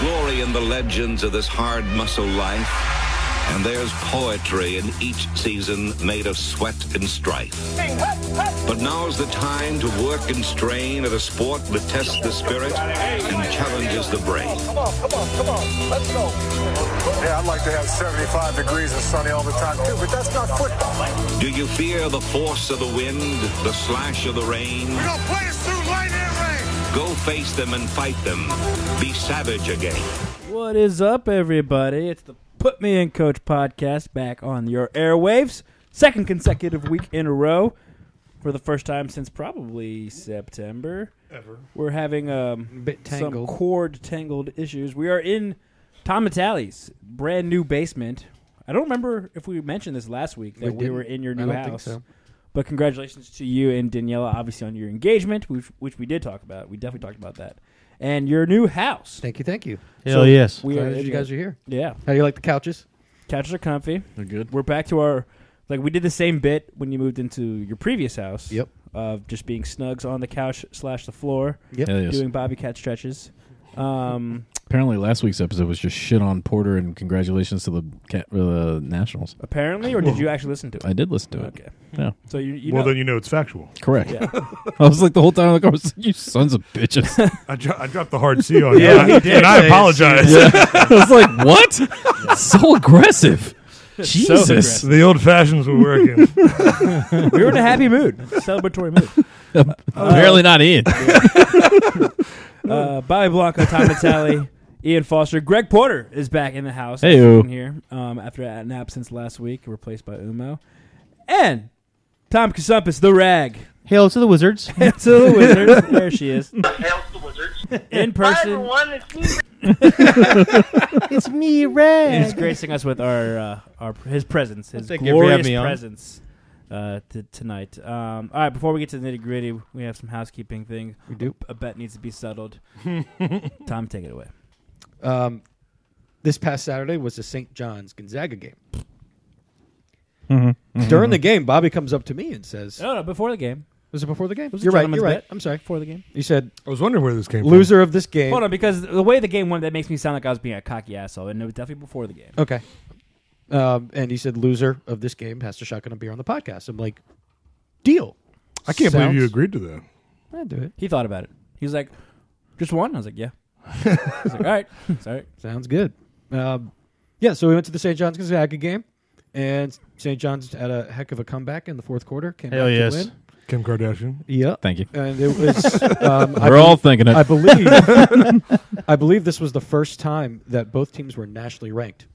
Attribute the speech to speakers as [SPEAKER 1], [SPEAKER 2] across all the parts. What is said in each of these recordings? [SPEAKER 1] glory in the legends of this hard muscle life, and there's poetry in each season made of sweat and strife. But now's the time to work and strain at a sport that tests the spirit and challenges the brain.
[SPEAKER 2] Come on, come on, come on. Let's go.
[SPEAKER 3] Yeah, I'd like to have 75 degrees and sunny all the time too, but that's not football.
[SPEAKER 1] Do you fear the force of the wind, the slash of the rain?
[SPEAKER 4] We're gonna play us through light and rain.
[SPEAKER 1] Go face them and fight them. Be savage again.
[SPEAKER 5] What is up, everybody? It's the Put Me in Coach podcast back on your airwaves. Second consecutive week in a row for the first time since probably September. Ever. We're having um,
[SPEAKER 6] Bit
[SPEAKER 5] some
[SPEAKER 6] tangled.
[SPEAKER 5] cord tangled issues. We are in Tom Natale's brand new basement. I don't remember if we mentioned this last week that we,
[SPEAKER 6] didn't.
[SPEAKER 5] were in your
[SPEAKER 6] I
[SPEAKER 5] new
[SPEAKER 6] don't think
[SPEAKER 5] house.
[SPEAKER 6] so.
[SPEAKER 5] But congratulations to you and Daniela, obviously, on your engagement, which, which we did talk about. We definitely talked about that. And your new house.
[SPEAKER 6] Thank you, thank you.
[SPEAKER 5] So
[SPEAKER 7] Hell yes.
[SPEAKER 5] We
[SPEAKER 6] Glad
[SPEAKER 5] are
[SPEAKER 6] that
[SPEAKER 5] in
[SPEAKER 6] you
[SPEAKER 5] there.
[SPEAKER 6] guys are here.
[SPEAKER 5] Yeah.
[SPEAKER 6] How do you like the couches?
[SPEAKER 5] Couches are comfy.
[SPEAKER 7] They're good.
[SPEAKER 5] We're back to our like we did the same bit when you moved into your previous house.
[SPEAKER 6] Yep.
[SPEAKER 5] Of just being snugs on the couch slash the floor,
[SPEAKER 7] Hell yes.
[SPEAKER 5] doing bobby cat stretches. Um,
[SPEAKER 7] Apparently, last week's episode was just shit on Porter, and congratulations to the cat, uh, the Nationals.
[SPEAKER 5] apparently, or did you actually listen to it?
[SPEAKER 7] I did listen to it.
[SPEAKER 5] Okay.
[SPEAKER 7] Yeah,
[SPEAKER 5] So you, you
[SPEAKER 4] Well,
[SPEAKER 5] know,
[SPEAKER 4] then you know it's factual.
[SPEAKER 7] correct.
[SPEAKER 5] Yeah.
[SPEAKER 7] I was like the whole time, like I was, you sons of bitches.
[SPEAKER 4] I, dro- I dropped the hard C on you.
[SPEAKER 5] Yeah, he
[SPEAKER 4] and,
[SPEAKER 5] did.
[SPEAKER 4] I apologize.
[SPEAKER 7] I was like, what? So aggressive. Jesus.
[SPEAKER 5] aggressive.
[SPEAKER 4] The old fashions were working.
[SPEAKER 5] we were in a happy mood, celebratory mood.
[SPEAKER 7] Apparently not in.
[SPEAKER 5] Uh, Bobby Blanco, Tom Natale, Ian Foster, Greg Porter is back in the house.
[SPEAKER 7] Hey-o.
[SPEAKER 5] In here um, after an absence last week, replaced by Umo, and Tom Kasumpis, the rag.
[SPEAKER 6] Hail to the Wizards.
[SPEAKER 5] to the Wizards. There she is. In person,
[SPEAKER 6] it's me, Ray.
[SPEAKER 5] he's gracing us with our uh, our his presence, his
[SPEAKER 6] thank you for having
[SPEAKER 5] glorious
[SPEAKER 6] me on.
[SPEAKER 5] presence uh, t- tonight. Um, all right, before we get to the nitty gritty, we have some housekeeping thing.
[SPEAKER 6] We do.
[SPEAKER 5] A bet needs to be settled. Tom, take it away.
[SPEAKER 6] Um, this past Saturday was the St. John's Gonzaga game. Mm-hmm. During the game, Bobby comes up to me and says,
[SPEAKER 5] No, no, before the game.
[SPEAKER 6] "Was it before the game?
[SPEAKER 5] was a
[SPEAKER 6] You're right.
[SPEAKER 5] gentleman's
[SPEAKER 6] You're right.
[SPEAKER 5] bet.
[SPEAKER 6] I'm sorry."
[SPEAKER 5] Before the game.
[SPEAKER 6] He said,
[SPEAKER 4] I was wondering where this came
[SPEAKER 6] "Loser of this game."
[SPEAKER 5] Hold on, because the way the game went, that makes me sound like I was being a cocky asshole, and it was definitely before the game.
[SPEAKER 6] Okay. Um, and he said, "Loser of this game has to shotgun a beer on the podcast." I'm like, "Deal."
[SPEAKER 4] from. I can't believe you
[SPEAKER 6] Sounds-
[SPEAKER 4] agreed to that.
[SPEAKER 6] I'd do it.
[SPEAKER 5] He thought about it. He was like, "Just one." I was like, "Yeah." I was like, "All right, sorry."
[SPEAKER 6] Sounds good. Um, yeah, so we went to the St. John's Gonzaga game, and St. John's had a heck of a comeback in the fourth quarter. Came
[SPEAKER 7] Hell
[SPEAKER 6] back
[SPEAKER 7] yes.
[SPEAKER 6] to win.
[SPEAKER 4] Kim Kardashian.
[SPEAKER 6] Yep.
[SPEAKER 7] Thank you.
[SPEAKER 6] And it was. Um, I,
[SPEAKER 7] We're all thinking it.
[SPEAKER 6] I believe. I believe this was the first time that both teams were nationally ranked.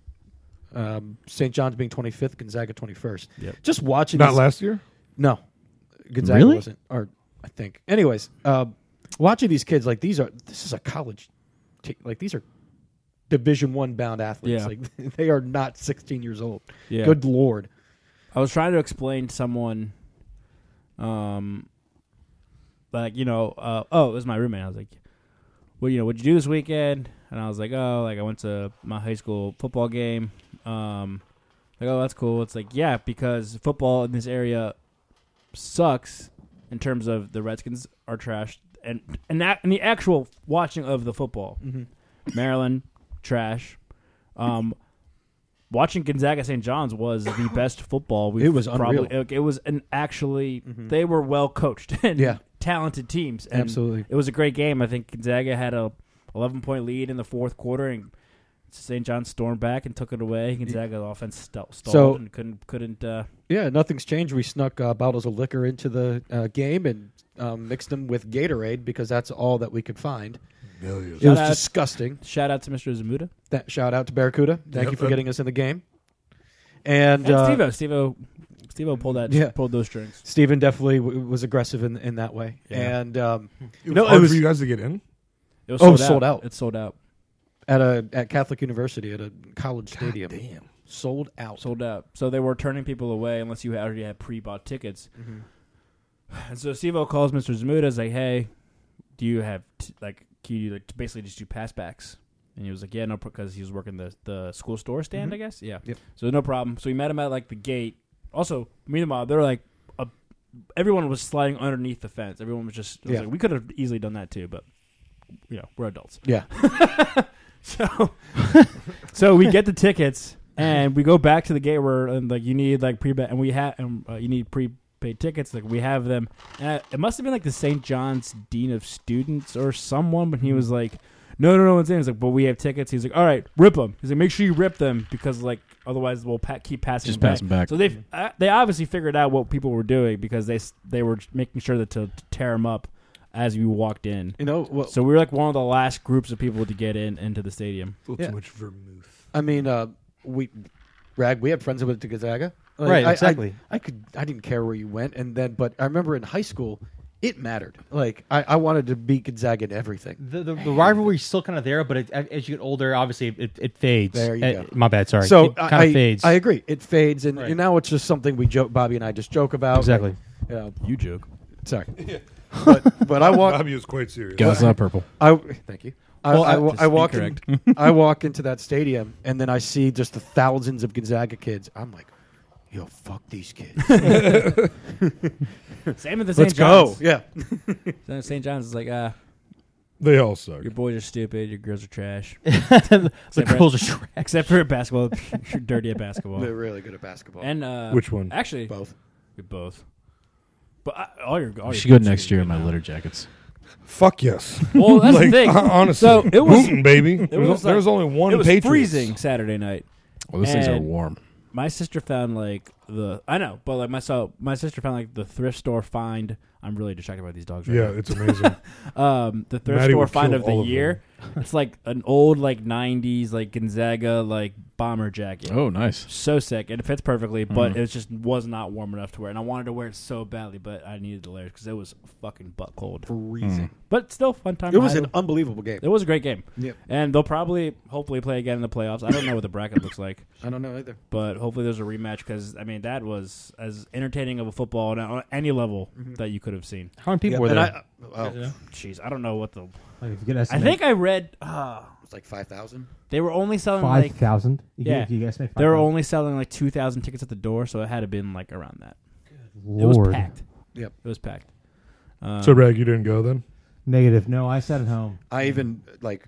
[SPEAKER 6] Um, St. John's being 25th, Gonzaga 21st. Just watching.
[SPEAKER 4] Not
[SPEAKER 6] this-
[SPEAKER 4] last year?
[SPEAKER 6] No, Gonzaga
[SPEAKER 7] Really?
[SPEAKER 6] wasn't, or I think. Anyways, um, watching these kids like these are this is a college, t- like these are Division One bound athletes.
[SPEAKER 5] Yeah.
[SPEAKER 6] Like they are not 16 years old.
[SPEAKER 5] Yeah.
[SPEAKER 6] Good lord.
[SPEAKER 5] I was trying to explain to someone, um, like you know, uh, oh, it was my roommate. I was like, "Well, you know, what'd you do this weekend?" And I was like, "Oh, like I went to my high school football game." Um, like, oh, that's cool. It's like, yeah, because football in this area sucks in terms of the Redskins are trashed, and and that and the actual watching of the football,
[SPEAKER 6] Mm-hmm.
[SPEAKER 5] Maryland trash. Um, watching Gonzaga St. John's was the best football we've
[SPEAKER 6] It was
[SPEAKER 5] probably.
[SPEAKER 6] unreal.
[SPEAKER 5] It, it was an actually they were well coached and
[SPEAKER 6] Mm-hmm. Yeah.
[SPEAKER 5] talented teams. And
[SPEAKER 6] Absolutely.
[SPEAKER 5] it was a great game. I think Gonzaga had a 11 point lead in the fourth quarter and. St. John stormed back and took it away. Gonzaga's offense stel- stalled
[SPEAKER 6] So-
[SPEAKER 5] and couldn't couldn't uh,
[SPEAKER 6] Yeah, nothing's changed. We snuck uh, bottles of liquor into the uh, game and um, mixed them with Gatorade because that's all that we could find.
[SPEAKER 4] Millions.
[SPEAKER 6] It was
[SPEAKER 5] out.
[SPEAKER 6] disgusting.
[SPEAKER 5] Shout out to Mr. Zamuda.
[SPEAKER 6] That shout out to Barracuda. Thank
[SPEAKER 4] Yep,
[SPEAKER 6] you for
[SPEAKER 4] yep.
[SPEAKER 6] getting us in the game. And,
[SPEAKER 5] And
[SPEAKER 6] uh,
[SPEAKER 5] Steve-O. Steve-O, Steve-O pulled that.
[SPEAKER 6] Yeah.
[SPEAKER 5] Pulled those strings.
[SPEAKER 6] Steven definitely w- was aggressive in in that way. And um,
[SPEAKER 4] It was
[SPEAKER 6] No, it
[SPEAKER 4] hard
[SPEAKER 6] was-
[SPEAKER 4] for you guys to get in.
[SPEAKER 5] It was
[SPEAKER 6] Oh,
[SPEAKER 5] sold,
[SPEAKER 6] sold
[SPEAKER 5] out.
[SPEAKER 6] out.
[SPEAKER 5] It's sold out.
[SPEAKER 6] at a at Catholic University at a college stadium,
[SPEAKER 4] damn.
[SPEAKER 6] sold out.
[SPEAKER 5] Sold out. So they were turning people away unless you already had pre-bought tickets.
[SPEAKER 6] Mm-hmm.
[SPEAKER 5] And so Steve-O calls Mr. Zamuda. Is like, hey, do you have t- like? Can you like, basically just do passbacks? And he was like, yeah, no, because he was working the the school store stand, I guess. Yeah.
[SPEAKER 6] Mm-hmm. Yep.
[SPEAKER 5] So no problem. So we met him at like the gate. Also, meanwhile, they're like, a, everyone was sliding underneath the fence. Everyone was just. it was
[SPEAKER 6] Yeah.
[SPEAKER 5] like, we could have easily done that too, but you know, we're adults.
[SPEAKER 6] Yeah,
[SPEAKER 5] So, so we get the tickets and we go back to the gate where and like you need like pre and we have and uh, you need prepaid tickets. Like we have them. And it must have been like the St. John's Dean of Students or someone, but he was like, "No, no, no one's in." He's like, "But we have tickets." He's like, "All right, rip them." He's like, "Make sure you rip them because like otherwise we'll pa- keep passing
[SPEAKER 7] Just
[SPEAKER 5] them
[SPEAKER 7] pass them back.
[SPEAKER 5] So they uh, they obviously figured out what people were doing because they s- they were making sure that to, to tear them up as you walked in.
[SPEAKER 6] You know, well,
[SPEAKER 5] So we were like one of the last groups of people to get in into the stadium.
[SPEAKER 6] Yeah.
[SPEAKER 4] too much vermouth.
[SPEAKER 6] I mean, uh, we, Rag, we had friends that went to Gonzaga. Like,
[SPEAKER 8] Right,
[SPEAKER 6] I- I-
[SPEAKER 8] exactly.
[SPEAKER 6] I, could, I didn't care where you went, and then, but I remember in high school, it mattered. Like I, I wanted to beat Gonzaga in everything.
[SPEAKER 8] The, the, the rivalry's still kind of there, but it, as you get older, obviously it, it fades.
[SPEAKER 6] There you
[SPEAKER 8] Uh,
[SPEAKER 6] go.
[SPEAKER 8] My bad, sorry.
[SPEAKER 6] So
[SPEAKER 8] it
[SPEAKER 6] I-
[SPEAKER 8] kind
[SPEAKER 6] I,
[SPEAKER 8] of fades.
[SPEAKER 6] I agree, it fades, and,
[SPEAKER 8] Right.
[SPEAKER 6] and now it's just something we joke. Bobby and I just joke about.
[SPEAKER 8] Exactly.
[SPEAKER 6] You know,
[SPEAKER 5] You joke.
[SPEAKER 6] sorry, but but I walk.
[SPEAKER 4] Bobby was quite serious.
[SPEAKER 7] Guys, it's not purple.
[SPEAKER 6] I thank you. I,
[SPEAKER 8] Well,
[SPEAKER 6] I,
[SPEAKER 8] uh,
[SPEAKER 6] wa-
[SPEAKER 8] just
[SPEAKER 6] I walk in,
[SPEAKER 7] incorrect.
[SPEAKER 6] I walk into that stadium and then I see just the thousands of Gonzaga kids. I'm like, yo, fuck these kids.
[SPEAKER 5] Same at the St.
[SPEAKER 6] Let's go.
[SPEAKER 5] John's.
[SPEAKER 6] Yeah.
[SPEAKER 5] Yeah. St. John's is like, ah,
[SPEAKER 4] They all suck.
[SPEAKER 5] your boys are stupid, your girls are trash.
[SPEAKER 8] the
[SPEAKER 5] Separate.
[SPEAKER 8] girls are trash.
[SPEAKER 5] Except for basketball, you're dirty at basketball.
[SPEAKER 6] They're really good at basketball.
[SPEAKER 5] And uh,
[SPEAKER 4] Which one?
[SPEAKER 5] Actually,
[SPEAKER 6] both.
[SPEAKER 5] we both. But I, all your, all your
[SPEAKER 7] We should go
[SPEAKER 5] kids Oh, are
[SPEAKER 7] next year in
[SPEAKER 5] good
[SPEAKER 7] my
[SPEAKER 5] now.
[SPEAKER 7] litter jackets.
[SPEAKER 4] Fuck yes.
[SPEAKER 5] Well, that's
[SPEAKER 4] like,
[SPEAKER 5] the thing.
[SPEAKER 4] hon- honestly,
[SPEAKER 5] so it was
[SPEAKER 4] Hooten, baby. There was,
[SPEAKER 5] was
[SPEAKER 4] there
[SPEAKER 5] like-
[SPEAKER 4] was only one
[SPEAKER 5] it was
[SPEAKER 4] Patriots.
[SPEAKER 5] freezing Saturday night.
[SPEAKER 7] Well, those things are
[SPEAKER 5] And-
[SPEAKER 7] warm.
[SPEAKER 5] my sister found like the I know, but like myself, my sister found like the thrift store find. I'm really distracted by these dogs. Right
[SPEAKER 4] Yeah, it's amazing.
[SPEAKER 5] Now. Um, the thrift
[SPEAKER 4] Maddie
[SPEAKER 5] store
[SPEAKER 4] would
[SPEAKER 5] find
[SPEAKER 4] kill
[SPEAKER 5] of the
[SPEAKER 4] all of
[SPEAKER 5] year. it's like an old like '90s like Gonzaga like bomber jacket.
[SPEAKER 7] Oh, nice.
[SPEAKER 5] So sick. It fits perfectly,
[SPEAKER 4] Mm-hmm.
[SPEAKER 5] but it just was not warm enough to wear. And I wanted to wear it so badly, but I needed the layers because it was fucking butt cold.
[SPEAKER 6] Freezing.
[SPEAKER 5] But still, fun time.
[SPEAKER 6] It was
[SPEAKER 5] I-
[SPEAKER 6] an unbelievable game.
[SPEAKER 5] it was a great game.
[SPEAKER 6] Yep.
[SPEAKER 5] And they'll probably hopefully play again in the playoffs. I don't know what the bracket looks like
[SPEAKER 6] I don't know either.
[SPEAKER 5] but hopefully there's a rematch because I mean that was as entertaining of a football on- on any level
[SPEAKER 6] Mm-hmm.
[SPEAKER 5] that you could have seen.
[SPEAKER 8] How many people
[SPEAKER 6] Yeah,
[SPEAKER 8] were
[SPEAKER 6] and
[SPEAKER 8] there?
[SPEAKER 6] I, oh,
[SPEAKER 8] You know?
[SPEAKER 5] Jeez, I don't know what the.
[SPEAKER 8] Like, if you could
[SPEAKER 5] I
[SPEAKER 8] estimate
[SPEAKER 5] think I read uh,
[SPEAKER 6] it's like 5,000.
[SPEAKER 5] they were only selling
[SPEAKER 8] five
[SPEAKER 5] like
[SPEAKER 8] thousand.
[SPEAKER 5] yeah.
[SPEAKER 8] you guys make
[SPEAKER 5] they were only selling like two thousand tickets at the door, so it had to been like around that. It was
[SPEAKER 8] Lord.
[SPEAKER 5] packed.
[SPEAKER 6] Yep.
[SPEAKER 5] it was packed. Um,
[SPEAKER 4] so, Rag, you didn't go then?
[SPEAKER 8] Negative. No, I sat at home.
[SPEAKER 6] I even like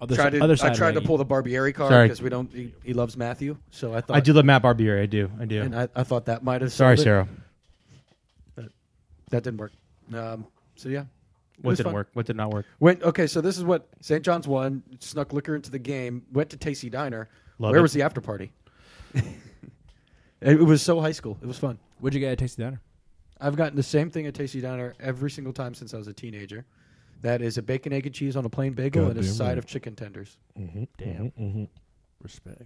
[SPEAKER 5] other,
[SPEAKER 6] tried
[SPEAKER 5] si-
[SPEAKER 6] to
[SPEAKER 5] other
[SPEAKER 6] I
[SPEAKER 5] side
[SPEAKER 6] tried to
[SPEAKER 5] Maggie.
[SPEAKER 6] pull the Barbieri card
[SPEAKER 8] Sorry.
[SPEAKER 6] because we don't he, he loves Matthew. So I thought
[SPEAKER 8] I do love Matt Barbieri. I do. I do.
[SPEAKER 6] and I, I thought that might have
[SPEAKER 8] sorry,
[SPEAKER 6] sold it.
[SPEAKER 8] Sarah.
[SPEAKER 6] That didn't work. Um, so yeah. It
[SPEAKER 8] What
[SPEAKER 6] was
[SPEAKER 8] didn't
[SPEAKER 6] fun.
[SPEAKER 8] work? What did not work?
[SPEAKER 6] Went okay, so this is what St. John's won, snuck liquor into the game, went to Tasty Diner.
[SPEAKER 8] Love
[SPEAKER 6] Where
[SPEAKER 8] it.
[SPEAKER 6] was the after party? it was so high school. It was fun.
[SPEAKER 5] What'd you get at Tasty Diner?
[SPEAKER 6] I've gotten the same thing at Tasty Diner every single time since I was a teenager. That is a bacon, egg, and cheese on a plain bagel and a
[SPEAKER 4] Goddamn
[SPEAKER 6] side
[SPEAKER 4] right.
[SPEAKER 6] of chicken tenders.
[SPEAKER 5] Damn, respect.
[SPEAKER 4] Mm-hmm.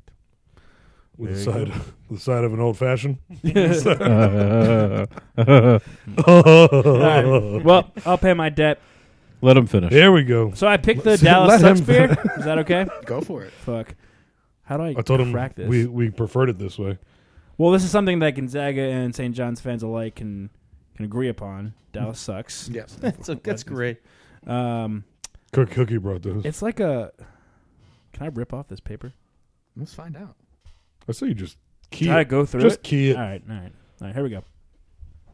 [SPEAKER 4] With the
[SPEAKER 5] There you
[SPEAKER 4] side, the side of an old fashioned.
[SPEAKER 5] well, I'll pay my debt.
[SPEAKER 7] Let them finish.
[SPEAKER 4] There we go.
[SPEAKER 5] So I picked the
[SPEAKER 4] Let
[SPEAKER 5] Dallas
[SPEAKER 4] him-
[SPEAKER 5] Suns beer. Is that okay?
[SPEAKER 6] Go for it.
[SPEAKER 5] Fuck. How do I?
[SPEAKER 4] I told him
[SPEAKER 5] crack this?
[SPEAKER 4] we we preferred it this way.
[SPEAKER 5] Well, this is something that Gonzaga and St. John's fans alike can can agree upon. Dallas sucks.
[SPEAKER 6] Yes.
[SPEAKER 8] That's, that's great.
[SPEAKER 5] Um,
[SPEAKER 4] Cook Cookie brought those.
[SPEAKER 5] it's like a. Can I rip off this paper?
[SPEAKER 6] Let's find out.
[SPEAKER 4] I say you just key
[SPEAKER 5] Can I
[SPEAKER 4] it.
[SPEAKER 5] go through
[SPEAKER 4] Just
[SPEAKER 5] it?
[SPEAKER 4] key it.
[SPEAKER 5] All right, all right, all right. Here we go.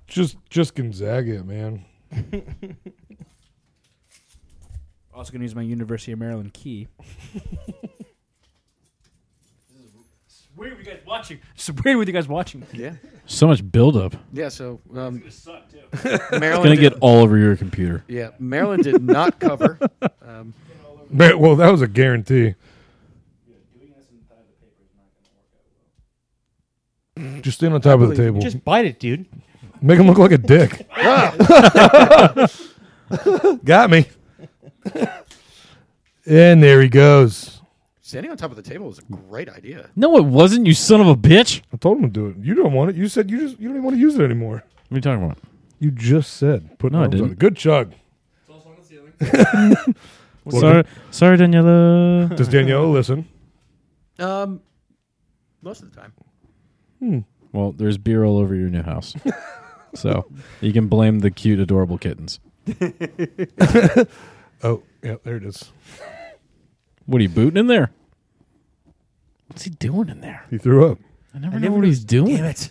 [SPEAKER 4] Just just Gonzaga, it, man.
[SPEAKER 5] Also gonna use my University of Maryland key. this is weird. With you guys watching? It's weird with you guys watching.
[SPEAKER 6] Yeah.
[SPEAKER 7] So much buildup.
[SPEAKER 6] Yeah, so um,
[SPEAKER 5] Suck too.
[SPEAKER 6] Maryland
[SPEAKER 7] Gonna
[SPEAKER 6] did-
[SPEAKER 7] get all over your computer.
[SPEAKER 6] Yeah, Maryland did not cover.
[SPEAKER 4] Man, well, that was a guarantee. Just stand on top of the table.
[SPEAKER 8] Just bite it, dude.
[SPEAKER 4] Make him look like a dick. Got me. and there he goes.
[SPEAKER 6] Standing on top of the table was a great idea.
[SPEAKER 7] No, it wasn't. You son of a bitch.
[SPEAKER 4] I told him to do it. You don't want it. You said you just you don't even want to use it anymore.
[SPEAKER 7] What are you talking about?
[SPEAKER 4] You just said put
[SPEAKER 7] No, I
[SPEAKER 4] arms on
[SPEAKER 7] didn't.
[SPEAKER 4] it. Good chug. Well,
[SPEAKER 7] sorry, sorry, Daniela.
[SPEAKER 4] Does Danielle listen?
[SPEAKER 6] Um, most of the time.
[SPEAKER 7] well, there's beer all over your new house, so you can blame the cute, adorable kittens.
[SPEAKER 4] Oh, yeah, there it is.
[SPEAKER 7] What are you booting in there? What's he doing in there?
[SPEAKER 4] He threw up.
[SPEAKER 7] I never know what he's doing.
[SPEAKER 8] Damn it.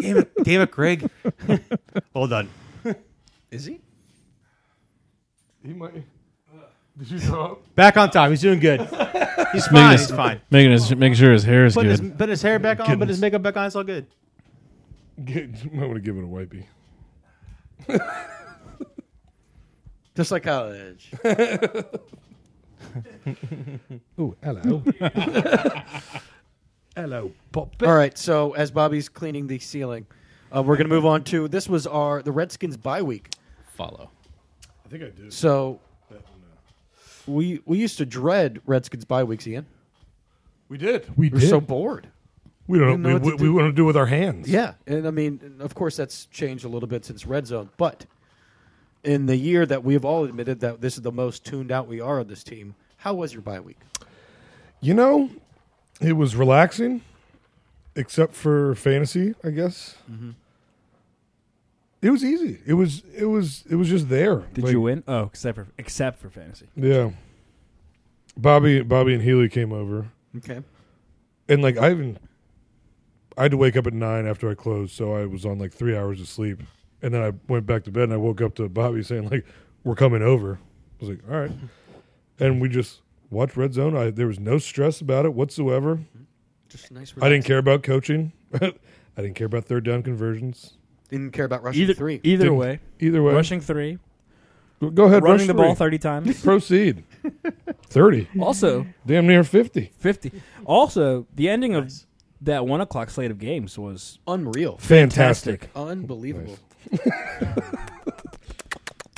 [SPEAKER 8] damn it. Damn it, Greg. well done.
[SPEAKER 6] Is he?
[SPEAKER 4] He might.
[SPEAKER 8] Back on top. He's doing good. He's
[SPEAKER 7] Making
[SPEAKER 8] fine.
[SPEAKER 7] his-
[SPEAKER 8] He's fine.
[SPEAKER 7] Making his, making sure his hair is
[SPEAKER 8] Put
[SPEAKER 7] good.
[SPEAKER 8] his, put his hair back on, put his makeup back on. It's all good.
[SPEAKER 4] Get, might want to give it a wipey.
[SPEAKER 6] Just like college.
[SPEAKER 4] Oh, hello. hello, Pop.
[SPEAKER 6] All right. So as Bobby's cleaning the ceiling, uh, we're going to move on to this was our the Redskins bye week.
[SPEAKER 7] follow.
[SPEAKER 4] I think I do.
[SPEAKER 6] So we we used to dread Redskins bye weeks. Ian,
[SPEAKER 4] We did. We
[SPEAKER 6] we were
[SPEAKER 4] did.
[SPEAKER 6] so bored.
[SPEAKER 4] we
[SPEAKER 6] didn't
[SPEAKER 4] don't
[SPEAKER 6] know
[SPEAKER 4] know.
[SPEAKER 6] what
[SPEAKER 4] We,
[SPEAKER 6] to
[SPEAKER 4] we,
[SPEAKER 6] do.
[SPEAKER 4] we want to do with our hands.
[SPEAKER 6] Yeah, and I mean, of course, that's changed a little bit since Red Zone, but in the year that we have all admitted that this is the most tuned out we are of this team, how was your bye week?
[SPEAKER 4] You know, it was relaxing, except for fantasy, I guess.
[SPEAKER 5] Mm-hmm.
[SPEAKER 4] It was easy. It was. It was. It was just there.
[SPEAKER 5] Did
[SPEAKER 4] Like,
[SPEAKER 5] you win? Oh, except for except for fantasy.
[SPEAKER 4] Yeah. Bobby, Bobby, and Healy came over,
[SPEAKER 6] Okay,
[SPEAKER 4] and like I even, I had to wake up at nine after I closed, so I was on like three hours of sleep, and then I went back to bed, and I woke up to Bobby saying like, "We're coming over." I was like, "All right," and we just watched Red Zone. I there was no stress about it whatsoever.
[SPEAKER 6] just nice.
[SPEAKER 4] I didn't care about coaching. I didn't care about third down conversions.
[SPEAKER 6] Didn't care about rushing
[SPEAKER 5] Either
[SPEAKER 6] three.
[SPEAKER 5] either
[SPEAKER 4] Didn't-
[SPEAKER 5] way,
[SPEAKER 4] Either way,
[SPEAKER 5] rushing three,
[SPEAKER 4] go ahead,
[SPEAKER 5] running
[SPEAKER 4] rush
[SPEAKER 5] the ball
[SPEAKER 4] three.
[SPEAKER 5] thirty times.
[SPEAKER 4] Proceed. Thirty,
[SPEAKER 5] also,
[SPEAKER 4] damn near fifty.
[SPEAKER 5] fifty. Also, the ending of that one o'clock slate of games was
[SPEAKER 6] Unreal,
[SPEAKER 4] Fantastic.
[SPEAKER 6] unbelievable.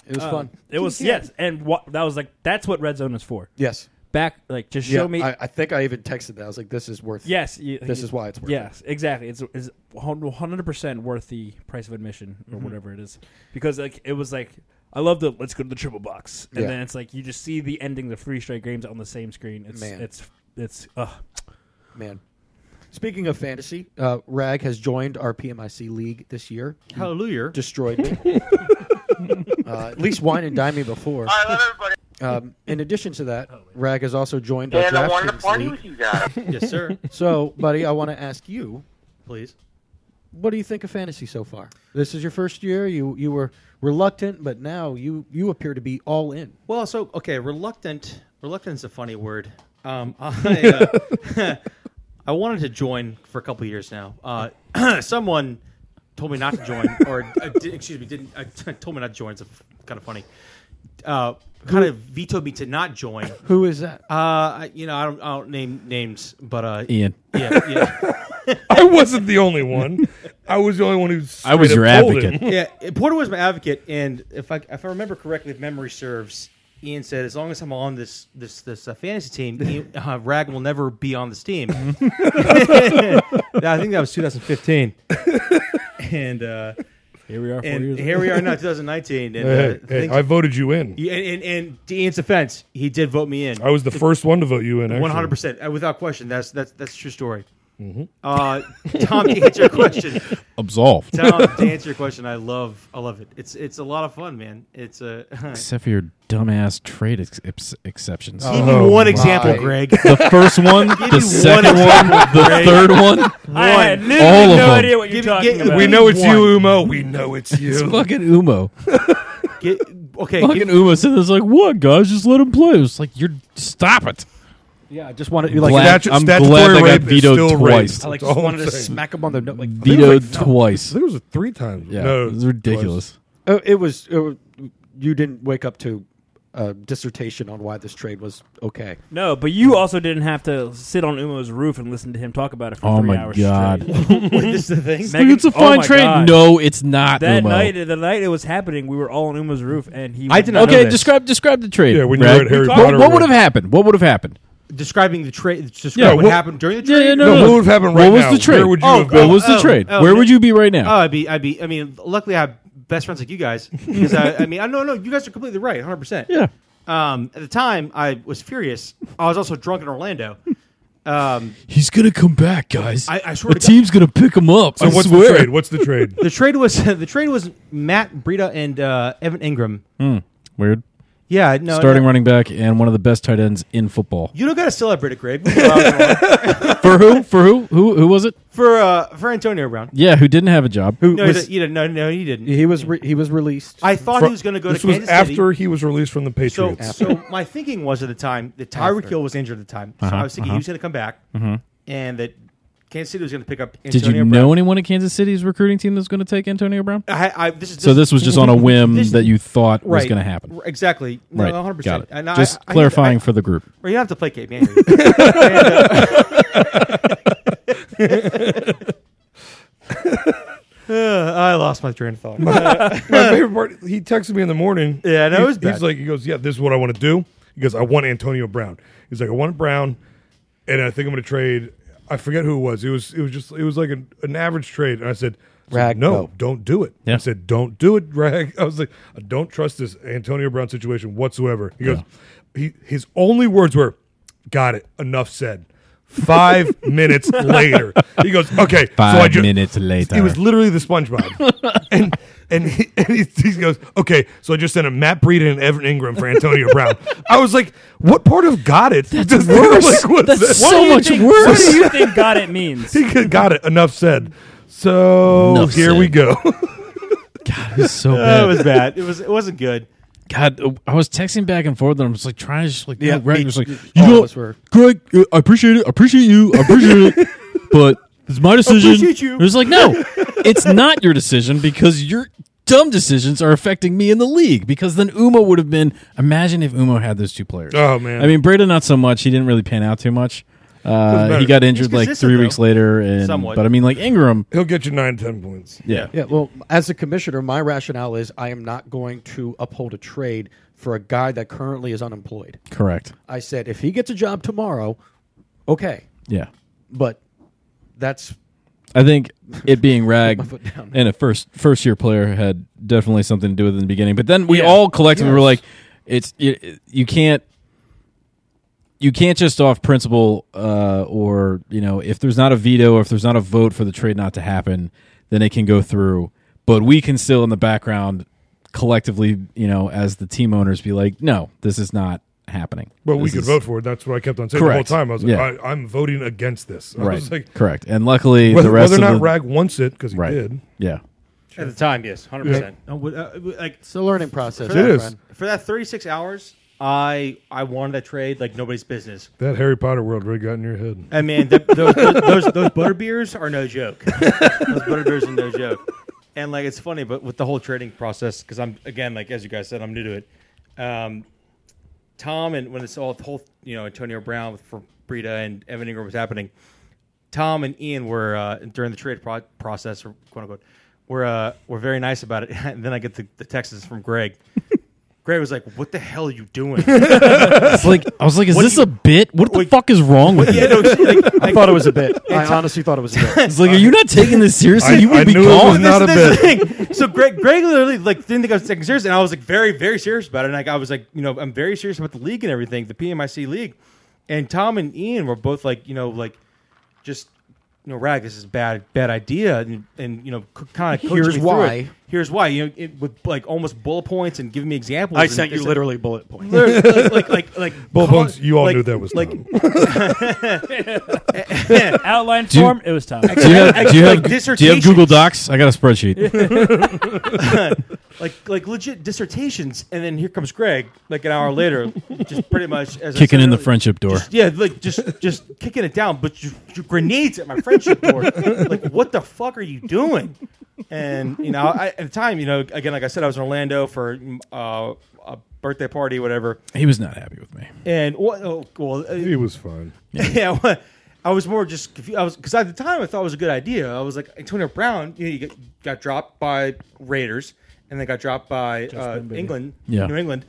[SPEAKER 6] it was
[SPEAKER 5] uh,
[SPEAKER 6] fun.
[SPEAKER 5] It was yes, and wha- that was like that's what red zone is for.
[SPEAKER 6] Yes.
[SPEAKER 5] Back like just
[SPEAKER 6] Yeah,
[SPEAKER 5] show me.
[SPEAKER 6] I, I think I even texted that. I was like, "This is worth.
[SPEAKER 5] yes, you,
[SPEAKER 6] This is why it's worth.
[SPEAKER 5] Yes, exactly. It's is one hundred percent worth the price of admission or whatever it is, because like it was like I love the let's go to the triple box, and
[SPEAKER 6] Yeah.
[SPEAKER 5] then it's like you just see the ending of three straight games on the same screen. It's
[SPEAKER 6] Man.
[SPEAKER 5] it's it's uh,
[SPEAKER 6] it, man." Speaking of fantasy, uh, Rag has joined our PMIC league this year.
[SPEAKER 8] Hallelujah.
[SPEAKER 6] destroyed me. uh, at least wine and dime me before.
[SPEAKER 9] I love everybody.
[SPEAKER 6] Um, in addition to that, Rag has also joined our
[SPEAKER 9] And I wanted to
[SPEAKER 6] DraftKings
[SPEAKER 9] party
[SPEAKER 6] league.
[SPEAKER 9] with you guys.
[SPEAKER 8] yes, sir.
[SPEAKER 6] So, buddy, I want to ask you,
[SPEAKER 8] Please.
[SPEAKER 6] what do you think of fantasy so far? This is your first year. You you were reluctant, but now you you appear to be all in.
[SPEAKER 8] Well, so okay, reluctant. Reluctant's a funny word. Um, I, uh, I wanted to join for a couple of years now. Uh, someone told me not to join, or uh, di- excuse me, didn't uh, told me not to join. It's a f- kind of funny. Uh, kind of vetoed me to not join. Uh,
[SPEAKER 6] Who is that?
[SPEAKER 8] I, you know, I don't, I don't name names, but uh,
[SPEAKER 7] Ian.
[SPEAKER 8] yeah, yeah,
[SPEAKER 4] I wasn't the only one. I was the only one who.
[SPEAKER 7] I was
[SPEAKER 4] straight
[SPEAKER 7] your
[SPEAKER 4] up told
[SPEAKER 7] advocate.
[SPEAKER 4] him.
[SPEAKER 8] yeah. eh, Porter was my advocate, and if I if I remember correctly, if memory serves, Ian said, "As long as I'm on this this this uh, fantasy team, Ian, uh, Rag will never be on this team."
[SPEAKER 4] Mm-hmm.
[SPEAKER 8] Yeah, I think that was 2015, and uh,
[SPEAKER 5] here we are. Four
[SPEAKER 8] and
[SPEAKER 5] years
[SPEAKER 8] here we are now, 2019, and uh,
[SPEAKER 4] Hey, hey,
[SPEAKER 8] things-
[SPEAKER 4] I voted you in.
[SPEAKER 8] Yeah, and, and and to Ian's defense, he did vote me in.
[SPEAKER 4] I was the first one to vote you in.
[SPEAKER 8] One hundred percent, Uh, without question. That's that's that's a true story.
[SPEAKER 4] Mm-hmm.
[SPEAKER 8] Uh, Tom, to answer your question,
[SPEAKER 7] Absolved.
[SPEAKER 8] Tom, to answer your question, I love I love it. It's it's a lot of fun, man. It's a
[SPEAKER 7] Except for your dumbass trade ex- ex- exceptions.
[SPEAKER 8] give me one example, Greg.
[SPEAKER 7] The first one, the second one, the third one.
[SPEAKER 5] I had literally
[SPEAKER 7] All
[SPEAKER 5] no
[SPEAKER 7] of them.
[SPEAKER 5] idea what you're
[SPEAKER 8] Give-
[SPEAKER 5] talking
[SPEAKER 8] get-
[SPEAKER 5] about.
[SPEAKER 4] We know it's you,
[SPEAKER 8] One.
[SPEAKER 4] Umo. We know it's
[SPEAKER 7] It's
[SPEAKER 4] you.
[SPEAKER 7] fucking Umo.
[SPEAKER 8] Get- okay,
[SPEAKER 7] Fucking
[SPEAKER 8] give-
[SPEAKER 7] Umo said this like, what, guys? Just let him play. It's like, you're, stop it.
[SPEAKER 6] Yeah, I just wanted you
[SPEAKER 7] like-
[SPEAKER 6] like.
[SPEAKER 7] glad-
[SPEAKER 4] Statu-
[SPEAKER 7] I'm
[SPEAKER 4] statutory
[SPEAKER 7] glad I got
[SPEAKER 4] rape is
[SPEAKER 7] vetoed
[SPEAKER 4] still rape.
[SPEAKER 7] twice.
[SPEAKER 6] I like
[SPEAKER 4] That's
[SPEAKER 6] just
[SPEAKER 4] all
[SPEAKER 6] wanted
[SPEAKER 4] I'm
[SPEAKER 6] to
[SPEAKER 4] saying.
[SPEAKER 6] smack him on the nose. Like,
[SPEAKER 7] Vetoed twice.
[SPEAKER 4] There was a three times.
[SPEAKER 7] Yeah,
[SPEAKER 4] no,
[SPEAKER 7] it's ridiculous.
[SPEAKER 6] Oh, it was. It was you didn't wake up to a dissertation on why this trade was okay.
[SPEAKER 5] No, but you also didn't have to sit on Umo's roof and listen to him talk about it for
[SPEAKER 7] Oh
[SPEAKER 5] three
[SPEAKER 7] my
[SPEAKER 5] hours
[SPEAKER 7] God.
[SPEAKER 5] straight.
[SPEAKER 8] this is the thing.
[SPEAKER 5] Megan-
[SPEAKER 7] it's a
[SPEAKER 5] oh
[SPEAKER 7] fine
[SPEAKER 5] my
[SPEAKER 7] trade.
[SPEAKER 5] God.
[SPEAKER 7] No, it's not.
[SPEAKER 5] That
[SPEAKER 7] Umo.
[SPEAKER 5] night, the night it was happening, we were all on Umo's roof, and he.
[SPEAKER 8] I did not know
[SPEAKER 7] Okay,
[SPEAKER 8] this.
[SPEAKER 7] describe describe the trade.
[SPEAKER 4] Yeah, when you
[SPEAKER 7] Brad.
[SPEAKER 4] were at Harry
[SPEAKER 7] What-
[SPEAKER 4] Potter
[SPEAKER 7] what
[SPEAKER 4] World.
[SPEAKER 7] would have happened? What would have happened?
[SPEAKER 8] Describing the trade, describe
[SPEAKER 7] Yeah,
[SPEAKER 8] what
[SPEAKER 7] what-
[SPEAKER 8] happened during the
[SPEAKER 7] Yeah,
[SPEAKER 8] trade.
[SPEAKER 7] yeah, no,
[SPEAKER 4] No,
[SPEAKER 7] no.
[SPEAKER 4] what would have happened right
[SPEAKER 7] what
[SPEAKER 4] now?
[SPEAKER 7] was the trade?
[SPEAKER 4] Where would you
[SPEAKER 8] Oh,
[SPEAKER 4] have
[SPEAKER 8] God.
[SPEAKER 4] been?
[SPEAKER 7] what was the
[SPEAKER 8] Oh,
[SPEAKER 7] trade?
[SPEAKER 8] oh,
[SPEAKER 7] Where
[SPEAKER 8] no.
[SPEAKER 7] would you be right
[SPEAKER 8] Oh,
[SPEAKER 7] now?
[SPEAKER 8] I'd be, I'd be. I mean, luckily I have best friends like you guys because I, I mean, I no, no, you guys are completely right, hundred percent.
[SPEAKER 7] yeah.
[SPEAKER 8] Um, at the time, I was furious. I was also drunk in Orlando. Um,
[SPEAKER 7] He's gonna come back, guys.
[SPEAKER 8] I- I swear
[SPEAKER 7] the
[SPEAKER 8] to God-
[SPEAKER 7] team's gonna pick him up. I
[SPEAKER 4] So what's
[SPEAKER 7] swear.
[SPEAKER 4] the trade? What's the trade?
[SPEAKER 8] the trade was the trade was Matt Breida and uh, Evan Ingram.
[SPEAKER 7] Weird.
[SPEAKER 8] Yeah, no.
[SPEAKER 7] starting
[SPEAKER 8] no.
[SPEAKER 7] running back and one of the best tight ends in football.
[SPEAKER 8] You don't got to celebrate it, Greg. Move on.
[SPEAKER 7] For who? For who? Who? Who was it?
[SPEAKER 8] for uh, for Antonio Brown.
[SPEAKER 7] Yeah, who didn't have a job?
[SPEAKER 6] Who
[SPEAKER 8] No,
[SPEAKER 6] was,
[SPEAKER 8] he, didn't, no, no, he didn't.
[SPEAKER 6] he was re- he was released.
[SPEAKER 8] I thought
[SPEAKER 4] Fro-
[SPEAKER 8] he was going to go
[SPEAKER 4] this
[SPEAKER 8] to
[SPEAKER 4] was
[SPEAKER 8] Kansas City.
[SPEAKER 4] after he was released from the
[SPEAKER 8] So,
[SPEAKER 4] Patriots.
[SPEAKER 8] so my thinking was at the time that Tyreek Hill was injured at the time, so
[SPEAKER 7] Uh-huh,
[SPEAKER 8] I was thinking he was going to come back, and that Kansas City was going to pick up.
[SPEAKER 7] Mm-hmm. Did
[SPEAKER 8] Antonio
[SPEAKER 7] you
[SPEAKER 8] Brown.
[SPEAKER 7] know anyone in Kansas City's recruiting team that's going to take Antonio Brown?
[SPEAKER 8] I, I, this is,
[SPEAKER 7] So this was just on a whim
[SPEAKER 8] this-
[SPEAKER 7] that you thought was
[SPEAKER 8] Right.
[SPEAKER 7] going to happen.
[SPEAKER 8] R- Exactly. No,
[SPEAKER 7] right.
[SPEAKER 8] 100%.
[SPEAKER 7] Got it.
[SPEAKER 8] And I-
[SPEAKER 7] just
[SPEAKER 8] I- I-
[SPEAKER 7] clarifying
[SPEAKER 8] I-
[SPEAKER 7] for the group.
[SPEAKER 8] Well, you don't have to play Cape Man. And, uh, Uh, I lost my train of thought.
[SPEAKER 4] My favorite part, he texted me in the morning.
[SPEAKER 8] Yeah, that
[SPEAKER 4] He-
[SPEAKER 8] was bad.
[SPEAKER 4] He's like, he goes, yeah, this is what I want to do. He goes, I want Antonio Brown. He's like, I want Brown, and I think I'm going to trade. I forget who it was. It was it was just it was like an, an average trade. And I said, I said,
[SPEAKER 6] Rag,
[SPEAKER 4] no,
[SPEAKER 6] no.
[SPEAKER 4] don't do it.
[SPEAKER 7] Yeah.
[SPEAKER 4] I said, don't do it, Rag. I was like, I don't trust this Antonio Brown situation whatsoever. He goes, he his only words were, got it. Enough said. Five minutes later, he goes, okay. so I
[SPEAKER 7] Five
[SPEAKER 4] ju-
[SPEAKER 7] minutes later.
[SPEAKER 4] it was literally the SpongeBob. and and, he, and he, he goes, okay, so I just sent him Matt Breida and Evan Ingram for Antonio Brown. I was like, what part of got it? That's
[SPEAKER 7] worse. That's
[SPEAKER 5] What
[SPEAKER 7] So
[SPEAKER 5] do you
[SPEAKER 7] much
[SPEAKER 5] think,
[SPEAKER 7] worse.
[SPEAKER 5] What do you think God it means?
[SPEAKER 4] he could- got it. Enough said. So
[SPEAKER 7] Enough
[SPEAKER 4] here we
[SPEAKER 7] said.
[SPEAKER 4] go.
[SPEAKER 7] It was so
[SPEAKER 8] Uh, it
[SPEAKER 7] bad.
[SPEAKER 8] was bad. It was. It wasn't good.
[SPEAKER 7] God, uh, I was texting back and forth, and I'm just like trying to just like
[SPEAKER 6] Yeah,
[SPEAKER 7] yeah, right,
[SPEAKER 6] me-
[SPEAKER 7] just like
[SPEAKER 6] all
[SPEAKER 7] you
[SPEAKER 6] of
[SPEAKER 7] know,
[SPEAKER 6] us were-
[SPEAKER 7] Greg, uh, I appreciate it, I appreciate you, I appreciate it, but it's my decision.
[SPEAKER 8] Appreciate you.
[SPEAKER 7] It was like no, it's not your decision because your dumb decisions are affecting me in the league. Because then Umo would have been. Imagine if Umo had those two players.
[SPEAKER 4] Oh, man.
[SPEAKER 7] I mean, Breda not so much. He didn't really pan out too much. Uh,
[SPEAKER 4] matter.
[SPEAKER 7] he got injured
[SPEAKER 8] He's
[SPEAKER 7] like
[SPEAKER 8] consistent,
[SPEAKER 7] three weeks
[SPEAKER 8] though.
[SPEAKER 7] later, and
[SPEAKER 8] Somewhat.
[SPEAKER 7] but I mean, like Ingram,
[SPEAKER 4] He'll get you nine, ten points.
[SPEAKER 7] yeah,
[SPEAKER 6] Yeah, well, as a commissioner, my rationale is I am not going to uphold a trade for a guy that currently is unemployed.
[SPEAKER 7] correct,
[SPEAKER 6] I said if he gets a job tomorrow, okay,
[SPEAKER 7] yeah.
[SPEAKER 6] but that's
[SPEAKER 7] I think it being rag
[SPEAKER 6] foot down.
[SPEAKER 7] and a first first year player had definitely something to do with it in the beginning. But then we
[SPEAKER 6] Yeah.
[SPEAKER 7] all collectively were
[SPEAKER 6] Yes.
[SPEAKER 7] like, it's you, you can't you can't just off principle uh, or you know if there's not a veto or if there's not a vote for the trade not to happen, then it can go through. But we can still in the background collectively, you know, as the team owners, be like, no, this is not happening.
[SPEAKER 4] But we
[SPEAKER 7] This
[SPEAKER 4] could
[SPEAKER 7] is-
[SPEAKER 4] vote for it. That's what I kept on saying
[SPEAKER 7] Correct.
[SPEAKER 4] the whole time. I was like,
[SPEAKER 7] Yeah.
[SPEAKER 4] I, I'm voting against this. I
[SPEAKER 7] right,
[SPEAKER 4] was like,
[SPEAKER 7] correct. And luckily,
[SPEAKER 4] whether,
[SPEAKER 7] the rest
[SPEAKER 4] whether or
[SPEAKER 7] of
[SPEAKER 4] not
[SPEAKER 7] the,
[SPEAKER 4] Rag wants it, because he
[SPEAKER 7] right,
[SPEAKER 4] did.
[SPEAKER 7] yeah.
[SPEAKER 8] At the time, yes, hundred percent. uh, Like
[SPEAKER 6] it's a learning process.
[SPEAKER 8] for
[SPEAKER 4] It
[SPEAKER 8] that,
[SPEAKER 4] is.
[SPEAKER 8] friend. for that thirty-six hours, I I wanted that trade like nobody's business.
[SPEAKER 4] That Harry Potter world really got in your head.
[SPEAKER 8] I mean, th those, those, those those butter beers are no joke. those butter beers are no joke. And like it's funny, but with the whole trading process, because I'm again like as you guys said, I'm new to it. Um, Tom and when it's all the whole you know Antonio Brown for Brita and Evan Ingram was happening, Tom and Ian were uh, during the trade pro- process, or quote unquote, were uh, were very nice about it. And then I get the, the texts from Greg. Greg was like, "What the hell are you doing?"
[SPEAKER 7] It's like I was like, is
[SPEAKER 8] What
[SPEAKER 7] this
[SPEAKER 8] do you-
[SPEAKER 7] a bit? What the
[SPEAKER 8] what-
[SPEAKER 7] fuck is wrong with you?
[SPEAKER 8] Yeah, no, like-
[SPEAKER 6] I
[SPEAKER 8] like-
[SPEAKER 6] thought it was a bit. I honestly thought it was a bit.
[SPEAKER 7] It's like, are you not taking this seriously? you would
[SPEAKER 4] I
[SPEAKER 7] be
[SPEAKER 4] knew it was
[SPEAKER 7] gone.
[SPEAKER 4] not a
[SPEAKER 8] this, this
[SPEAKER 4] bit.
[SPEAKER 8] is the thing. So Greg, Greg literally like didn't think I was taking serious, and I was like very, very serious about it. And like I was like, you know, I'm very serious about the league and everything, the PMIC league. And Tom and Ian were both like, you know, like just you know, rag, this is a bad, bad idea, and, and you know, c- kind of
[SPEAKER 6] Here's why.
[SPEAKER 8] Here's why. You know, it, with like almost bullet points and giving me examples.
[SPEAKER 6] I
[SPEAKER 8] and
[SPEAKER 6] sent you
[SPEAKER 8] it's like-
[SPEAKER 6] literally bullet points.
[SPEAKER 8] Literally, like, like, like, like
[SPEAKER 4] Bull
[SPEAKER 8] call-
[SPEAKER 4] Bones, you all
[SPEAKER 8] like-
[SPEAKER 4] knew that was
[SPEAKER 8] like.
[SPEAKER 4] Tom.
[SPEAKER 5] Outline
[SPEAKER 7] you-
[SPEAKER 5] form, it was tough.
[SPEAKER 7] Do you have, do you
[SPEAKER 8] Like
[SPEAKER 7] have, do you have Google
[SPEAKER 8] dissertations.
[SPEAKER 7] Docs? I got a spreadsheet.
[SPEAKER 8] like like legit dissertations, and then here comes Greg, like an hour later, just pretty much as I
[SPEAKER 7] Kicking
[SPEAKER 8] said
[SPEAKER 7] in the
[SPEAKER 8] earlier,
[SPEAKER 7] friendship door.
[SPEAKER 8] just- yeah, like just just kicking it down, but you, you grenades at my friendship door. like, what the fuck are you doing? And you know, I, at the time, you know, again, like I said, I was in Orlando for mm, uh, a birthday party, whatever,
[SPEAKER 7] He was not happy with me.
[SPEAKER 8] and what? Oh, well, uh,
[SPEAKER 4] He was fine.
[SPEAKER 8] yeah. well, I was more just confused. I was because at the time I thought it was a good idea. I was like Antonio Brown, you know, he got, got dropped by Raiders, and they got dropped by uh, England,
[SPEAKER 7] Yeah.
[SPEAKER 8] New England.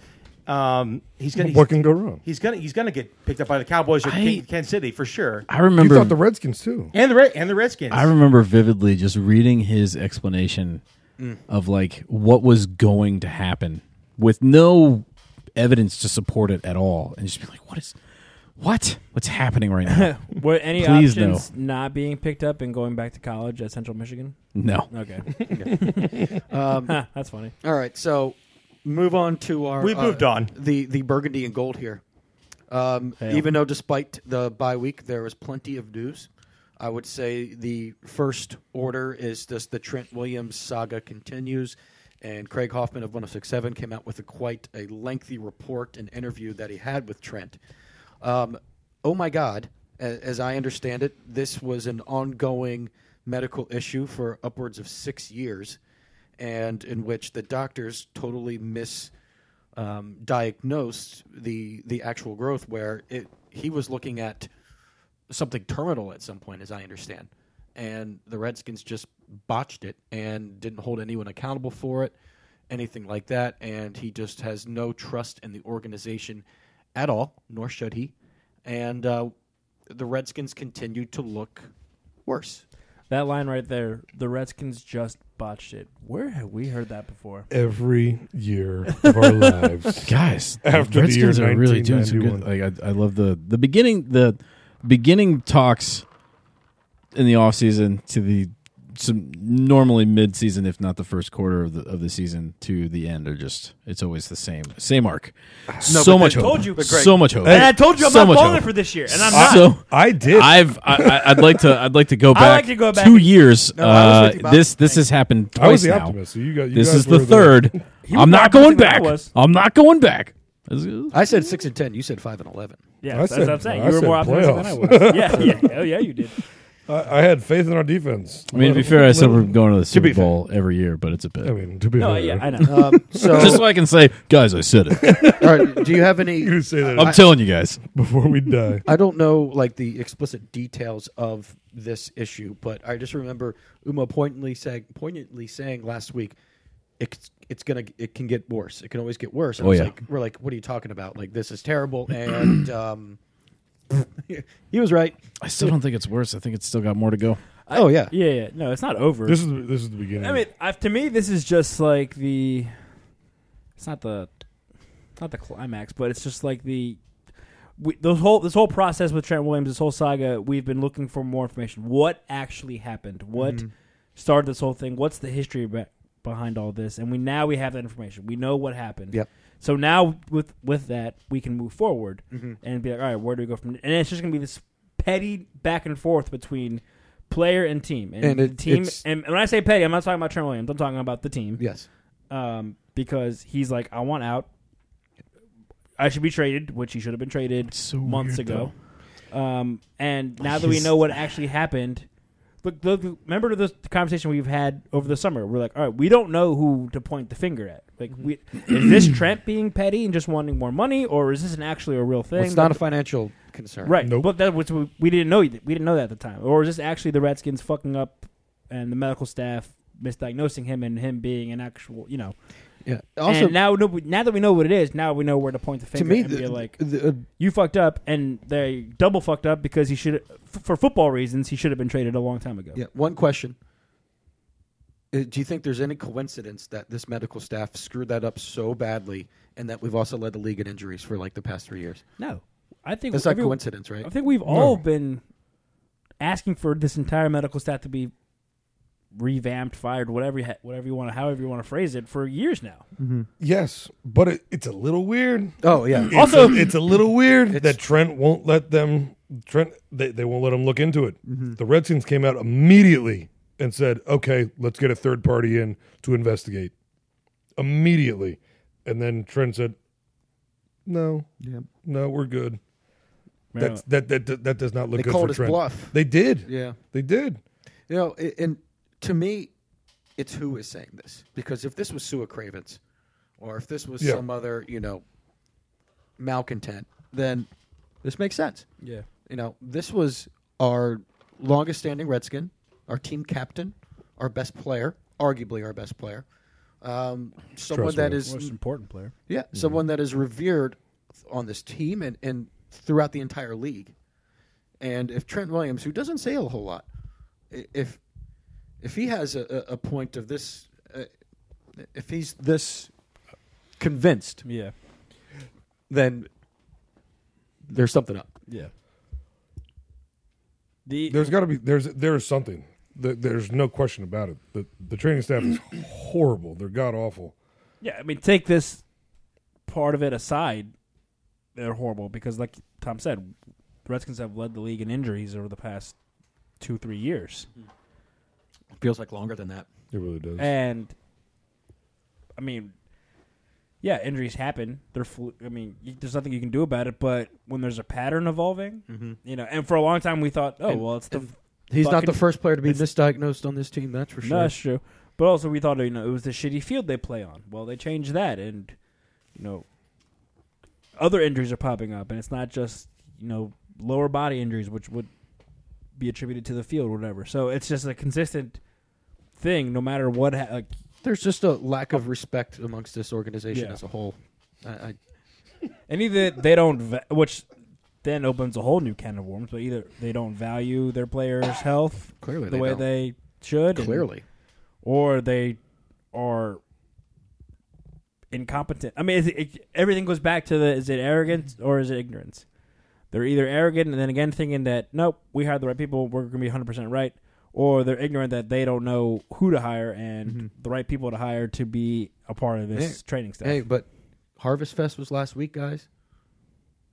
[SPEAKER 8] Um, he's gonna
[SPEAKER 4] What can
[SPEAKER 8] he's,
[SPEAKER 4] go wrong?
[SPEAKER 8] he's gonna he's gonna get picked up by the Cowboys or K- Kansas City for sure,
[SPEAKER 7] I
[SPEAKER 4] You
[SPEAKER 7] remember.
[SPEAKER 4] thought the Redskins, too.
[SPEAKER 8] and the Red, and the Redskins.
[SPEAKER 7] I remember vividly just reading his explanation
[SPEAKER 4] Mm.
[SPEAKER 7] of like what was going to happen with no evidence to support it at all, and just be like, what is, what, what's happening right now?
[SPEAKER 5] Were any
[SPEAKER 7] Please no.
[SPEAKER 5] options not being picked up and going back to college at Central Michigan?
[SPEAKER 7] no, Um,
[SPEAKER 5] Okay, that's funny.
[SPEAKER 6] All right, so move on to our.
[SPEAKER 8] We
[SPEAKER 6] uh,
[SPEAKER 8] moved on.
[SPEAKER 6] The the burgundy and gold here. Um, even though, despite the bye week, there was plenty of news. I would say the first order is just the Trent Williams saga continues, and Craig Hoffman of 106.7 came out with a quite a lengthy report and interview that he had with Trent. Um, oh my God! As, as I understand it, this was an ongoing medical issue for upwards of six years, and in which the doctors totally miss um, diagnosed the the actual growth where it he was looking at something terminal at some point as I understand and the Redskins just botched it and didn't hold anyone accountable for it anything like that and he just has no trust in the organization at all nor should he and uh, the Redskins continue to look worse
[SPEAKER 5] That line right there, the Redskins just botched it. Where have we heard that before?
[SPEAKER 4] Every year of our lives.
[SPEAKER 7] guys,
[SPEAKER 4] After the
[SPEAKER 7] the Redskins
[SPEAKER 4] year
[SPEAKER 7] are really doing some good. Like I, I love the the beginning the beginning talks in the off season to the some normally mid season, if not the first quarter of the of the season to the end, are just it's always the same same arc. so much hope.
[SPEAKER 5] told you- But Greg-
[SPEAKER 7] so much hope.
[SPEAKER 5] and I told you I'm
[SPEAKER 7] so
[SPEAKER 5] not
[SPEAKER 7] much
[SPEAKER 5] falling
[SPEAKER 7] hope.
[SPEAKER 5] for this year, and I'm not.
[SPEAKER 7] so
[SPEAKER 4] I did. I,
[SPEAKER 7] I've I- I, I'd like to I'd like to go back,
[SPEAKER 5] I like to go back
[SPEAKER 7] two
[SPEAKER 5] and-
[SPEAKER 7] years.
[SPEAKER 6] I was
[SPEAKER 7] uh,
[SPEAKER 6] with you, Bob.
[SPEAKER 7] this this has happened twice
[SPEAKER 4] was the
[SPEAKER 7] now.
[SPEAKER 4] optimist. So you got, you
[SPEAKER 7] This
[SPEAKER 4] guys
[SPEAKER 7] is
[SPEAKER 4] were
[SPEAKER 7] the third.
[SPEAKER 5] was
[SPEAKER 7] I'm not
[SPEAKER 5] the opposite
[SPEAKER 7] going
[SPEAKER 5] of what I
[SPEAKER 7] back.
[SPEAKER 5] was.
[SPEAKER 7] I'm not going back.
[SPEAKER 6] I said 6 and 10 you said 5 and 11
[SPEAKER 5] Yeah,
[SPEAKER 4] I
[SPEAKER 5] that's
[SPEAKER 4] said-
[SPEAKER 5] what I'm saying.
[SPEAKER 4] I
[SPEAKER 5] You were
[SPEAKER 4] said
[SPEAKER 5] more optimistic than I
[SPEAKER 4] playoffs.
[SPEAKER 5] was. yeah, yeah, oh yeah, you did.
[SPEAKER 4] I, I had faith in our defense.
[SPEAKER 7] I mean, to be fair, I said we're going to the Super
[SPEAKER 6] be fair.
[SPEAKER 7] Bowl every year, but it's a bit.
[SPEAKER 4] I mean, to be
[SPEAKER 5] No,
[SPEAKER 4] fair.
[SPEAKER 5] yeah, I know.
[SPEAKER 6] um, so
[SPEAKER 7] Just so I can say, guys, I said it.
[SPEAKER 6] all right, do you have any
[SPEAKER 4] You say that
[SPEAKER 7] I'm telling you guys.
[SPEAKER 4] before we die.
[SPEAKER 6] I don't know like the explicit details of this issue, but I just remember Uma poignantly saying poignantly saying last week, it's it's gonna it can get worse. It can always get worse. And
[SPEAKER 7] Oh,
[SPEAKER 6] it's
[SPEAKER 7] yeah.
[SPEAKER 6] like, we're like, what are you talking about? Like this is terrible. And um, he was right.
[SPEAKER 7] I still don't think it's worse. I think it's still got more to go.
[SPEAKER 6] oh yeah,
[SPEAKER 5] Yeah, yeah, no, it's not over.
[SPEAKER 4] This is the- this is the beginning.
[SPEAKER 5] I mean, i to me, this is just like the. It's not the, not the climax, but it's just like the. We, the whole this whole process with Trent Williams, this whole saga, we've been looking for more information. What actually happened? What
[SPEAKER 6] Mm-hmm.
[SPEAKER 5] started this whole thing? What's the history be- behind all this? And we now we have that information. We know what happened.
[SPEAKER 6] Yep.
[SPEAKER 5] So now with with that, we can move forward
[SPEAKER 6] Mm-hmm.
[SPEAKER 5] and be like, all right, where do we go from? And it's just gonna be this petty back and forth between player and team, and,
[SPEAKER 6] And
[SPEAKER 5] the
[SPEAKER 6] it-
[SPEAKER 5] team.
[SPEAKER 6] it's-
[SPEAKER 5] And when I say petty, I'm not talking about Trent Williams. I'm talking about the team.
[SPEAKER 6] yes.
[SPEAKER 5] Um, because he's like, I want out. I should be traded, which he should have been traded months ago. Um, and now that we know what actually happened, look, look remember this conversation we've had over the summer. We're like, all right, we don't know who to point the finger at. Like,
[SPEAKER 6] Mm-hmm.
[SPEAKER 5] we, is this Trent being petty and just wanting more money, or is this an actually a real thing?
[SPEAKER 6] Well, it's not a financial concern.
[SPEAKER 5] Right.
[SPEAKER 4] Nope.
[SPEAKER 5] But that was we, we didn't know we didn't know that at the time. Or is this actually the Redskins fucking up and the medical staff misdiagnosing him and him being an actual you know?
[SPEAKER 6] Yeah. Also,
[SPEAKER 5] and now no, now that we know what it is, now we know where to point the
[SPEAKER 6] to
[SPEAKER 5] finger
[SPEAKER 6] me,
[SPEAKER 5] and be
[SPEAKER 6] the,
[SPEAKER 5] like,
[SPEAKER 6] the- uh,
[SPEAKER 5] "You fucked up," and they double fucked up because he should f- for football reasons he should have been traded a long time ago.
[SPEAKER 6] Yeah. One question. Uh, Do you think there's any coincidence that this medical staff screwed that up so badly and that we've also led the league in injuries for like the past three years?
[SPEAKER 5] No, I think
[SPEAKER 6] That's not
[SPEAKER 5] every-
[SPEAKER 6] coincidence, right?
[SPEAKER 5] I think we've all been asking for this entire medical staff to be revamped, fired, whatever you ha- whatever you want to, however you want to phrase it, for years now.
[SPEAKER 4] yes, but it, it's a little weird.
[SPEAKER 6] Oh, yeah.
[SPEAKER 4] Also, it's a little weird that Trent won't let them. Trent, they, they won't let him look into it.
[SPEAKER 6] Mm-hmm.
[SPEAKER 4] The Redskins came out immediately and said, "Okay, let's get a third party in to investigate." Immediately, and then Trent said, "No, no, we're good." That's, that, that that that does not look
[SPEAKER 6] They
[SPEAKER 4] good
[SPEAKER 6] called
[SPEAKER 4] for
[SPEAKER 6] his
[SPEAKER 4] Trent.
[SPEAKER 6] bluff.
[SPEAKER 4] They did.
[SPEAKER 6] Yeah.
[SPEAKER 4] they did.
[SPEAKER 6] You know, i- and to me, it's who is saying this. Because if this was Sue Cravens or if this was
[SPEAKER 4] Yeah.
[SPEAKER 6] some other, you know, malcontent, then this makes sense.
[SPEAKER 5] Yeah.
[SPEAKER 6] You know, this was our longest standing Redskin, our team captain, our best player, arguably our best player. Um, someone that is
[SPEAKER 5] Most important player.
[SPEAKER 6] yeah, someone that is revered on this team and, and throughout the entire league. And if Trent Williams, who doesn't say a whole lot, i- if if he has a, a a point of this, uh, if he's this convinced,
[SPEAKER 5] Yeah.
[SPEAKER 6] then there's something up.
[SPEAKER 5] Yeah. The
[SPEAKER 4] There's got to be there's there's something. Th- There's no question about it. The the training staff is horrible. They're god awful.
[SPEAKER 5] Yeah, I mean, take this part of it aside. They're horrible because, like Tom said, the Redskins have led the league in injuries over the past two, three years.
[SPEAKER 6] Feels like longer than that.
[SPEAKER 4] It really does.
[SPEAKER 5] And I mean, yeah, injuries happen. They're flu- I mean, you, there's nothing you can do about it. But when there's a pattern evolving, you know, and for a long time we thought, oh well, it's the
[SPEAKER 6] He's not the
[SPEAKER 5] Fucking-
[SPEAKER 6] first player to be
[SPEAKER 5] it's-
[SPEAKER 6] misdiagnosed on this team. That's for
[SPEAKER 5] No,
[SPEAKER 6] sure.
[SPEAKER 5] that's true. But also, we thought you know it was the shitty field they play on. Well, they changed that, and you know, other injuries are popping up, and it's not just you know lower body injuries, which would be attributed to the field, or whatever. So it's just a consistent thing, no matter what. Ha- like,
[SPEAKER 6] There's just a lack of respect amongst this organization
[SPEAKER 5] Yeah.
[SPEAKER 6] as a whole. I, I,
[SPEAKER 5] and either they don't, va- which then opens a whole new can of worms. But either they don't value their players' health
[SPEAKER 6] Clearly
[SPEAKER 5] the
[SPEAKER 6] they
[SPEAKER 5] way
[SPEAKER 6] don't.
[SPEAKER 5] they should, and-
[SPEAKER 6] clearly,
[SPEAKER 5] or they are incompetent. I mean, is it, it, everything goes back to the is it arrogance or is it ignorance? They're either arrogant and then again thinking that nope, we hired the right people, we're going to be 100% right, or they're ignorant that they don't know who to hire and the right people to hire to be a part of this
[SPEAKER 6] Hey,
[SPEAKER 5] training staff.
[SPEAKER 6] hey, but Harvest Fest was last week, guys.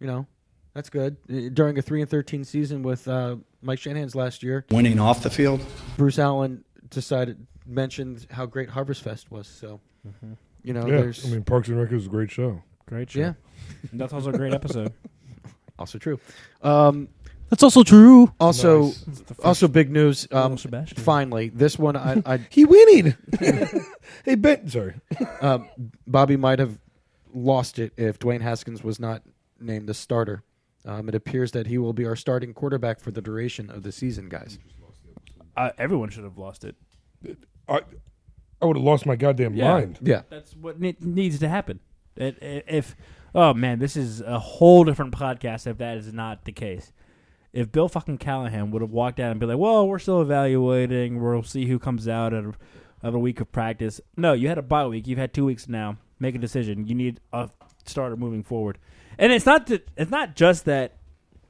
[SPEAKER 6] You know, that's good. Uh, During a three and thirteen season with uh, Mike Shanahan's last year,
[SPEAKER 9] Winning off the field?
[SPEAKER 6] Bruce Allen decided mentioned how great Harvest Fest was. So, you know,
[SPEAKER 4] yeah,
[SPEAKER 6] there's
[SPEAKER 4] I mean, Parks and Rec is a great show.
[SPEAKER 5] Great show.
[SPEAKER 6] yeah,
[SPEAKER 5] That's also a great episode.
[SPEAKER 6] also true. Um,
[SPEAKER 7] That's also true.
[SPEAKER 6] also,
[SPEAKER 4] Nice.
[SPEAKER 6] also big news.
[SPEAKER 5] Little
[SPEAKER 6] Um,
[SPEAKER 5] Sebastian.
[SPEAKER 6] finally, this one I, I
[SPEAKER 9] He winning.
[SPEAKER 4] Hey, Ben. Sorry.
[SPEAKER 6] um, Bobby might have lost it if Dwayne Haskins was not named the starter. Um, it appears that he will be our starting quarterback for the duration of the season, guys.
[SPEAKER 5] Uh, everyone should have lost it.
[SPEAKER 4] I I would have lost my goddamn
[SPEAKER 5] Yeah.
[SPEAKER 4] mind.
[SPEAKER 6] Yeah,
[SPEAKER 5] That's what ne- needs to happen. It, i if oh man, this is a whole different podcast. If that is not the case, if Bill fucking Callahan would have walked out and be like, "Well, we're still evaluating. We'll see who comes out of of a week of practice." No, you had a bye week. You've had two weeks now. Make a decision. You need a starter moving forward. And it's not that it's not just that.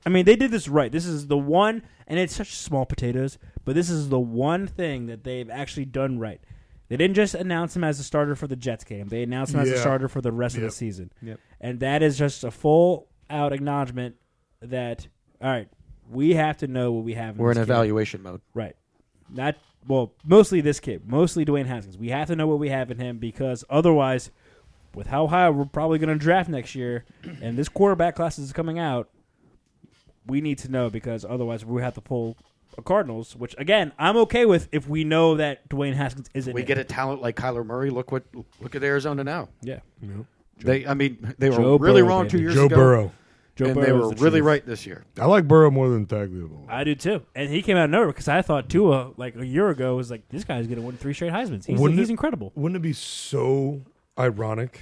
[SPEAKER 5] I mean, they did this right. This is the one, and it's such small potatoes, but this is the one thing that they've actually done right. They didn't just announce him as a starter for the Jets game. They announced him as a
[SPEAKER 4] Yeah.
[SPEAKER 5] starter for the rest of
[SPEAKER 4] Yep.
[SPEAKER 5] the season.
[SPEAKER 6] Yep.
[SPEAKER 5] And that is just a full out acknowledgement that all right, we have to know what we have.
[SPEAKER 6] we're in
[SPEAKER 5] this kid.
[SPEAKER 6] evaluation mode.
[SPEAKER 5] right? Not well, mostly this kid, mostly Dwayne Haskins. We have to know what we have in him because otherwise, with how high we're probably going to draft next year, and this quarterback class is coming out, we need to know because otherwise we have to pull a Cardinals, which again I'm okay with if we know that Dwayne Haskins isn't.
[SPEAKER 6] We
[SPEAKER 5] it.
[SPEAKER 6] get a talent like Kyler Murray. Look what look at Arizona now.
[SPEAKER 5] yeah.
[SPEAKER 6] They, I mean, they were
[SPEAKER 5] Joe
[SPEAKER 6] really
[SPEAKER 5] Burrow,
[SPEAKER 6] wrong
[SPEAKER 5] baby.
[SPEAKER 6] two years
[SPEAKER 4] Joe
[SPEAKER 6] ago,
[SPEAKER 4] Burrow.
[SPEAKER 5] Joe
[SPEAKER 6] and
[SPEAKER 5] Burrow
[SPEAKER 6] they
[SPEAKER 5] is
[SPEAKER 6] were
[SPEAKER 5] the
[SPEAKER 6] really
[SPEAKER 5] truth.
[SPEAKER 6] right this year.
[SPEAKER 4] I like Burrow more than Tagliabue.
[SPEAKER 5] I do too, and he came out of nowhere because I thought Tua like a year ago was like this guy's going to win three straight Heisman's. He's,
[SPEAKER 4] Wouldn't
[SPEAKER 5] he's
[SPEAKER 4] it-
[SPEAKER 5] incredible.
[SPEAKER 4] Wouldn't it be so ironic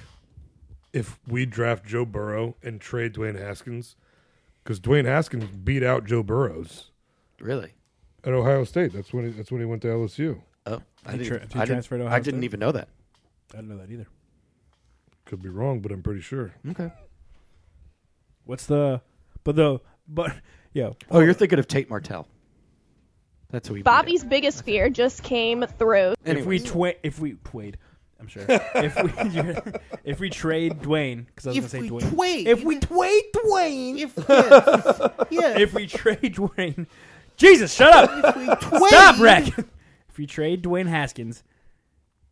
[SPEAKER 4] if we draft Joe Burrow and trade Dwayne Haskins? Because Dwayne Haskins beat out Joe Burrows
[SPEAKER 6] Really?
[SPEAKER 4] at Ohio State. That's when he, that's when he went to LSU.
[SPEAKER 6] Oh, I
[SPEAKER 5] He
[SPEAKER 6] didn't,
[SPEAKER 5] tra-
[SPEAKER 6] even-
[SPEAKER 5] he
[SPEAKER 6] I, didn't,
[SPEAKER 5] transferred to Ohio
[SPEAKER 6] I didn't
[SPEAKER 5] State?
[SPEAKER 6] even know that.
[SPEAKER 5] I don't know that either.
[SPEAKER 4] Could be wrong, but I'm pretty sure.
[SPEAKER 5] Hmm.
[SPEAKER 6] Okay.
[SPEAKER 5] What's the but the but yeah
[SPEAKER 6] Oh, you're thinking of Tate Martell. That's who he. beat out.
[SPEAKER 10] Bobby's biggest fear just came through.
[SPEAKER 5] if we twa- if we Wade, I'm sure if we if we trade Dwayne because I was
[SPEAKER 8] If
[SPEAKER 5] gonna say
[SPEAKER 8] we
[SPEAKER 5] Dwayne
[SPEAKER 8] Dwayne.
[SPEAKER 5] if we Dwayne Dwayne
[SPEAKER 8] If, yeah, yeah,
[SPEAKER 5] if we trade Dwayne Jesus shut up
[SPEAKER 8] Dwayne-
[SPEAKER 5] stop Rack if we trade Dwayne Haskins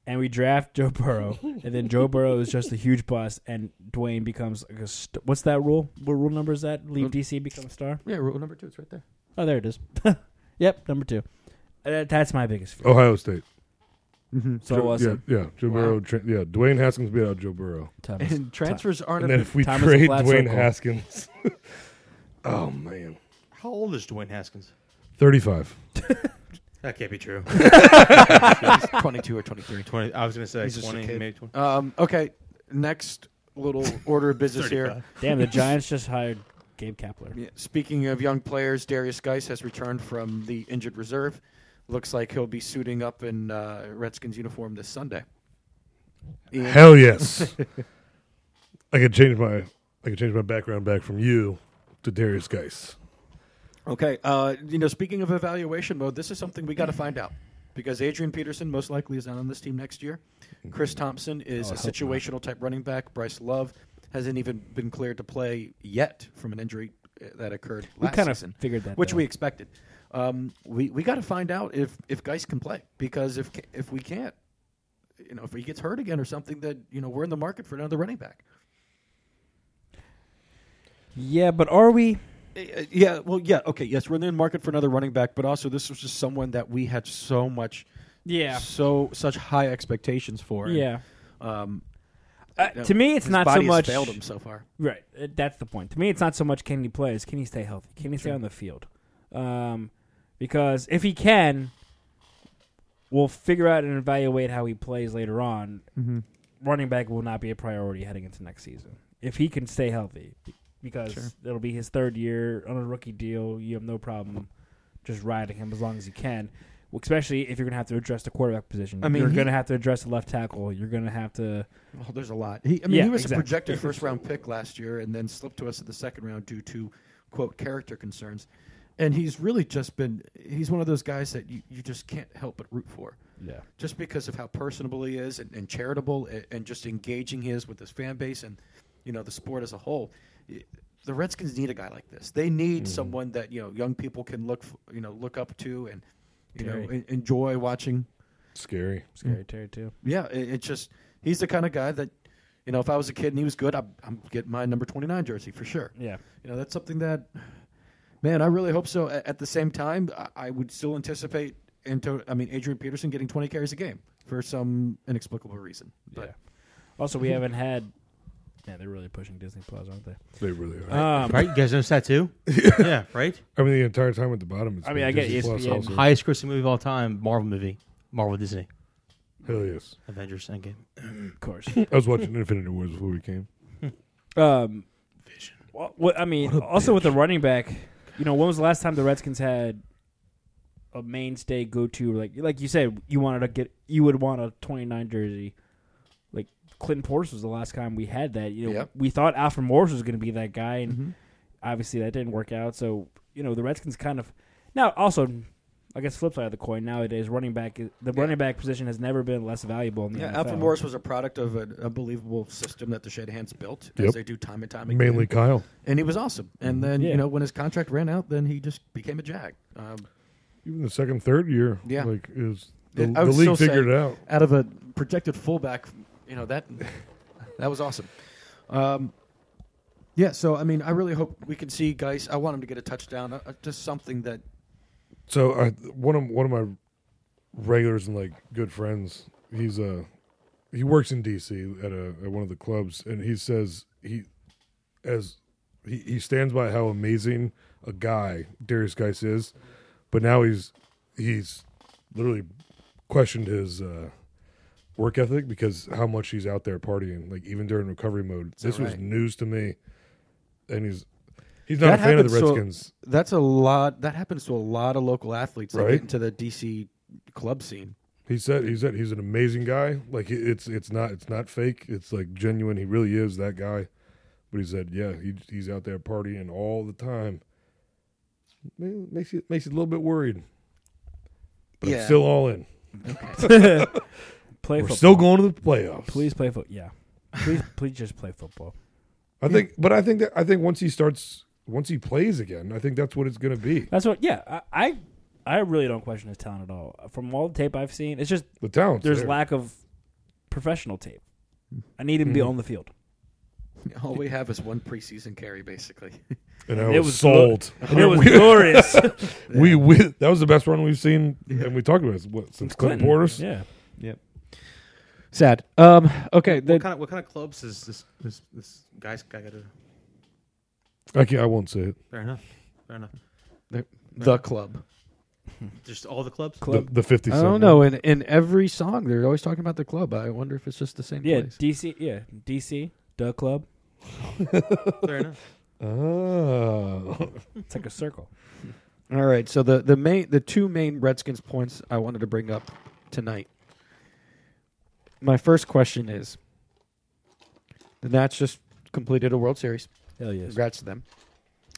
[SPEAKER 5] and we draft Joe Burrow and then Joe Burrow is just a huge bust and Dwayne becomes like a st- what's that rule what rule number is that leave DC become a star
[SPEAKER 6] Yeah, rule number two. It's right there.
[SPEAKER 5] oh there it is yep number two Uh, that's my biggest fear
[SPEAKER 4] Ohio State.
[SPEAKER 5] so Oh, it
[SPEAKER 4] yeah,
[SPEAKER 5] wasn't
[SPEAKER 4] yeah. Joe Burrow. Tra- yeah, Dwayne Haskins beat out Joe Burrow.
[SPEAKER 5] Thomas.
[SPEAKER 6] And transfers aren't.
[SPEAKER 4] And then
[SPEAKER 6] a-
[SPEAKER 4] if we
[SPEAKER 5] Time is a
[SPEAKER 4] trade
[SPEAKER 5] flat
[SPEAKER 4] Dwayne
[SPEAKER 5] circle.
[SPEAKER 4] Haskins, oh man,
[SPEAKER 8] how old is Dwayne Haskins?
[SPEAKER 4] thirty-five.
[SPEAKER 8] That can't be true.
[SPEAKER 6] 22 or 23.
[SPEAKER 8] Twenty. I was gonna say
[SPEAKER 6] He's just a
[SPEAKER 8] twenty,
[SPEAKER 6] kid.
[SPEAKER 8] maybe twenty.
[SPEAKER 6] Um, okay, next little order of business here.
[SPEAKER 5] Damn, the Giants just hired Gabe Kapler.
[SPEAKER 6] Yeah, Speaking of young players, Darius Geis has returned from the injured reserve. Looks like he'll be suiting up in uh, Redskins uniform this Sunday. Ian,
[SPEAKER 4] Hell yes. I could change my I could change my background back from you to Darius Geis.
[SPEAKER 6] okay, uh, you know, speaking of evaluation mode, this is something we got to find out. because Adrian Peterson most likely is not on this team next year. Chris Thompson
[SPEAKER 8] Oh,
[SPEAKER 6] is a situational type running back. Bryce Love hasn't even been cleared to play yet from an injury uh, that occurred
[SPEAKER 5] We
[SPEAKER 6] last
[SPEAKER 5] kind of
[SPEAKER 6] season,
[SPEAKER 5] figured that,
[SPEAKER 6] which
[SPEAKER 5] though.
[SPEAKER 6] we expected. Um, we we got to find out if if Geis can play because if if we can't, you know, if he gets hurt again or something, then you know we're in the market for another running back.
[SPEAKER 5] Yeah, but are we?
[SPEAKER 6] Uh, Yeah, well, yeah, okay, yes, we're in the market for another running back, but also this was just someone that we had so much,
[SPEAKER 5] Yeah.
[SPEAKER 6] so such high expectations for. and,
[SPEAKER 5] Yeah.
[SPEAKER 6] um,
[SPEAKER 5] Uh,
[SPEAKER 6] you know,
[SPEAKER 5] to me, it's
[SPEAKER 6] his
[SPEAKER 5] not so
[SPEAKER 6] body has
[SPEAKER 5] much.
[SPEAKER 6] failed him so far.
[SPEAKER 5] Right. uh, That's the point. To me, it's not so much can he play as can he stay healthy? Can he stay on the field? Um, because if he can, we'll figure out and evaluate how he plays later on. Running back will not be a priority heading into next season if he can stay healthy, be- because it'll be his third year on a rookie deal. You have no problem just riding him as long as you can. Well, Especially if you're going to have to address the quarterback position,
[SPEAKER 6] I mean,
[SPEAKER 5] you're
[SPEAKER 6] he-
[SPEAKER 5] going to have to address the left tackle. You're going to have to
[SPEAKER 6] Well, there's a lot. He, I mean,
[SPEAKER 5] Yeah,
[SPEAKER 6] he was
[SPEAKER 5] exactly.
[SPEAKER 6] a projected first round pick last year and then slipped to us in the second round due to, quote, character concerns. And he's really just been, he's one of those guys that you, you just can't help but root for.
[SPEAKER 5] Yeah.
[SPEAKER 6] Just because of how personable he is and, and charitable and, and just engaging he is with his fan base and, you know, the sport as a whole. Y- The Redskins need a guy like this. They need someone that, you know, young people can look, f- you know, look up to and, you know,
[SPEAKER 5] Terry.
[SPEAKER 6] en- enjoy watching
[SPEAKER 4] Scary.
[SPEAKER 5] scary Terry too.
[SPEAKER 6] yeah, it, it's just he's the kind of guy that you know if I was a kid and he was good, I'm, I'm getting my number 29 jersey for sure.
[SPEAKER 5] Yeah.
[SPEAKER 6] You know that's something that man, I really hope so. A- At the same time, I, I would still anticipate into I mean Adrian Peterson getting 20 carries a game for some inexplicable reason. But
[SPEAKER 5] Also, we haven't had. Yeah, they're really pushing Disney Plus, aren't they?
[SPEAKER 4] They really are.
[SPEAKER 5] Um,
[SPEAKER 8] Right? You guys notice that too? yeah, right?
[SPEAKER 4] I mean, the entire time at the bottom. It's
[SPEAKER 5] I mean,
[SPEAKER 4] been
[SPEAKER 5] I get E
[SPEAKER 4] Disney Plus
[SPEAKER 5] ESPN.
[SPEAKER 4] also.
[SPEAKER 8] Highest grossing movie of all time, Marvel movie. Marvel Disney.
[SPEAKER 4] Hell yes.
[SPEAKER 8] Avengers Endgame.
[SPEAKER 5] of course.
[SPEAKER 4] I was watching Infinity Wars before we came.
[SPEAKER 5] Um, Well, what- I mean, also with the running back, you know, when was the last time the Redskins had a mainstay go-to? Like, like you said, you wanted to get, you would want a twenty-nine jersey. Like Clinton Portis was the last time we had that. You know,
[SPEAKER 6] Yep.
[SPEAKER 5] we thought Alfred Morris was going to be that guy, and
[SPEAKER 6] mm-hmm.
[SPEAKER 5] obviously that didn't work out. So you know, the Redskins kind of now also. I guess flip side of the coin nowadays, running back is- the running back position has never been less valuable. In the
[SPEAKER 6] yeah,
[SPEAKER 5] NFL.
[SPEAKER 6] Alfred Morris was a product of an unbelievable system that the Shedhans built,
[SPEAKER 4] Yep.
[SPEAKER 6] as they do time and time again.
[SPEAKER 4] Mainly Kyle.
[SPEAKER 6] and he was awesome. And then
[SPEAKER 5] Yeah.
[SPEAKER 6] you know when his contract ran out, then he just became a jag. Um,
[SPEAKER 4] Even the second, third year.
[SPEAKER 6] Yeah.
[SPEAKER 4] Like, is the,
[SPEAKER 6] It- I
[SPEAKER 4] the
[SPEAKER 6] would
[SPEAKER 4] league
[SPEAKER 6] still say
[SPEAKER 4] figured it out.
[SPEAKER 6] out of a projected fullback. You know that that was awesome. Um, yeah, so I mean, I really hope we can see guys. I want him to get a touchdown, uh, uh, just something that
[SPEAKER 4] So I one of one of my regulars and like good friends, he's uh he works in DC at a at one of the clubs and he says he as he, he stands by how amazing a guy Darius Geis is, but now he's he's literally questioned his uh work ethic because how much he's out there partying, like even during recovery mode. This was
[SPEAKER 6] right?
[SPEAKER 4] news to me. And he's he's not
[SPEAKER 6] That
[SPEAKER 4] a fan of the
[SPEAKER 6] happens, so-
[SPEAKER 4] Redskins.
[SPEAKER 6] that's a lot. That happens to a lot of local athletes that
[SPEAKER 4] Right.
[SPEAKER 6] get into the DC club scene.
[SPEAKER 4] He said he said he's an amazing guy. Like he- it's it's not it's not fake. It's like genuine. He really is that guy. But he said, yeah, he, he's out there partying all the time. Man, Makes you makes you a little bit worried. But I'm
[SPEAKER 6] Yeah.
[SPEAKER 4] still all in. We're
[SPEAKER 5] play football.
[SPEAKER 4] still going to the playoffs.
[SPEAKER 5] Please play football. Yeah. Please, please just play football.
[SPEAKER 4] I think, but I think that I think once he starts, once he plays again, I think that's what it's going to be.
[SPEAKER 5] That's what. Yeah, I, I, I really don't question his talent at all. From all the tape I've seen, it's just
[SPEAKER 4] The talent.
[SPEAKER 5] there's
[SPEAKER 4] there.
[SPEAKER 5] lack of professional tape. I need him
[SPEAKER 4] Mm-hmm.
[SPEAKER 5] to be on the field.
[SPEAKER 6] All we have is one preseason carry, basically.
[SPEAKER 4] and I
[SPEAKER 5] It
[SPEAKER 4] was,
[SPEAKER 5] was
[SPEAKER 4] sold.
[SPEAKER 5] And it was glorious.
[SPEAKER 4] we, we that was the best run we've seen, and we talked about it what, since Clinton Portis.
[SPEAKER 5] Yeah.
[SPEAKER 6] Sad. Um, okay. The,
[SPEAKER 8] What kind of what kind of clubs is this this this guy's guy got to
[SPEAKER 4] I can't. I won't say it.
[SPEAKER 8] Fair enough. Fair enough.
[SPEAKER 6] the club.
[SPEAKER 8] Just all the clubs?
[SPEAKER 4] The, the fifty.
[SPEAKER 6] I don't know. In in every song, they're always talking about the club. I wonder if it's just the same
[SPEAKER 5] Yeah.
[SPEAKER 6] place.
[SPEAKER 5] DC. Yeah. DC. Duh Club.
[SPEAKER 8] Fair enough.
[SPEAKER 4] Oh.
[SPEAKER 5] It's like a circle.
[SPEAKER 6] All right. So the the main the two main Redskins points I wanted to bring up tonight. My first question is: The Nats just completed a World Series.
[SPEAKER 5] Hell yes.
[SPEAKER 6] Congrats to them.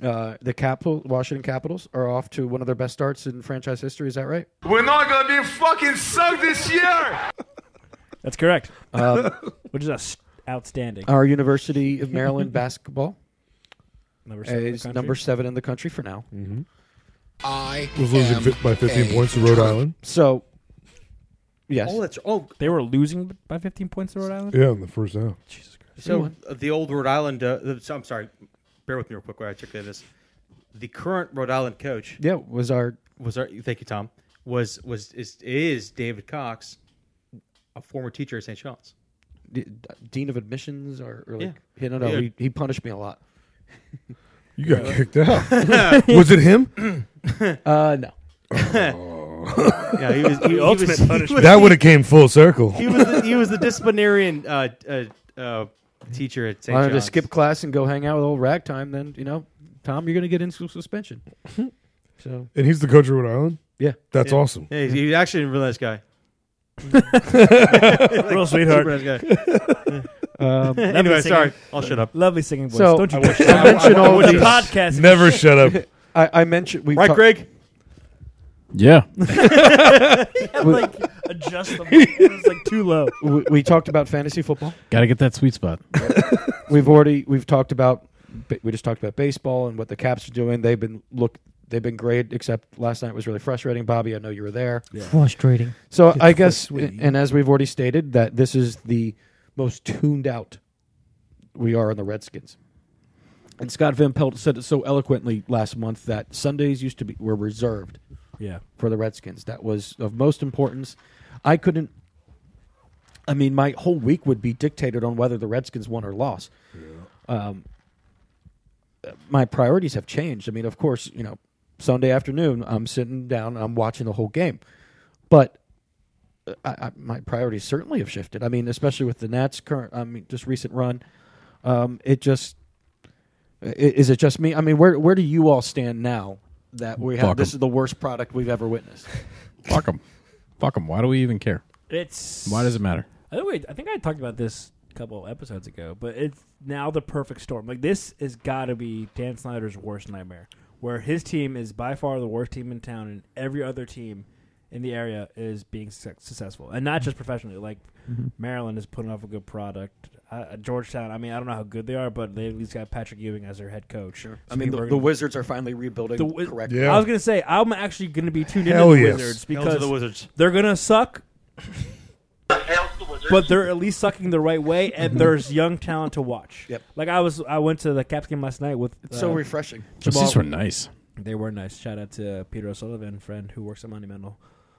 [SPEAKER 6] Uh, the Capital Washington Capitals are off to one of their best starts in franchise history. Is that right?
[SPEAKER 9] We're not gonna be fucking sucked this year.
[SPEAKER 5] That's correct. Which is us- outstanding.
[SPEAKER 6] Our University of Maryland basketball
[SPEAKER 5] number seven in the
[SPEAKER 6] is
[SPEAKER 5] country.
[SPEAKER 6] number seven in the country Mm. for now.
[SPEAKER 11] I
[SPEAKER 4] Was losing
[SPEAKER 11] am
[SPEAKER 4] fi- by 15
[SPEAKER 11] a
[SPEAKER 4] points to Rhode Island.
[SPEAKER 6] So, yes,
[SPEAKER 8] Oh, that's oh.
[SPEAKER 5] They were losing by 15 points to Rhode Island.
[SPEAKER 4] Yeah, in the first half.
[SPEAKER 5] Jesus Christ.
[SPEAKER 8] So uh, the old Rhode Island. Uh, the, so, I'm sorry. Bear with me real quick while I check that is. The current Rhode Island coach
[SPEAKER 6] yeah, was our
[SPEAKER 8] was our. Thank you, Tom. Was was is is David Cox, a former teacher at St. John's.
[SPEAKER 6] d- dean of admissions, or, or like,
[SPEAKER 8] Yeah.
[SPEAKER 6] he, no, no,
[SPEAKER 8] Yeah.
[SPEAKER 6] he, he punished me a lot.
[SPEAKER 4] You got kicked out. was it him?
[SPEAKER 6] Uh, no,
[SPEAKER 8] Yeah, he was. He, he was, he was-
[SPEAKER 4] That would have came full circle.
[SPEAKER 8] He was. The, he was the disciplinarian uh, uh, uh, teacher at St.
[SPEAKER 6] wanted to
[SPEAKER 8] John's.
[SPEAKER 6] skip class and go hang out with old ragtime. Then you know, Tom, you're going to get in school suspension. so
[SPEAKER 4] And he's the coach of Rhode Island?
[SPEAKER 6] yeah,
[SPEAKER 4] That's
[SPEAKER 8] Yeah.
[SPEAKER 4] awesome.
[SPEAKER 8] Yeah, he's, he's actually a real nice guy.
[SPEAKER 5] Real sweetheart.
[SPEAKER 8] Super nice guy.
[SPEAKER 6] um,
[SPEAKER 5] Lovely
[SPEAKER 8] Anyway,
[SPEAKER 5] singing-
[SPEAKER 8] sorry. I'll shut up.
[SPEAKER 5] Lovely singing voice.
[SPEAKER 6] So-
[SPEAKER 5] Don't you
[SPEAKER 6] I
[SPEAKER 5] touch
[SPEAKER 6] I mentioned all
[SPEAKER 5] the
[SPEAKER 6] these.
[SPEAKER 5] podcast.
[SPEAKER 4] Never shut up.
[SPEAKER 6] I, I mentioned we
[SPEAKER 8] Right,
[SPEAKER 6] ta-
[SPEAKER 8] Greg.
[SPEAKER 7] Yeah.
[SPEAKER 5] like adjust the mic. It was like too low.
[SPEAKER 6] we, we talked about fantasy football.
[SPEAKER 7] Got to get that sweet spot.
[SPEAKER 6] We've already we've talked about ba- we just talked about baseball and what the Caps are doing. They've been look they've been great. Except last night was really frustrating. Bobby, I know you were there.
[SPEAKER 5] Frustrating.
[SPEAKER 6] So I guess, and as we've already stated, that this is the most tuned out we are on the Redskins. And Scott Van Pelt said it so eloquently last month that Sundays used to be were reserved
[SPEAKER 5] Yeah.
[SPEAKER 6] for the Redskins. That was of most importance. I couldn't. I mean, my whole week would be dictated on whether the Redskins won or lost. Um, my priorities have changed. I mean, of course, you know, Sunday afternoon, I'm sitting down, I'm watching the whole game, but uh, I, I, my priorities certainly have shifted. I mean, especially with the Nats' current, I mean, just recent run, um, it just i- is it just me? I mean, where where do you all stand now that we have
[SPEAKER 7] Fuck 'em.
[SPEAKER 6] this is the worst product we've ever witnessed?
[SPEAKER 7] Fuck them. Fuck them. Why do we even care?
[SPEAKER 5] It's
[SPEAKER 7] Why does it matter?
[SPEAKER 5] I think, we, I think I talked about this a couple episodes ago, but it's now the perfect storm. Like this has got to be Dan Snyder's worst nightmare, where his team is by far the worst team in town, and every other team in the area is being suc successful, and not just professionally. Like
[SPEAKER 4] Mm-hmm.
[SPEAKER 5] Maryland is putting off a good product. Uh, Georgetown, I mean, I don't know how good they are, but they at least got Patrick Ewing as their head coach.
[SPEAKER 6] I mean, the, the Wizards are finally rebuilding correctly.
[SPEAKER 4] Yeah.
[SPEAKER 5] I was gonna say I'm actually gonna be tuned into
[SPEAKER 4] Hell
[SPEAKER 5] the
[SPEAKER 4] yes.
[SPEAKER 5] Wizards
[SPEAKER 8] Hell to
[SPEAKER 5] because
[SPEAKER 8] the Wizards.
[SPEAKER 5] they're gonna suck. But they're at least sucking the right way, and there's young talent to watch.
[SPEAKER 6] Yep.
[SPEAKER 5] Like I was, I went to the Caps game last night with.
[SPEAKER 6] It's so
[SPEAKER 5] uh,
[SPEAKER 6] refreshing.
[SPEAKER 7] These were nice.
[SPEAKER 5] they were nice. Shout out to Peter O'Sullivan, friend who works at Monumental.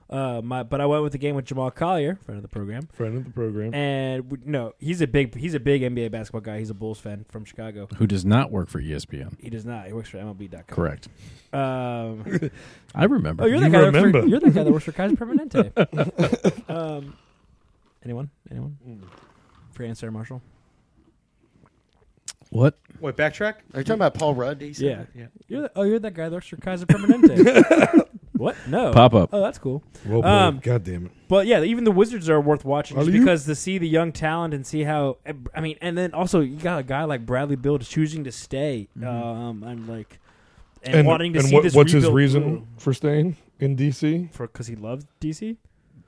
[SPEAKER 5] Uh, my, but I went with the game with Jamal Collier, friend of the program,
[SPEAKER 4] Friend of the program.
[SPEAKER 5] and we, no, he's a big, he's a big NBA basketball guy. He's a Bulls fan from Chicago.
[SPEAKER 7] Who does not work for E ESPN?
[SPEAKER 5] He does not. He works for MLB.com.
[SPEAKER 7] Correct.
[SPEAKER 5] Um,
[SPEAKER 7] I remember.
[SPEAKER 5] Oh, you're the
[SPEAKER 4] You
[SPEAKER 5] guy. that
[SPEAKER 4] remember.
[SPEAKER 5] works For, you're the guy that works for Kaiser Permanente. um, anyone? Anyone? Free answer, Marshall.
[SPEAKER 7] what?
[SPEAKER 8] Wait, backtrack.
[SPEAKER 6] Are you talking about Paul Rudd?
[SPEAKER 5] Yeah.
[SPEAKER 8] Yeah.
[SPEAKER 5] You're the, oh, you're that guy that works for Kaiser Permanente. what? No.
[SPEAKER 7] Pop up.
[SPEAKER 5] Oh, that's cool.
[SPEAKER 4] Well played.
[SPEAKER 5] Um,
[SPEAKER 4] God damn it.
[SPEAKER 5] But yeah, even the Wizards are worth watching just
[SPEAKER 4] Are you?
[SPEAKER 5] because to see the young talent and see how I mean, and then also you got a guy like Bradley Bill choosing to stay. Um, I'm like, and, wanting to
[SPEAKER 4] Mm-hmm. and
[SPEAKER 5] see
[SPEAKER 4] what-
[SPEAKER 5] this
[SPEAKER 4] what's his
[SPEAKER 5] rebuild
[SPEAKER 4] reason
[SPEAKER 5] through.
[SPEAKER 4] for staying in D.C.?
[SPEAKER 5] for because he loves DC.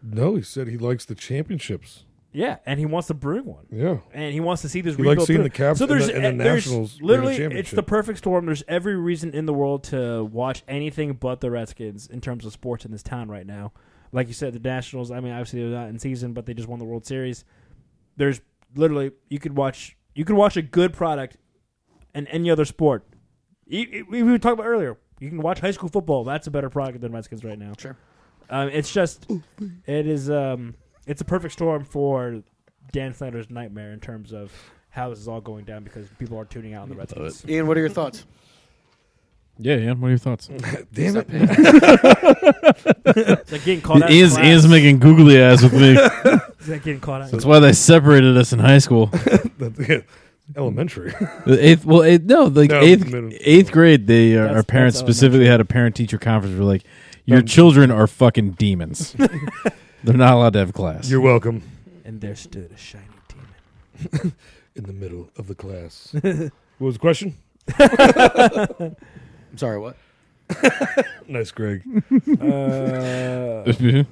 [SPEAKER 4] No, he said he likes the championships.
[SPEAKER 5] Yeah, and he wants to bring one.
[SPEAKER 4] Yeah.
[SPEAKER 5] and he wants to see this
[SPEAKER 4] He
[SPEAKER 5] rebuild.
[SPEAKER 4] likes seeing
[SPEAKER 5] through.
[SPEAKER 4] the Cavs
[SPEAKER 5] so
[SPEAKER 4] and the-
[SPEAKER 5] there's,
[SPEAKER 4] and the
[SPEAKER 5] eh, there's
[SPEAKER 4] Nationals win the
[SPEAKER 5] Literally, it's
[SPEAKER 4] championship.
[SPEAKER 5] the perfect storm. There's every reason in the world to watch anything but the Redskins in terms of sports in this town right now. Like you said, the Nationals. I mean, obviously they're not in season, but they just won the World Series. There's literally you could watch you could watch a good product in any other sport. E- e- We were talking about earlier. You can watch high school football. That's a better product than Redskins right now.
[SPEAKER 6] Sure.
[SPEAKER 5] Um, it's just, it is, um, it's a perfect storm for Dan Snyder's nightmare in terms of how this is all going down because people are tuning out on the Redskins.
[SPEAKER 6] Ian, what are your thoughts?
[SPEAKER 7] Yeah, yeah. What are your thoughts?
[SPEAKER 4] Uh, Damn it.
[SPEAKER 5] It's like getting caught out. in
[SPEAKER 7] Ian's,
[SPEAKER 5] class.
[SPEAKER 7] Ian's making googly eyes with me.
[SPEAKER 5] It's like getting caught out.
[SPEAKER 7] That's why they separated us in high school.
[SPEAKER 4] That- yeah. Elementary.
[SPEAKER 7] The eighth, well, eighth, no, like
[SPEAKER 4] No,
[SPEAKER 7] eighth,
[SPEAKER 4] middle.
[SPEAKER 7] eighth grade. They uh,
[SPEAKER 5] That's-
[SPEAKER 7] our parents
[SPEAKER 5] that's elementary.
[SPEAKER 7] specifically had a parent teacher conference. Where like, your children are fucking demons. They're not allowed to have class.
[SPEAKER 4] You're welcome.
[SPEAKER 5] and there stood a shiny demon.
[SPEAKER 4] In the middle of the class. what was the question?
[SPEAKER 6] I'm sorry, what?
[SPEAKER 4] nice, Greg.
[SPEAKER 7] Uh,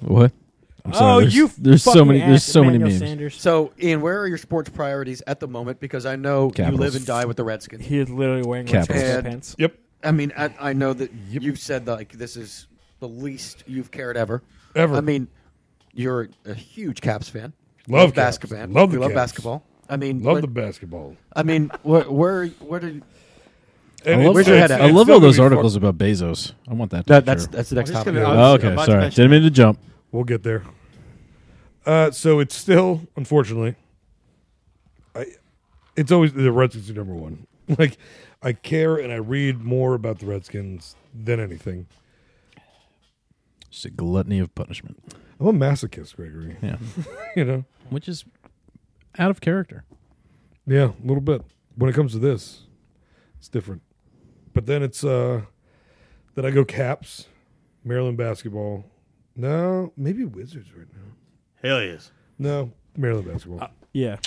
[SPEAKER 7] what?
[SPEAKER 5] oh,
[SPEAKER 7] I'm sorry. there's, There's so many. There's so many memes.
[SPEAKER 6] So, Ian, where are your sports priorities at the moment? Because I know
[SPEAKER 7] Capitals.
[SPEAKER 6] you live and die with the Redskins.
[SPEAKER 5] He is literally wearing
[SPEAKER 7] Capitals.
[SPEAKER 5] Redskins
[SPEAKER 6] And-
[SPEAKER 5] pants.
[SPEAKER 4] Yep.
[SPEAKER 6] I mean, I, I know that you've said like this is the least you've cared ever.
[SPEAKER 4] Ever.
[SPEAKER 6] I mean, you're a huge Caps fan.
[SPEAKER 4] Love Caps.
[SPEAKER 6] basketball.
[SPEAKER 4] Love the
[SPEAKER 6] you love
[SPEAKER 4] Caps.
[SPEAKER 6] basketball. I mean,
[SPEAKER 4] Love
[SPEAKER 6] what-
[SPEAKER 4] the basketball.
[SPEAKER 6] I mean, where where where did
[SPEAKER 4] And
[SPEAKER 7] I love,
[SPEAKER 6] Where's your head at?
[SPEAKER 7] I
[SPEAKER 6] It's
[SPEAKER 7] love all those
[SPEAKER 4] gonna be
[SPEAKER 7] articles about Bezos. I want that.
[SPEAKER 6] that,
[SPEAKER 7] picture.
[SPEAKER 6] that's that's the next
[SPEAKER 8] Well, he's
[SPEAKER 6] topic.
[SPEAKER 8] gonna be-
[SPEAKER 7] Oh, okay,
[SPEAKER 8] about to
[SPEAKER 7] sorry.
[SPEAKER 8] mention
[SPEAKER 7] Didn't mean to jump.
[SPEAKER 4] We'll get there. Uh, so it's still, unfortunately, I. It's always the Redskins are number one. Like, I care and I read more about the Redskins than anything.
[SPEAKER 7] It's a gluttony of punishment.
[SPEAKER 4] I'm a masochist, Gregory.
[SPEAKER 7] Yeah,
[SPEAKER 4] You know,
[SPEAKER 7] which is out of character.
[SPEAKER 4] yeah, a little bit. When it comes to this, it's different. But then it's uh, then I go Caps, Maryland basketball. No, maybe Wizards right now.
[SPEAKER 8] Hell yes.
[SPEAKER 4] No, Maryland basketball.
[SPEAKER 5] Yeah.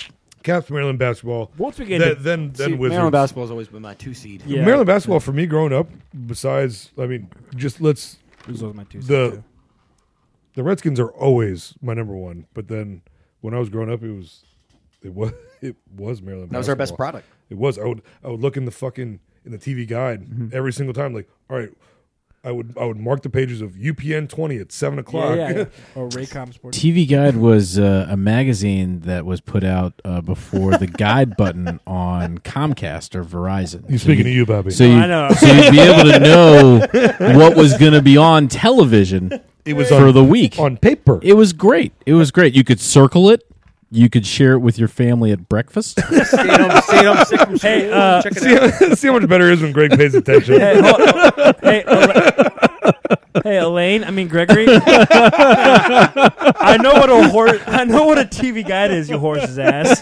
[SPEAKER 4] Caps, Maryland basketball.
[SPEAKER 5] Once we get
[SPEAKER 4] Then,
[SPEAKER 5] into-
[SPEAKER 4] then, then
[SPEAKER 6] See,
[SPEAKER 4] Wizards.
[SPEAKER 6] Maryland basketball has always been my two seed.
[SPEAKER 5] Yeah.
[SPEAKER 4] Maryland basketball for me growing up. Besides, I mean, just let's
[SPEAKER 5] Those are my two.
[SPEAKER 4] the
[SPEAKER 5] cents,
[SPEAKER 4] the Redskins are always my number one. But then when I was growing up, it was it was it was Maryland.
[SPEAKER 6] That was our best
[SPEAKER 4] basketball.
[SPEAKER 6] product.
[SPEAKER 4] It was. I would I would look in the fucking in the TV guide
[SPEAKER 6] Mm-hmm.
[SPEAKER 4] every single time. Like, all right, I would I would mark the pages of UPN twenty at seven
[SPEAKER 5] too. Yeah,
[SPEAKER 4] o'clock.
[SPEAKER 5] yeah, yeah. Or Raycom Sports.
[SPEAKER 7] TV Guide was uh, a magazine that was put out uh, before the guide button on Comcast or Verizon.
[SPEAKER 4] You
[SPEAKER 7] So
[SPEAKER 4] speaking to you, Bobby?
[SPEAKER 7] So, you,
[SPEAKER 5] I know.
[SPEAKER 7] so you'd be able to know what was going to be on television
[SPEAKER 4] it was
[SPEAKER 7] for
[SPEAKER 4] on,
[SPEAKER 7] the week.
[SPEAKER 4] on paper.
[SPEAKER 7] It was great. It was great. You could circle it. You could share it with your family at breakfast.
[SPEAKER 8] Stay at home, stay at home sick from school.
[SPEAKER 6] uh,
[SPEAKER 8] check it
[SPEAKER 4] see,
[SPEAKER 8] out.
[SPEAKER 4] how- see how much better it is when Greg pays attention.
[SPEAKER 5] hey, hold on. hey, Ela- hey, Elaine. I mean Gregory. I know what a horse. I know what a TV guide is. You horse's ass.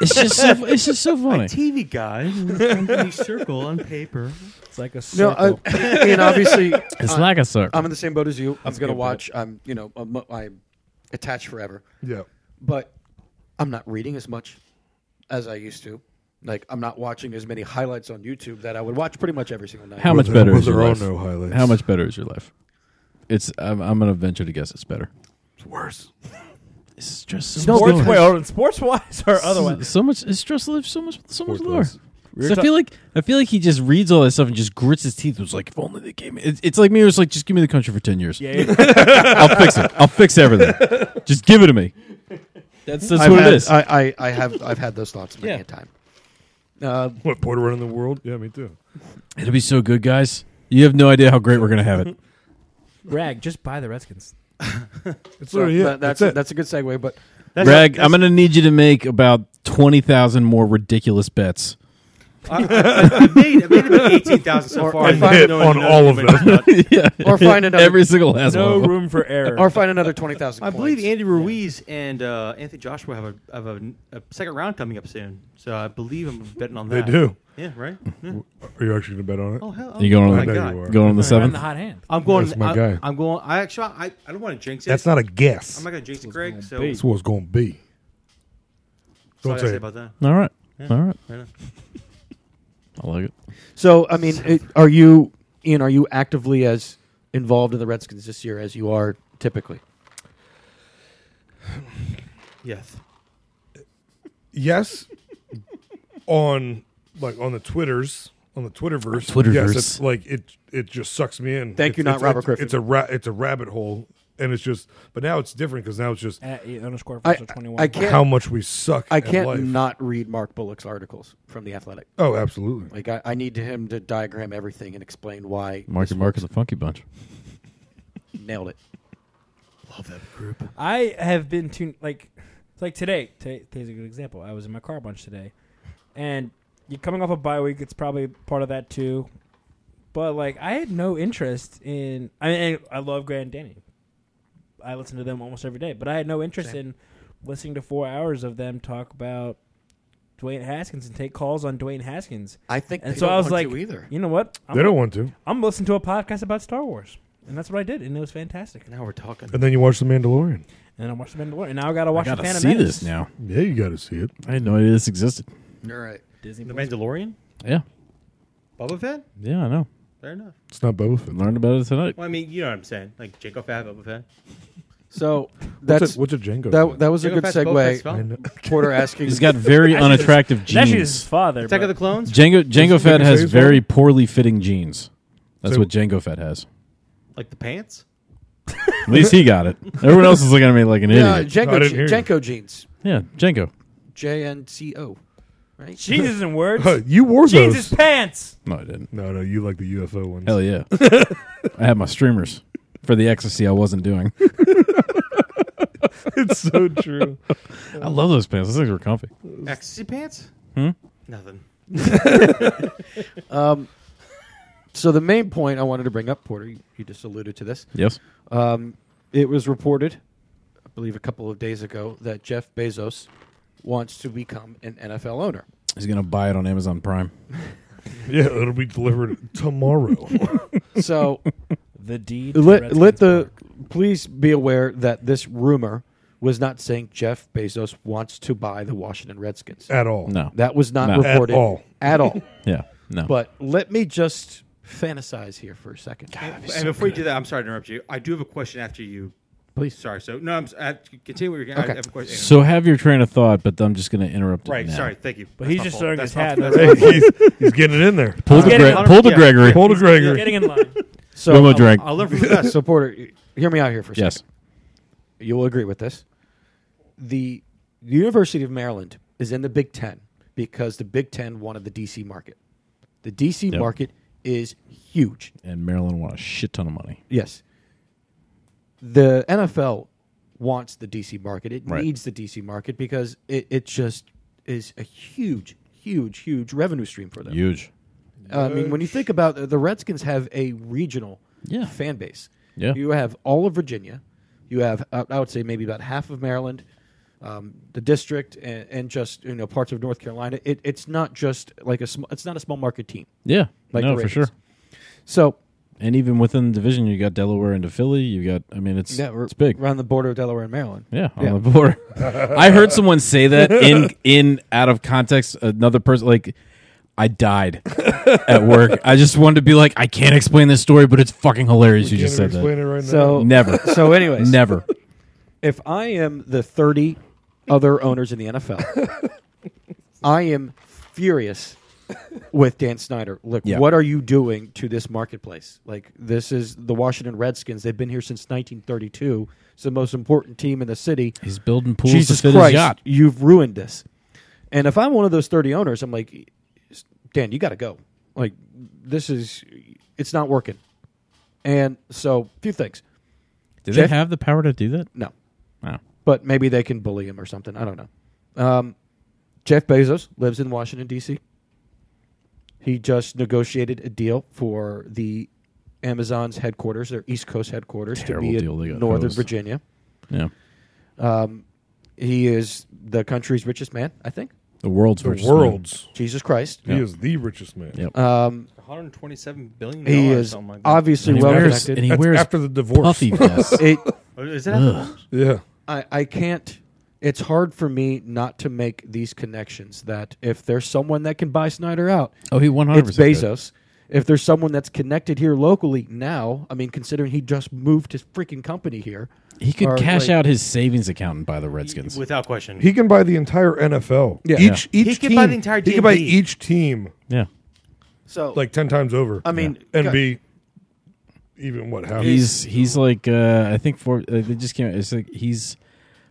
[SPEAKER 7] It's just so, it's just so funny.
[SPEAKER 8] TV guy, company circle on paper.
[SPEAKER 5] It's like a
[SPEAKER 6] No,
[SPEAKER 5] circle.
[SPEAKER 6] I, and obviously uh,
[SPEAKER 7] It's like a circle.
[SPEAKER 6] I'm in the same boat as you. I'm gonna
[SPEAKER 5] good,
[SPEAKER 6] watch. I'm you know I'm, I'm attached forever,
[SPEAKER 4] yeah.
[SPEAKER 6] but I'm not reading as much as I used to. Like I'm not watching as many highlights on YouTube that I would watch pretty much every single night.
[SPEAKER 7] How much
[SPEAKER 4] Well,
[SPEAKER 7] better
[SPEAKER 4] there-
[SPEAKER 7] is
[SPEAKER 4] well,
[SPEAKER 7] your
[SPEAKER 4] there
[SPEAKER 7] life?
[SPEAKER 4] Uh, are no highlights.
[SPEAKER 7] How much better is your life? It's. I'm, I'm going to venture to guess it's better.
[SPEAKER 4] It's worse.
[SPEAKER 7] It's just so
[SPEAKER 5] sports,
[SPEAKER 7] much
[SPEAKER 5] wait, hold on. sports wise or otherwise?
[SPEAKER 7] So much. It's just life. So much. So much
[SPEAKER 4] Sports
[SPEAKER 7] lower.
[SPEAKER 4] wise.
[SPEAKER 7] So I feel like I feel like he just reads all that stuff and just grits his teeth. Was like, if only they gave me. It's, it's like me. It was like, just give me the country for ten years.
[SPEAKER 5] Yeah, yeah.
[SPEAKER 7] I'll fix it. I'll fix everything. just give it to me. That's that's
[SPEAKER 6] I've
[SPEAKER 7] what
[SPEAKER 6] had,
[SPEAKER 7] it is.
[SPEAKER 6] I, I, I have I've had those thoughts many
[SPEAKER 7] Yeah.
[SPEAKER 6] a time. Uh,
[SPEAKER 4] What Porter running the world? Yeah, me too.
[SPEAKER 7] It'll be so good, guys. You have no idea how great we're gonna have it.
[SPEAKER 5] Rag, just buy the Redskins.
[SPEAKER 4] It's
[SPEAKER 6] so
[SPEAKER 4] literally it.
[SPEAKER 6] that- that's
[SPEAKER 4] that's it.
[SPEAKER 6] that's a good segue, but
[SPEAKER 8] That's
[SPEAKER 7] Rag, I'm gonna need you to make about twenty thousand more ridiculous bets.
[SPEAKER 8] I, I, I made, I made about 18,000 so
[SPEAKER 6] Or-
[SPEAKER 8] far.
[SPEAKER 6] I
[SPEAKER 8] don't
[SPEAKER 4] hit
[SPEAKER 8] know
[SPEAKER 4] on
[SPEAKER 8] another
[SPEAKER 4] all of
[SPEAKER 8] way to
[SPEAKER 4] them.
[SPEAKER 8] not-
[SPEAKER 7] yeah,
[SPEAKER 6] Or find another-
[SPEAKER 7] every single last
[SPEAKER 5] No
[SPEAKER 7] one. of them.
[SPEAKER 5] room for error.
[SPEAKER 6] or find another twenty thousand.
[SPEAKER 8] I believe Andy Ruiz and uh, Anthony Joshua have, a, have a, a second round coming up soon. So I believe I'm betting on
[SPEAKER 4] They
[SPEAKER 8] that.
[SPEAKER 4] do.
[SPEAKER 8] Yeah, right? Yeah.
[SPEAKER 4] Are you actually going to bet on it?
[SPEAKER 8] Oh, hell.
[SPEAKER 7] You going
[SPEAKER 8] oh
[SPEAKER 7] on
[SPEAKER 8] my
[SPEAKER 7] the-
[SPEAKER 8] God.
[SPEAKER 4] you are.
[SPEAKER 7] Going on the
[SPEAKER 5] Right in
[SPEAKER 7] seventh.
[SPEAKER 5] the hot hand.
[SPEAKER 8] I'm going.
[SPEAKER 4] That's my
[SPEAKER 8] I,
[SPEAKER 4] guy.
[SPEAKER 8] I'm going. I actually, I, I don't want to jinx it.
[SPEAKER 4] That's not a guess.
[SPEAKER 8] I'm not going to jinx it, Greg. So
[SPEAKER 5] be.
[SPEAKER 8] that's
[SPEAKER 4] That's what it's going to be.
[SPEAKER 8] all
[SPEAKER 4] Don't
[SPEAKER 8] I gotta
[SPEAKER 4] say
[SPEAKER 8] say
[SPEAKER 4] it.
[SPEAKER 8] about that.
[SPEAKER 7] All right.
[SPEAKER 8] Yeah.
[SPEAKER 7] All right.
[SPEAKER 8] Right on.
[SPEAKER 7] I like it.
[SPEAKER 6] So I mean, it, are you Ian? Are you actively as involved in the Redskins this year as you are typically?
[SPEAKER 8] Yes.
[SPEAKER 4] Yes, on like on the Twitters, on the Twitterverse.
[SPEAKER 7] Twitterverse.
[SPEAKER 4] Yes, it's like it. It just sucks me in.
[SPEAKER 6] Thank
[SPEAKER 4] It's-
[SPEAKER 6] you, not
[SPEAKER 4] it's-
[SPEAKER 6] Robert
[SPEAKER 4] it's,
[SPEAKER 6] Griffin.
[SPEAKER 4] It's a ra- it's a rabbit hole, and it's just. But now it's different because now it's just
[SPEAKER 5] At eight underscore
[SPEAKER 6] I-
[SPEAKER 5] versus twenty
[SPEAKER 6] I
[SPEAKER 5] one.
[SPEAKER 6] can't.
[SPEAKER 4] how much we suck.
[SPEAKER 6] I
[SPEAKER 4] at life.
[SPEAKER 6] can't not read Mark Bullock's articles from the Athletic.
[SPEAKER 4] Oh, absolutely.
[SPEAKER 6] Like I, I need to him to diagram everything and explain why.
[SPEAKER 7] Marky
[SPEAKER 6] this
[SPEAKER 7] Mark is a funky bunch.
[SPEAKER 6] nailed it.
[SPEAKER 5] I have been tuned like it's like today. today. Today's a good example. I was in my car a bunch today, and you're coming off a bye week. It's probably part of that too. But like, I had no interest in. I mean, I love Grand Danny. I listen to them almost every day, but I had no interest in listening to four hours of them talk about Dwayne Haskins and take calls on Dwayne Haskins.
[SPEAKER 6] I think.
[SPEAKER 5] And
[SPEAKER 6] they
[SPEAKER 5] so
[SPEAKER 6] don't
[SPEAKER 5] I was
[SPEAKER 6] want
[SPEAKER 5] like,
[SPEAKER 6] to either.
[SPEAKER 5] you know what? I'm,
[SPEAKER 4] They don't want to.
[SPEAKER 5] I'm listening to a podcast about Star Wars, and that's what I did, and it was fantastic.
[SPEAKER 8] Now we're talking.
[SPEAKER 4] And then you watch The Mandalorian.
[SPEAKER 5] And I watched The Mandalorian, and now I gotta watch
[SPEAKER 7] I
[SPEAKER 5] the
[SPEAKER 7] gotta
[SPEAKER 5] Phantom
[SPEAKER 7] see
[SPEAKER 5] Menace.
[SPEAKER 7] this now.
[SPEAKER 4] Yeah, you got to see it.
[SPEAKER 7] I had no idea this existed.
[SPEAKER 6] All right.
[SPEAKER 5] Disney.
[SPEAKER 8] The Mandalorian?
[SPEAKER 7] Yeah.
[SPEAKER 8] Boba Fett?
[SPEAKER 7] Yeah, I know.
[SPEAKER 8] Fair enough.
[SPEAKER 4] It's not Boba Fett.
[SPEAKER 7] Learned about it tonight.
[SPEAKER 8] Well, I mean, you know what I'm saying. Like Jango Fett, Boba Fett.
[SPEAKER 6] So
[SPEAKER 4] What's
[SPEAKER 6] that's
[SPEAKER 4] a- what's a Django
[SPEAKER 6] That,
[SPEAKER 4] Fett?
[SPEAKER 6] that was a
[SPEAKER 8] Jango
[SPEAKER 6] good
[SPEAKER 8] Fett's Boba Fett's spell. I know.
[SPEAKER 6] segue. Porter asking.
[SPEAKER 7] He's got very
[SPEAKER 5] That's his-
[SPEAKER 7] unattractive
[SPEAKER 5] That's actually
[SPEAKER 7] jeans.
[SPEAKER 5] his father.
[SPEAKER 8] Attack
[SPEAKER 5] but-
[SPEAKER 8] of the Clones?
[SPEAKER 7] Jango Jango Fett
[SPEAKER 4] you say
[SPEAKER 7] has
[SPEAKER 4] his
[SPEAKER 7] very poorly fitting jeans. That's
[SPEAKER 4] So-
[SPEAKER 7] what Jango Fett has.
[SPEAKER 8] like the pants?
[SPEAKER 7] At least he got it. Everyone else is looking at me like an
[SPEAKER 6] Yeah,
[SPEAKER 7] idiot.
[SPEAKER 4] I
[SPEAKER 6] uh, Jenko,
[SPEAKER 4] didn't hear you.
[SPEAKER 6] Jenko jeans.
[SPEAKER 7] Yeah, Jango.
[SPEAKER 6] J N C O. Right.
[SPEAKER 5] Jesus in words.
[SPEAKER 4] Huh, you wore
[SPEAKER 5] Jesus
[SPEAKER 4] those.
[SPEAKER 5] pants.
[SPEAKER 7] No, I didn't.
[SPEAKER 4] No, no, you like the UFO ones.
[SPEAKER 7] Hell yeah. I had my streamers for the ecstasy I wasn't doing.
[SPEAKER 4] it's so true.
[SPEAKER 7] I love those pants. Those things were comfy.
[SPEAKER 8] Ecstasy pants? Hmm? Nothing.
[SPEAKER 6] Um, So the main point I wanted to bring up, Porter, you, you just alluded to this.
[SPEAKER 7] Yes.
[SPEAKER 6] Um, it was reported, I believe, a couple of days ago, that Jeff Bezos wants to become an NFL owner.
[SPEAKER 7] He's gonna buy it on Amazon Prime.
[SPEAKER 4] Yeah, it'll be delivered tomorrow.
[SPEAKER 6] So
[SPEAKER 5] The deed. to
[SPEAKER 6] let,
[SPEAKER 5] Redskins
[SPEAKER 6] let the
[SPEAKER 5] Park.
[SPEAKER 6] please be aware that this rumor was not saying Jeff Bezos wants to buy the Washington Redskins.
[SPEAKER 4] At all.
[SPEAKER 7] No.
[SPEAKER 6] That was not
[SPEAKER 7] No. At
[SPEAKER 6] reported
[SPEAKER 4] all.
[SPEAKER 6] at all.
[SPEAKER 7] yeah. No.
[SPEAKER 6] But let me just fantasize here for a second.
[SPEAKER 8] and before you do that, I'm sorry to interrupt you. I do have a question after you.
[SPEAKER 6] Please.
[SPEAKER 8] Sorry. So, no, I'm s- I, continue what you're going
[SPEAKER 6] Okay.
[SPEAKER 8] I have a question.
[SPEAKER 7] so have your train of thought, but I'm just gonna interrupt it.
[SPEAKER 8] right.
[SPEAKER 7] now.
[SPEAKER 8] Sorry. Thank you.
[SPEAKER 5] But
[SPEAKER 8] That's
[SPEAKER 5] he's
[SPEAKER 8] my
[SPEAKER 5] just
[SPEAKER 8] fault.
[SPEAKER 5] throwing
[SPEAKER 8] That's
[SPEAKER 5] his
[SPEAKER 8] my
[SPEAKER 5] hat.
[SPEAKER 8] fault.
[SPEAKER 5] That's
[SPEAKER 8] That's
[SPEAKER 5] my
[SPEAKER 8] my
[SPEAKER 4] Hey, he's, he's getting in there.
[SPEAKER 7] Pull the
[SPEAKER 5] Get it.
[SPEAKER 7] Gre- pull the
[SPEAKER 8] Yeah.
[SPEAKER 7] Gregory.
[SPEAKER 4] Pull to
[SPEAKER 5] You're
[SPEAKER 4] Gregory.
[SPEAKER 5] getting in line.
[SPEAKER 6] So,
[SPEAKER 7] Limo
[SPEAKER 6] um,
[SPEAKER 7] drag.
[SPEAKER 8] fault. I'll learn from the best.
[SPEAKER 6] so Porter, y- hear me out here for a second.
[SPEAKER 7] Yes.
[SPEAKER 6] You'll agree with this. The University of Maryland is in the Big Ten because the Big Ten wanted the DC market. The DC
[SPEAKER 7] Yep.
[SPEAKER 6] market is huge.
[SPEAKER 7] And Maryland won a shit ton of money.
[SPEAKER 6] Yes. The NFL wants the DC market. It
[SPEAKER 7] Right.
[SPEAKER 6] needs the DC market because it, it just is a huge, huge, huge revenue stream for them.
[SPEAKER 7] Huge.
[SPEAKER 6] I mean, when you think about the the Redskins have a regional
[SPEAKER 7] Yeah.
[SPEAKER 6] fan base.
[SPEAKER 7] Yeah.
[SPEAKER 6] You have all of Virginia. You have, uh, I would say, maybe about half of Maryland, um, the district, and, and just you know parts of North Carolina. It, it's not just like a sm- it's not a small market team.
[SPEAKER 7] Yeah.
[SPEAKER 6] Like
[SPEAKER 7] no,
[SPEAKER 6] the
[SPEAKER 7] for sure.
[SPEAKER 6] Ravens. So
[SPEAKER 7] And even within the division, you got Delaware into Philly. You got, I mean, it's
[SPEAKER 6] yeah, we're
[SPEAKER 7] it's big.
[SPEAKER 6] around the border of Delaware and Maryland.
[SPEAKER 7] Yeah, on the border. I heard someone say that in in out of context. Another person like I died at work. I just wanted to be like, I can't explain this story, but it's fucking hilarious. you
[SPEAKER 4] Can't
[SPEAKER 7] just said
[SPEAKER 4] explain
[SPEAKER 7] that.
[SPEAKER 4] it right
[SPEAKER 6] So
[SPEAKER 7] Never,
[SPEAKER 6] So, anyways,
[SPEAKER 7] never.
[SPEAKER 6] if I am the 30 other owners in the NFL, I am furious with Dan Snyder. Look,
[SPEAKER 7] Yeah.
[SPEAKER 6] what are you doing to this marketplace? Like, this is the Washington Redskins. They've been here since 1932. It's the most important team in the city.
[SPEAKER 7] He's building pools
[SPEAKER 6] Jesus
[SPEAKER 7] to fit
[SPEAKER 6] Christ,
[SPEAKER 7] his yacht.
[SPEAKER 6] you've ruined this. And if I'm one of those 30 owners, I'm like, Dan, you got to go. Like, this is, it's not working. And so, a few things.
[SPEAKER 7] Do
[SPEAKER 6] Jeff-
[SPEAKER 7] they have the power to do that?
[SPEAKER 6] No.
[SPEAKER 7] Wow.
[SPEAKER 6] but maybe they can bully him or something. I don't know. Um, Jeff Bezos lives in Washington D.C. He just negotiated a deal for the Amazon's headquarters, their East Coast headquarters,
[SPEAKER 7] Terrible
[SPEAKER 6] to be
[SPEAKER 7] deal they
[SPEAKER 6] in
[SPEAKER 7] got
[SPEAKER 6] Northern
[SPEAKER 7] hosed.
[SPEAKER 6] Virginia.
[SPEAKER 7] Yeah,
[SPEAKER 6] He is the country's richest man, I think.
[SPEAKER 7] the world's
[SPEAKER 4] The
[SPEAKER 7] richest man.
[SPEAKER 4] world's.
[SPEAKER 6] Jesus Christ.
[SPEAKER 4] He is the richest man.
[SPEAKER 7] Yep.
[SPEAKER 6] Um,
[SPEAKER 8] 127 billion.
[SPEAKER 6] he
[SPEAKER 8] dollars,
[SPEAKER 6] is
[SPEAKER 8] something like that.
[SPEAKER 6] obviously
[SPEAKER 7] And he
[SPEAKER 6] well
[SPEAKER 7] wears, and
[SPEAKER 6] connected.
[SPEAKER 7] he
[SPEAKER 4] That's
[SPEAKER 7] wears
[SPEAKER 4] after the divorce.
[SPEAKER 7] puffy vests.
[SPEAKER 6] It,
[SPEAKER 8] Oh, Is that?
[SPEAKER 4] Yeah.
[SPEAKER 6] I, I can't. It's hard for me not to make these connections. That if there's someone that can buy Snyder out,
[SPEAKER 7] oh, he one hundred
[SPEAKER 6] it's
[SPEAKER 7] percent.
[SPEAKER 6] Bezos. If there's someone that's connected here locally now, I mean, considering he just moved his freaking company here,
[SPEAKER 7] He could
[SPEAKER 6] Or,
[SPEAKER 7] cash
[SPEAKER 6] like-
[SPEAKER 7] out his savings account and buy the Redskins.
[SPEAKER 8] Without question.
[SPEAKER 4] He can buy the entire NFL.
[SPEAKER 6] Yeah.
[SPEAKER 4] Each each
[SPEAKER 8] He
[SPEAKER 4] team.
[SPEAKER 8] could buy the entire
[SPEAKER 4] He can buy
[SPEAKER 8] DNB.
[SPEAKER 4] each team
[SPEAKER 7] yeah,
[SPEAKER 6] so
[SPEAKER 4] like ten times over.
[SPEAKER 6] I mean,
[SPEAKER 4] and
[SPEAKER 6] God,
[SPEAKER 4] be even what half.
[SPEAKER 7] he's he's like uh, I think for uh, they just came. out- It's like he's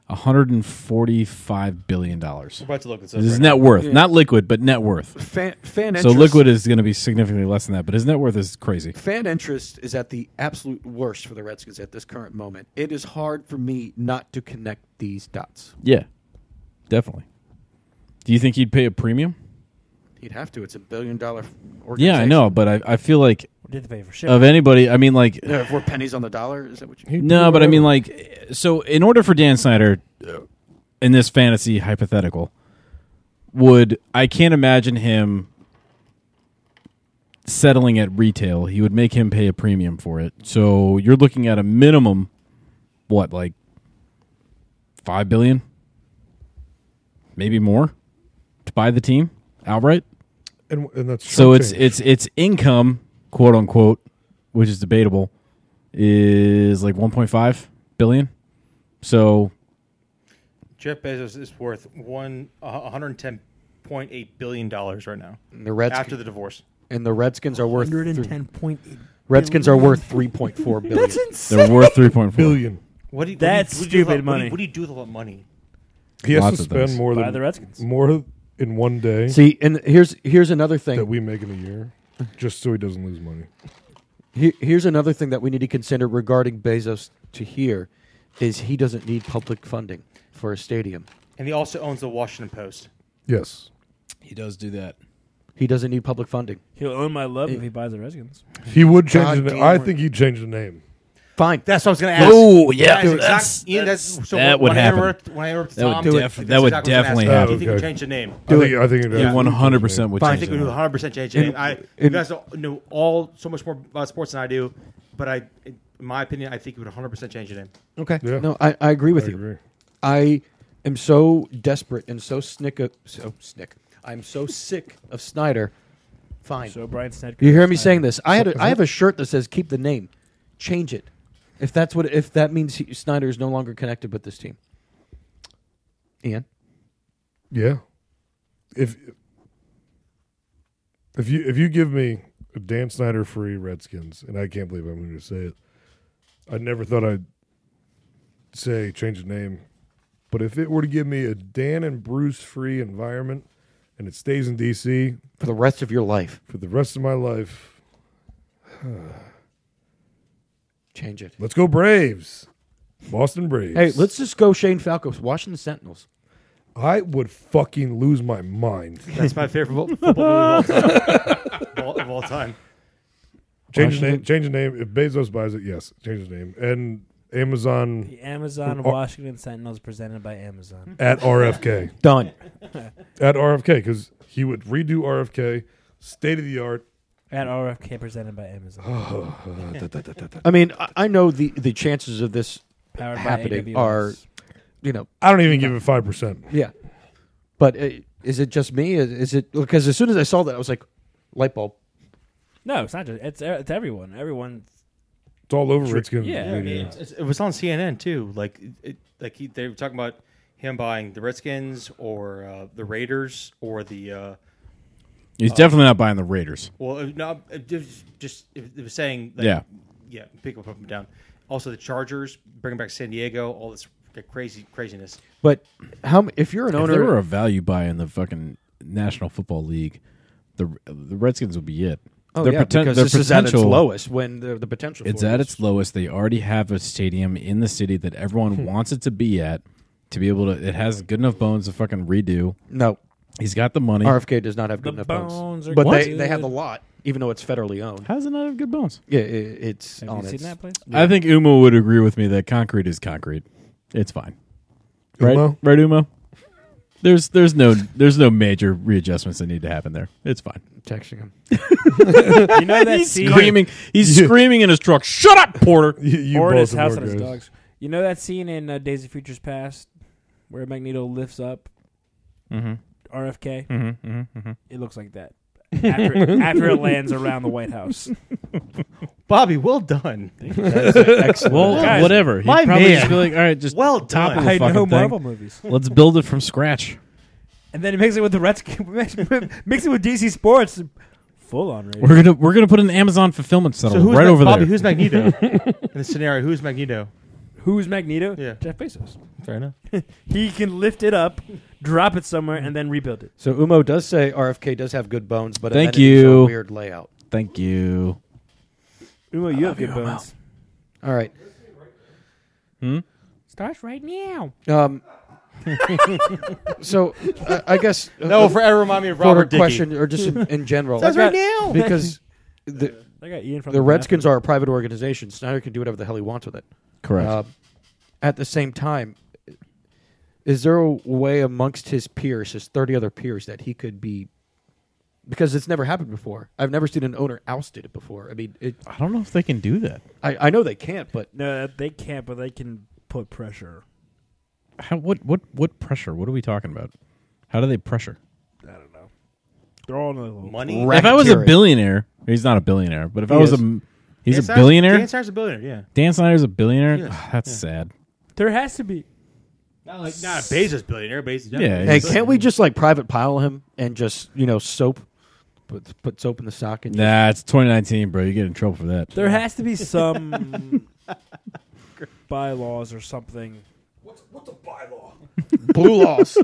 [SPEAKER 7] 145 billion dollars.
[SPEAKER 8] We're about to look this up.
[SPEAKER 7] This is
[SPEAKER 8] right
[SPEAKER 7] net worth, not liquid, but net worth.
[SPEAKER 6] fan fan
[SPEAKER 7] So
[SPEAKER 6] interest,
[SPEAKER 7] liquid is going to be significantly less than that, but his net worth is crazy.
[SPEAKER 6] fan interest is at the absolute worst for the Redskins at this current moment. It is hard for me not to connect these dots.
[SPEAKER 7] Yeah, definitely. Do you think he'd pay a premium?
[SPEAKER 6] He'd have to. It's a billion dollar organization.
[SPEAKER 7] Yeah, I know, but I, I feel like
[SPEAKER 5] Did the pay for shit?
[SPEAKER 7] of anybody, I mean, like
[SPEAKER 6] Yeah, if we're pennies on the dollar, is that what you?
[SPEAKER 7] No, but I mean, like, so in order for Dan Snyder, uh, in this fantasy hypothetical, would I can't imagine him settling at retail. He would make him pay a premium for it. So you're looking at a minimum, what like five billion, maybe more, to buy the team. outright.
[SPEAKER 4] And, and that's
[SPEAKER 7] so it's it's it's income, quote unquote, which is debatable, is like 1.5 billion. So
[SPEAKER 8] Jeff Bezos is worth one one hundred ten point eight billion dollars right now.
[SPEAKER 6] The Redskins-
[SPEAKER 8] after the divorce.
[SPEAKER 6] and the Redskins are worth three-
[SPEAKER 5] 110.8
[SPEAKER 6] Redskins are worth three point four billion.
[SPEAKER 5] That's
[SPEAKER 7] they're worth 3.4
[SPEAKER 4] billion.
[SPEAKER 8] What do you, what
[SPEAKER 5] That's
[SPEAKER 8] do you- what do you do with
[SPEAKER 5] stupid
[SPEAKER 8] all-
[SPEAKER 5] money.
[SPEAKER 8] What do you, what do you do with all that money?
[SPEAKER 4] He has
[SPEAKER 7] Lots
[SPEAKER 4] to
[SPEAKER 7] of
[SPEAKER 4] spend
[SPEAKER 7] things.
[SPEAKER 4] more
[SPEAKER 5] Buy
[SPEAKER 4] than
[SPEAKER 5] the Redskins.
[SPEAKER 4] more in one day
[SPEAKER 6] See, and here's here's another
[SPEAKER 4] that
[SPEAKER 6] thing.
[SPEAKER 4] we make in a year, just so he doesn't lose money.
[SPEAKER 6] Here, here's another thing that we need to consider regarding Bezos to here is he doesn't need public funding for a stadium.
[SPEAKER 8] And he also owns the Washington Post.
[SPEAKER 4] Yes,
[SPEAKER 7] he does do that.
[SPEAKER 6] He doesn't need public funding.
[SPEAKER 5] He'll own my love if he buys the Redskins.
[SPEAKER 4] he would change.
[SPEAKER 6] God
[SPEAKER 4] the
[SPEAKER 6] damn
[SPEAKER 4] na- I
[SPEAKER 6] right.
[SPEAKER 4] think he'd change the name.
[SPEAKER 6] Fine.
[SPEAKER 8] That's what I was going to ask.
[SPEAKER 7] Oh, yeah,
[SPEAKER 8] That is
[SPEAKER 7] dude, that's-
[SPEAKER 8] exact- Ian, that's-
[SPEAKER 7] that's-
[SPEAKER 8] so
[SPEAKER 7] that
[SPEAKER 8] when-
[SPEAKER 7] would
[SPEAKER 8] when I
[SPEAKER 7] happen.
[SPEAKER 8] interrupt- when I interrupt
[SPEAKER 7] That would
[SPEAKER 8] Tom,
[SPEAKER 7] def-
[SPEAKER 8] that's
[SPEAKER 7] that would
[SPEAKER 8] exactly what I was
[SPEAKER 7] definitely
[SPEAKER 8] gonna ask.
[SPEAKER 4] happen.
[SPEAKER 8] Do you think
[SPEAKER 4] Okay.
[SPEAKER 8] we change the name?
[SPEAKER 4] I think, I think it
[SPEAKER 7] He 100% would
[SPEAKER 8] I
[SPEAKER 7] change
[SPEAKER 8] think
[SPEAKER 7] it.
[SPEAKER 8] we would 100% change the name. I, you
[SPEAKER 6] and-
[SPEAKER 8] guys don't know all so much more about sports than I do, but I, in my opinion, I think we would 100% change the name.
[SPEAKER 6] Okay.
[SPEAKER 4] Yeah.
[SPEAKER 6] No, I, I agree with
[SPEAKER 4] I
[SPEAKER 6] you.
[SPEAKER 4] agree.
[SPEAKER 6] I am so desperate and so snick of, so snick. I'm so sick of Snyder. Fine.
[SPEAKER 5] So Brian Snedker.
[SPEAKER 6] you hear me saying this? I had a, I have a shirt that says "Keep the name, change it." If that's what if that means he, Snyder is no longer connected with this team. Ian,
[SPEAKER 4] Yeah. If if you if you give me a Dan Snyder free Redskins, and I can't believe I'm going to say it, I never thought I'd say change the name, but if it were to give me a Dan and Bruce free environment, and it stays in D.C.
[SPEAKER 6] for the rest of your life,
[SPEAKER 4] for the rest of my life,
[SPEAKER 6] change it.
[SPEAKER 4] let's go Braves, Boston Braves.
[SPEAKER 6] Hey, let's just go Shane Falco's Washington Sentinels.
[SPEAKER 4] I would fucking lose my mind.
[SPEAKER 8] That's my favorite fo- football movie of all time. of all time.
[SPEAKER 4] Change the name. Change the name. If Bezos buys it, yes, change the name. And Amazon
[SPEAKER 5] The Amazon
[SPEAKER 4] Oh.
[SPEAKER 5] Washington Sentinels presented by Amazon.
[SPEAKER 4] at RFK.
[SPEAKER 6] Done.
[SPEAKER 4] at RFK because he would redo RFK, state of the art.
[SPEAKER 5] At RFK presented by
[SPEAKER 6] Oh,
[SPEAKER 5] Amazon.
[SPEAKER 6] I mean, I, I know the the chances of this
[SPEAKER 5] Powered by
[SPEAKER 6] happening
[SPEAKER 5] AWS.
[SPEAKER 6] are, you know,
[SPEAKER 4] I don't even give it five percent.
[SPEAKER 6] Yeah, but uh, is it just me? Is, is it because as soon as I saw that, I was like, light bulb.
[SPEAKER 5] No, it's not just it's it's everyone. Everyone
[SPEAKER 4] It's all over Redskins.
[SPEAKER 5] Yeah, I
[SPEAKER 4] media.
[SPEAKER 8] I mean, it's- it's- it was on CNN too. Like, it- it, like he, they were talking about him buying the Redskins or uh, the Raiders or the. Uh,
[SPEAKER 7] He's definitely not buying the Raiders.
[SPEAKER 8] well, uh, no, it was just it was saying. Like,
[SPEAKER 7] Yeah.
[SPEAKER 8] yeah, pick up, up and down. Also, the Chargers bringing back San Diego, all this crazy craziness.
[SPEAKER 6] But how m- if you're an
[SPEAKER 7] If there were
[SPEAKER 6] owner?
[SPEAKER 7] a value buy in the fucking National Football League, the the Redskins would be it.
[SPEAKER 6] oh
[SPEAKER 7] Their
[SPEAKER 6] yeah,
[SPEAKER 7] poten-
[SPEAKER 6] because
[SPEAKER 7] their
[SPEAKER 6] this is at its
[SPEAKER 7] potential-
[SPEAKER 6] lowest when the, the potential.
[SPEAKER 7] It's
[SPEAKER 6] for it
[SPEAKER 7] at
[SPEAKER 6] is-
[SPEAKER 7] its lowest. They already have a stadium in the city that
[SPEAKER 6] Hmm.
[SPEAKER 7] everyone wants it to be at. To be able to, it has good enough bones to fucking redo.
[SPEAKER 6] no.
[SPEAKER 7] He's got the money.
[SPEAKER 6] RFK does not have
[SPEAKER 5] The
[SPEAKER 6] good enough bones,
[SPEAKER 5] bones are
[SPEAKER 6] but they,
[SPEAKER 5] good.
[SPEAKER 6] they have a lot, even though it's federally owned.
[SPEAKER 7] How does it not have good bones?
[SPEAKER 6] Yeah, it, it's
[SPEAKER 5] have
[SPEAKER 6] on
[SPEAKER 5] you seen
[SPEAKER 6] its-
[SPEAKER 5] that place?
[SPEAKER 7] I think Umo would agree with me that concrete is concrete. It's fine. Right?
[SPEAKER 4] Umo?
[SPEAKER 7] Right, Umo? There's there's no there's no major readjustments that need to happen there. It's fine.
[SPEAKER 6] texting him.
[SPEAKER 5] You know that
[SPEAKER 7] He's
[SPEAKER 5] scene
[SPEAKER 7] screaming he's screaming in his truck. Shut up, Porter.
[SPEAKER 4] You, you
[SPEAKER 5] or in his house
[SPEAKER 4] Baltimore
[SPEAKER 5] and his
[SPEAKER 4] guys.
[SPEAKER 5] dogs. You know that scene in uh, Days of Futures Past where Magneto lifts up RFK?
[SPEAKER 7] Mm-hmm, mm-hmm, mm-hmm.
[SPEAKER 5] It looks like that. After, after it lands around the White House.
[SPEAKER 8] Bobby, well done.
[SPEAKER 7] Well,
[SPEAKER 5] Guys,
[SPEAKER 7] whatever. He'd
[SPEAKER 8] my
[SPEAKER 7] probably
[SPEAKER 8] man.
[SPEAKER 7] just be like, all right, just
[SPEAKER 8] Well
[SPEAKER 7] top
[SPEAKER 8] done.
[SPEAKER 7] of the
[SPEAKER 5] I
[SPEAKER 7] fucking
[SPEAKER 5] know
[SPEAKER 7] thing.
[SPEAKER 5] Marvel movies.
[SPEAKER 7] Let's build it from scratch.
[SPEAKER 5] And then he makes it with the Redskins. makes makes it with DC Sports. Full on radio.
[SPEAKER 7] We're gonna we're gonna put an Amazon fulfillment center
[SPEAKER 8] So who's
[SPEAKER 7] right
[SPEAKER 8] Ma-
[SPEAKER 7] over
[SPEAKER 8] Bobby,
[SPEAKER 7] there.
[SPEAKER 8] Who's Magneto in the scenario? Who's Magneto?
[SPEAKER 5] Who's Magneto?
[SPEAKER 8] Yeah.
[SPEAKER 5] Jeff Bezos.
[SPEAKER 8] Fair enough.
[SPEAKER 5] He can lift it up, drop it somewhere, and then rebuild it.
[SPEAKER 6] So Umo does say RFK does have good bones, but
[SPEAKER 7] Thank
[SPEAKER 6] amenities are
[SPEAKER 7] you.
[SPEAKER 6] Weird layout.
[SPEAKER 7] Thank you.
[SPEAKER 5] Umo, you have good bones.
[SPEAKER 6] All right.
[SPEAKER 5] Starts right now.
[SPEAKER 6] Um, so uh, I guess uh,
[SPEAKER 8] No, forever remind me of
[SPEAKER 6] for a
[SPEAKER 8] Robert Dickey.
[SPEAKER 6] question or just in, in general
[SPEAKER 8] That's right now.
[SPEAKER 6] because the
[SPEAKER 5] I got Ian from
[SPEAKER 6] the Redskins are a private organization. Snyder can do whatever the hell he wants with it.
[SPEAKER 7] Correct.
[SPEAKER 6] Uh, at the same time, is there a way amongst his peers, his thirty other peers, that he could be? Because it's never happened before. I've never seen an owner ousted it before. I mean, it,
[SPEAKER 7] I don't know if they can do that.
[SPEAKER 6] I, I know they can't, but
[SPEAKER 5] No, they can't, but they can put pressure.
[SPEAKER 7] How, what what what pressure? What are we talking about? How do they pressure?
[SPEAKER 5] I don't know. They're all in the little
[SPEAKER 8] Money?
[SPEAKER 7] If I was a billionaire, he's not a billionaire, but if I
[SPEAKER 8] He
[SPEAKER 7] was
[SPEAKER 8] is.
[SPEAKER 7] a, he's
[SPEAKER 8] Dan
[SPEAKER 7] a
[SPEAKER 8] Snyder's-
[SPEAKER 7] billionaire.
[SPEAKER 8] Dan Snyder's a billionaire, yeah.
[SPEAKER 7] Dan Snyder's a billionaire. Ah,
[SPEAKER 8] He is,
[SPEAKER 7] that's
[SPEAKER 8] yeah.
[SPEAKER 7] sad.
[SPEAKER 5] There has to be.
[SPEAKER 8] Not like not Bezos billionaire. Bezos.
[SPEAKER 7] Yeah,
[SPEAKER 6] Hey, can't we just like private pile him and just you know soap, put put soap in the sock and just-
[SPEAKER 7] Nah, it's 2019, bro. You get in trouble for that.
[SPEAKER 5] There has to be some bylaws or something.
[SPEAKER 2] What's, what's a bylaw?
[SPEAKER 6] blue laws.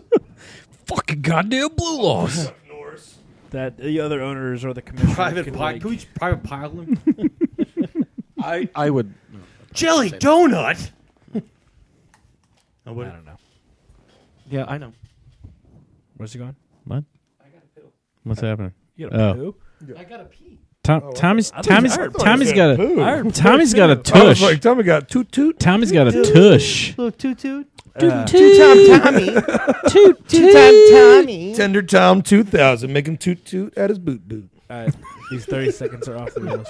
[SPEAKER 7] Fucking goddamn blue laws.
[SPEAKER 2] Norris.
[SPEAKER 5] That the other owners or the commissioners
[SPEAKER 8] Private
[SPEAKER 5] can,
[SPEAKER 8] pile.
[SPEAKER 5] like-
[SPEAKER 8] can we just private pile him?
[SPEAKER 6] I I would.
[SPEAKER 8] Jelly donut. I don't know.
[SPEAKER 6] Yeah, I know.
[SPEAKER 5] Where's he going?
[SPEAKER 7] What? What's happening?
[SPEAKER 5] You got a
[SPEAKER 7] Oh,
[SPEAKER 5] poo?
[SPEAKER 8] I gotta pee.
[SPEAKER 7] Tom, Tommy's
[SPEAKER 5] I thought-
[SPEAKER 7] Tommy's
[SPEAKER 5] I thought he
[SPEAKER 7] Tommy's
[SPEAKER 4] said
[SPEAKER 7] got
[SPEAKER 4] poo. I
[SPEAKER 7] a
[SPEAKER 5] heard
[SPEAKER 7] Tommy's
[SPEAKER 5] poo,
[SPEAKER 7] got a
[SPEAKER 5] too.
[SPEAKER 4] I was
[SPEAKER 7] tush.
[SPEAKER 4] like, Tommy got toot toot.
[SPEAKER 7] Tommy's got a tush.
[SPEAKER 8] Little toot toot.
[SPEAKER 5] Uh,
[SPEAKER 8] Two time Tommy.
[SPEAKER 7] Toot
[SPEAKER 8] Two time Tommy.
[SPEAKER 4] Tender Tom 2000. Make him toot toot at his boot boot.
[SPEAKER 5] all right. These thirty seconds are off the rules.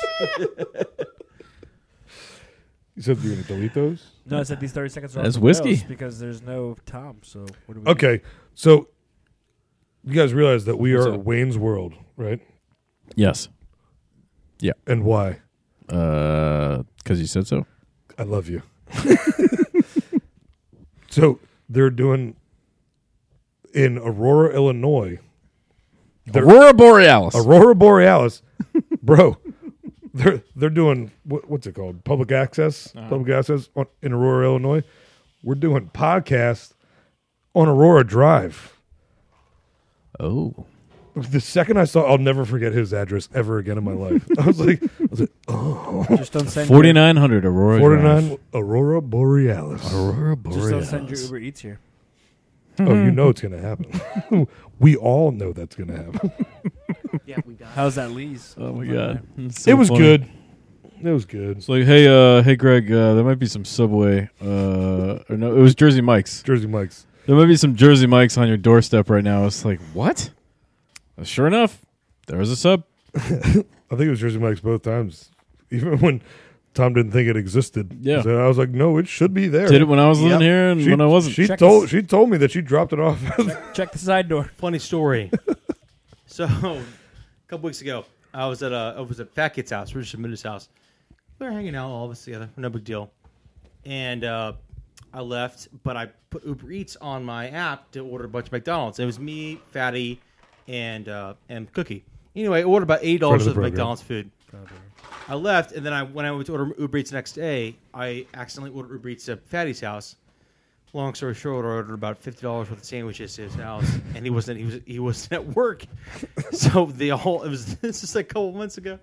[SPEAKER 4] You said you're going to delete those?
[SPEAKER 5] No, I said these thirty seconds are off
[SPEAKER 7] That's
[SPEAKER 5] the
[SPEAKER 7] whiskey.
[SPEAKER 5] rails because there's no Tom. So what do we do?
[SPEAKER 4] Okay. So you guys realize that we
[SPEAKER 7] What's
[SPEAKER 4] are
[SPEAKER 7] up?
[SPEAKER 4] Wayne's World, right?
[SPEAKER 7] Yes,
[SPEAKER 4] And why?
[SPEAKER 7] because Uh, you said so.
[SPEAKER 4] I love you. so they're doing in Aurora, Illinois, There-
[SPEAKER 7] Aurora Borealis.
[SPEAKER 4] Aurora Borealis, bro. They're they're doing what, what's it called? Public access, public access on, in Aurora, Illinois. We're doing podcasts on Aurora Drive.
[SPEAKER 7] oh,
[SPEAKER 4] The second I saw, I'll never forget his address ever again in my life. I was like, I was like,
[SPEAKER 5] Just don't send your-
[SPEAKER 7] 4900 Aurora.
[SPEAKER 4] forty nine
[SPEAKER 7] Drive.
[SPEAKER 4] Aurora Borealis.
[SPEAKER 7] Aurora
[SPEAKER 5] Just don't send your
[SPEAKER 7] Borealis.
[SPEAKER 5] Uber Eats here.
[SPEAKER 4] Oh, you know it's gonna happen. we all know that's gonna happen.
[SPEAKER 6] Yeah, we got.
[SPEAKER 5] How's that, Lee's?
[SPEAKER 7] Oh my god, That's so
[SPEAKER 4] it was
[SPEAKER 7] funny.
[SPEAKER 4] good. It was good.
[SPEAKER 7] It's like, hey, uh, hey, Greg, uh, there might be some Subway, uh, or no, it was Jersey Mike's.
[SPEAKER 4] Jersey Mike's.
[SPEAKER 7] There might be some Jersey Mike's on your doorstep right now. It's like, what? Uh, Sure enough, there was a sub.
[SPEAKER 4] I think it was Jersey Mike's both times. Even when Tom didn't think it existed.
[SPEAKER 7] Yeah.
[SPEAKER 4] So I was like, no, it should be there.
[SPEAKER 7] Did it when I was living
[SPEAKER 6] Yep.
[SPEAKER 7] here and
[SPEAKER 4] she,
[SPEAKER 7] when I wasn't.
[SPEAKER 4] She
[SPEAKER 5] Check
[SPEAKER 4] told
[SPEAKER 5] this.
[SPEAKER 4] she told me that she dropped it off.
[SPEAKER 5] Check the side door.
[SPEAKER 8] Funny story. so, a couple weeks ago, I was at uh, I was at Fat Kid's house, Richard Minuta's house. We were hanging out, all of us together, no big deal. And uh, I left, but I put Uber Eats on my app to order a bunch of McDonald's. It was me, Fatty, and uh, and Cookie. Anyway, I ordered about eight
[SPEAKER 4] Friend of
[SPEAKER 8] dollars
[SPEAKER 4] the
[SPEAKER 8] of
[SPEAKER 4] program.
[SPEAKER 8] McDonald's food. I left, and then I when I went to order Uber Eats the next day, I accidentally ordered Uber Eats at Fatty's house. Long story short, I ordered about fifty dollars worth of sandwiches to his house, and he wasn't. He was he wasn't at work, so they all. It was this is like a couple months ago,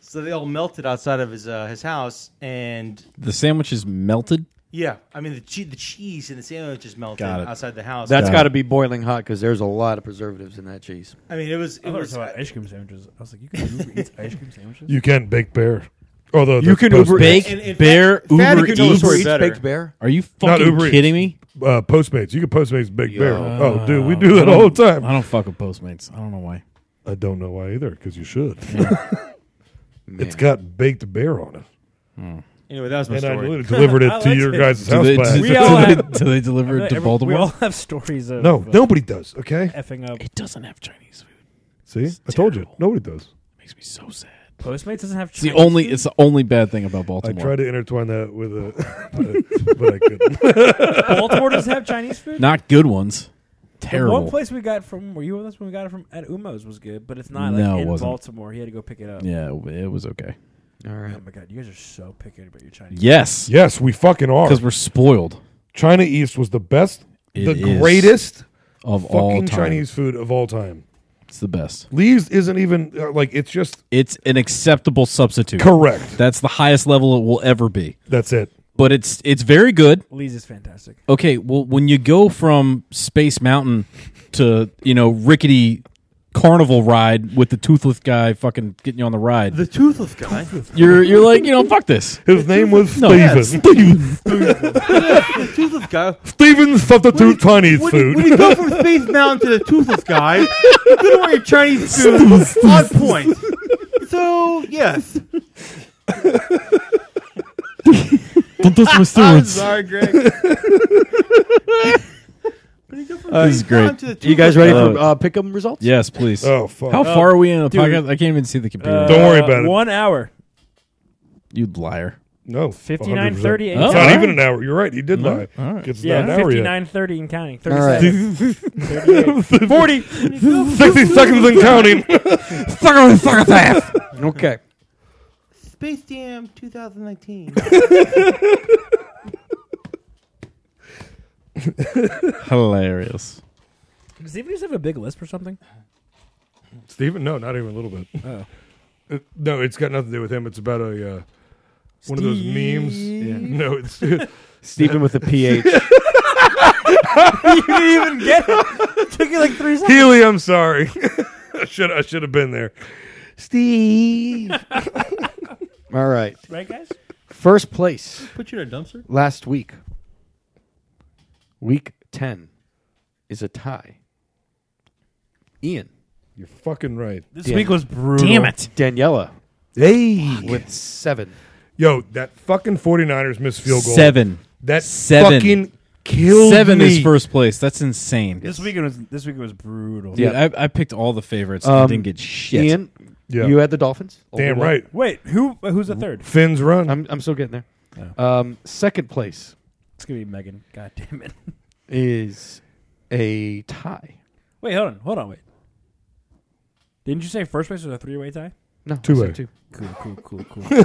[SPEAKER 8] so they all melted outside of his uh, his house, and
[SPEAKER 7] the sandwiches melted.
[SPEAKER 8] yeah, I mean the che- the cheese and the sandwiches melted
[SPEAKER 7] Got it.
[SPEAKER 8] outside the house.
[SPEAKER 6] That's
[SPEAKER 7] Yeah.
[SPEAKER 6] got to be boiling hot because there's a lot of preservatives in that cheese.
[SPEAKER 8] I mean it was
[SPEAKER 5] I
[SPEAKER 8] it
[SPEAKER 5] thought it
[SPEAKER 8] was
[SPEAKER 5] was about ice cream sandwiches. I was like, you can Uber Eats ice cream sandwiches?
[SPEAKER 4] you can't bake bear. Oh, Although
[SPEAKER 6] You can Uber
[SPEAKER 4] bake
[SPEAKER 7] Bake Bear
[SPEAKER 8] Fatty- Fatty
[SPEAKER 7] Uber
[SPEAKER 8] could tell the story
[SPEAKER 7] Eats?
[SPEAKER 8] better.
[SPEAKER 6] baked bear.
[SPEAKER 7] Are you
[SPEAKER 4] Not
[SPEAKER 7] fucking
[SPEAKER 4] Uber Eats.
[SPEAKER 7] kidding me?
[SPEAKER 4] uh, Postmates. You can Postmates bake bear.
[SPEAKER 6] Yeah.
[SPEAKER 4] Oh, dude, we
[SPEAKER 7] Uh,
[SPEAKER 4] do
[SPEAKER 7] I
[SPEAKER 4] that
[SPEAKER 7] don't-
[SPEAKER 4] all the time.
[SPEAKER 7] I don't fuck with Postmates. I don't know why.
[SPEAKER 4] I don't know why either, because you should.
[SPEAKER 6] Man.
[SPEAKER 4] it's got baked bear on it,
[SPEAKER 8] Anyway, that was my
[SPEAKER 4] and I
[SPEAKER 8] story.
[SPEAKER 4] literally delivered
[SPEAKER 5] I
[SPEAKER 4] it to
[SPEAKER 5] like
[SPEAKER 4] your
[SPEAKER 5] it.
[SPEAKER 4] guys'
[SPEAKER 7] Do
[SPEAKER 4] house.
[SPEAKER 7] they,
[SPEAKER 4] by
[SPEAKER 7] do,
[SPEAKER 5] We
[SPEAKER 7] do
[SPEAKER 4] accident.
[SPEAKER 5] all
[SPEAKER 7] they,
[SPEAKER 5] have-
[SPEAKER 7] do they deliver it to
[SPEAKER 5] Every-
[SPEAKER 7] Baltimore?
[SPEAKER 5] We all have stories of
[SPEAKER 4] no,
[SPEAKER 5] uh,
[SPEAKER 4] nobody does. Okay,
[SPEAKER 5] effing up.
[SPEAKER 7] it doesn't have Chinese food.
[SPEAKER 4] see, I told you,
[SPEAKER 7] terrible.
[SPEAKER 4] nobody does.
[SPEAKER 7] It makes me so sad.
[SPEAKER 5] Postmates doesn't have
[SPEAKER 7] It's the
[SPEAKER 5] Chinese
[SPEAKER 7] only.
[SPEAKER 5] food?
[SPEAKER 7] It's the only bad thing about
[SPEAKER 4] I
[SPEAKER 7] Baltimore.
[SPEAKER 4] tried to intertwine that with a, but, but I couldn't.
[SPEAKER 5] Baltimore doesn't have Chinese food.
[SPEAKER 7] Not good ones.
[SPEAKER 5] The
[SPEAKER 7] Terrible.
[SPEAKER 5] One place we got from were you with us when we got it from at Umo's was good, but it's not like
[SPEAKER 7] No, it
[SPEAKER 5] in
[SPEAKER 7] wasn't.
[SPEAKER 5] Baltimore. He had to go pick it up.
[SPEAKER 7] Yeah, it was okay.
[SPEAKER 6] All right.
[SPEAKER 5] Oh my god, you guys are so picky about your Chinese.
[SPEAKER 7] Yes,
[SPEAKER 4] yes, we fucking are.
[SPEAKER 7] because we're spoiled
[SPEAKER 4] China East was the best,
[SPEAKER 7] It
[SPEAKER 4] the
[SPEAKER 7] is
[SPEAKER 4] greatest
[SPEAKER 7] of all
[SPEAKER 4] fucking
[SPEAKER 7] time.
[SPEAKER 4] Chinese food of all time.
[SPEAKER 7] It's the best.
[SPEAKER 4] Leaves isn't even uh, like it's just
[SPEAKER 7] It's an acceptable substitute.
[SPEAKER 4] correct.
[SPEAKER 7] That's the highest level it will ever be.
[SPEAKER 4] That's it.
[SPEAKER 7] But it's it's very good.
[SPEAKER 5] Lee's is fantastic.
[SPEAKER 7] Okay, well, when you go from Space Mountain to you know rickety carnival ride with the toothless guy fucking getting you on the ride,
[SPEAKER 8] The toothless guy.
[SPEAKER 7] you're you're like you know fuck this.
[SPEAKER 4] His name was
[SPEAKER 7] No, yeah,
[SPEAKER 4] Steven. Steven.
[SPEAKER 8] the toothless guy.
[SPEAKER 4] Steven substitute Chinese
[SPEAKER 8] When you,
[SPEAKER 4] food.
[SPEAKER 8] when you go from Space Mountain to the Toothless Guy, you're gonna want your Chinese food on point. So yes,
[SPEAKER 7] Don't touch my
[SPEAKER 8] I'm
[SPEAKER 7] stewards.
[SPEAKER 8] sorry, Greg. when you go from
[SPEAKER 7] this is
[SPEAKER 6] Now
[SPEAKER 7] great.
[SPEAKER 6] to the You guys ready for, uh, pick'em results?
[SPEAKER 7] Yes, please.
[SPEAKER 6] Oh, fuck.
[SPEAKER 7] How
[SPEAKER 6] Oh,
[SPEAKER 7] far are we in the
[SPEAKER 6] dude.
[SPEAKER 7] podcast? I can't even see the computer.
[SPEAKER 5] Don't worry Uh, about it. one hour.
[SPEAKER 7] You liar.
[SPEAKER 4] No.
[SPEAKER 5] 59 38.
[SPEAKER 4] It's not even an hour. You're right. He did lie. It's
[SPEAKER 5] yeah,
[SPEAKER 4] not an hour
[SPEAKER 5] 59
[SPEAKER 4] yet.
[SPEAKER 5] 30 and counting.
[SPEAKER 4] All right.
[SPEAKER 5] 37. 38, 40.
[SPEAKER 4] 60 seconds and counting. Sucker, sucker, fast.
[SPEAKER 6] Okay.
[SPEAKER 8] Space Jam 2019.
[SPEAKER 7] Hilarious.
[SPEAKER 5] Does he just have a big lisp or something?
[SPEAKER 4] Steven? No, not even a little bit.
[SPEAKER 6] Oh.
[SPEAKER 4] Uh, no, it's got nothing to do with him. It's about a uh, one of those memes. No, it's
[SPEAKER 6] Steven with a PH.
[SPEAKER 5] you didn't even get it. Took you like three seconds.
[SPEAKER 4] Healy, I'm sorry. I should I should have been there. Steve.
[SPEAKER 6] All right.
[SPEAKER 5] Right, guys?
[SPEAKER 6] First place.
[SPEAKER 8] Put you in a dumpster?
[SPEAKER 6] Last week. Week 10 is a tie. Ian.
[SPEAKER 4] You're fucking right.
[SPEAKER 5] This
[SPEAKER 6] Dan-
[SPEAKER 5] week was brutal. Damn it.
[SPEAKER 6] Daniela.
[SPEAKER 4] Hey.
[SPEAKER 6] With seven.
[SPEAKER 4] Yo, that fucking 49ers missed field goal.
[SPEAKER 7] Seven.
[SPEAKER 4] That
[SPEAKER 7] Seven.
[SPEAKER 4] fucking killed
[SPEAKER 7] Seven
[SPEAKER 4] me.
[SPEAKER 7] is first place. That's insane.
[SPEAKER 5] This weekend was this weekend was brutal.
[SPEAKER 7] Dude, I, I picked all the favorites
[SPEAKER 6] Um,
[SPEAKER 7] and didn't get shit.
[SPEAKER 6] Ian, you had the Dolphins.
[SPEAKER 4] Damn
[SPEAKER 6] Only one.
[SPEAKER 4] right.
[SPEAKER 5] Wait, who who's the third?
[SPEAKER 4] Finn's run.
[SPEAKER 6] I'm, I'm still getting there. Um, second place
[SPEAKER 5] It's gonna be Megan. God damn it.
[SPEAKER 6] is a tie.
[SPEAKER 5] Wait, hold on, hold on, wait. Didn't you say first place was a three-way tie?
[SPEAKER 6] No, I
[SPEAKER 4] Two-way.
[SPEAKER 6] said Two.
[SPEAKER 5] Cool, cool, cool, cool.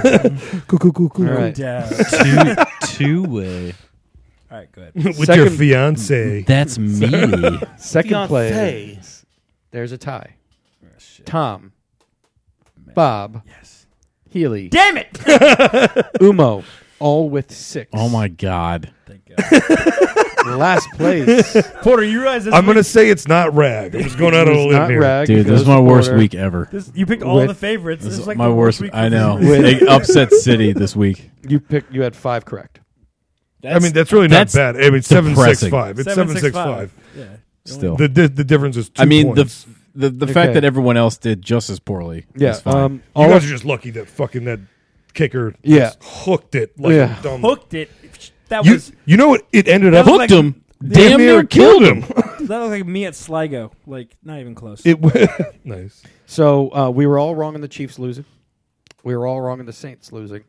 [SPEAKER 4] Cool, cool, cool, cool.
[SPEAKER 6] All right.
[SPEAKER 5] Doubt.
[SPEAKER 7] two two way.
[SPEAKER 5] All right, good.
[SPEAKER 4] With your
[SPEAKER 6] Second-
[SPEAKER 4] fiance.
[SPEAKER 7] That's me.
[SPEAKER 6] Second
[SPEAKER 8] Fiancé.
[SPEAKER 6] place. There's a tie. Tom, Bob,
[SPEAKER 5] Yes.
[SPEAKER 6] Healy,
[SPEAKER 5] Damn it!
[SPEAKER 6] Umo, all with six.
[SPEAKER 7] oh my god.
[SPEAKER 5] Thank God.
[SPEAKER 6] Last place.
[SPEAKER 5] Porter, you realize this
[SPEAKER 4] I'm going to say it's not rag. I'm just going out on a
[SPEAKER 6] It's not
[SPEAKER 4] limb here.
[SPEAKER 6] rag.
[SPEAKER 7] Dude, this
[SPEAKER 6] Goes
[SPEAKER 7] is my
[SPEAKER 6] to
[SPEAKER 7] worst
[SPEAKER 6] Porter.
[SPEAKER 7] week ever.
[SPEAKER 5] This, you picked all
[SPEAKER 6] With-
[SPEAKER 5] the favorites. This, is like
[SPEAKER 7] my
[SPEAKER 5] the
[SPEAKER 7] worst.
[SPEAKER 5] week
[SPEAKER 7] I
[SPEAKER 5] for
[SPEAKER 7] know.
[SPEAKER 5] favorites.
[SPEAKER 7] They upset City this week.
[SPEAKER 6] You picked. You had five correct.
[SPEAKER 4] I mean, that's really not
[SPEAKER 7] that's
[SPEAKER 4] bad. I mean, seven six
[SPEAKER 7] depressing.
[SPEAKER 4] five. It's seven six five.
[SPEAKER 5] Yeah.
[SPEAKER 7] Still,
[SPEAKER 4] The di- the difference is two
[SPEAKER 7] I mean the
[SPEAKER 4] points.
[SPEAKER 7] f- the the
[SPEAKER 6] Okay.
[SPEAKER 7] fact that everyone else did just as poorly.
[SPEAKER 6] Yeah.
[SPEAKER 7] is fine.
[SPEAKER 6] Um,
[SPEAKER 4] you
[SPEAKER 6] all
[SPEAKER 4] guys
[SPEAKER 6] of-
[SPEAKER 4] are just lucky that fucking that kicker
[SPEAKER 6] Yeah.
[SPEAKER 4] just hooked it like
[SPEAKER 6] Yeah.
[SPEAKER 4] a dumb.
[SPEAKER 5] Hooked it. That
[SPEAKER 4] You
[SPEAKER 5] was
[SPEAKER 4] you know what? It ended up
[SPEAKER 5] That was
[SPEAKER 7] hooked him. Damn near killed him.
[SPEAKER 5] that looked like me at Sligo. Like not even close.
[SPEAKER 4] It w- nice.
[SPEAKER 6] So uh, we were all wrong in the Chiefs losing. We were all wrong in the Saints losing.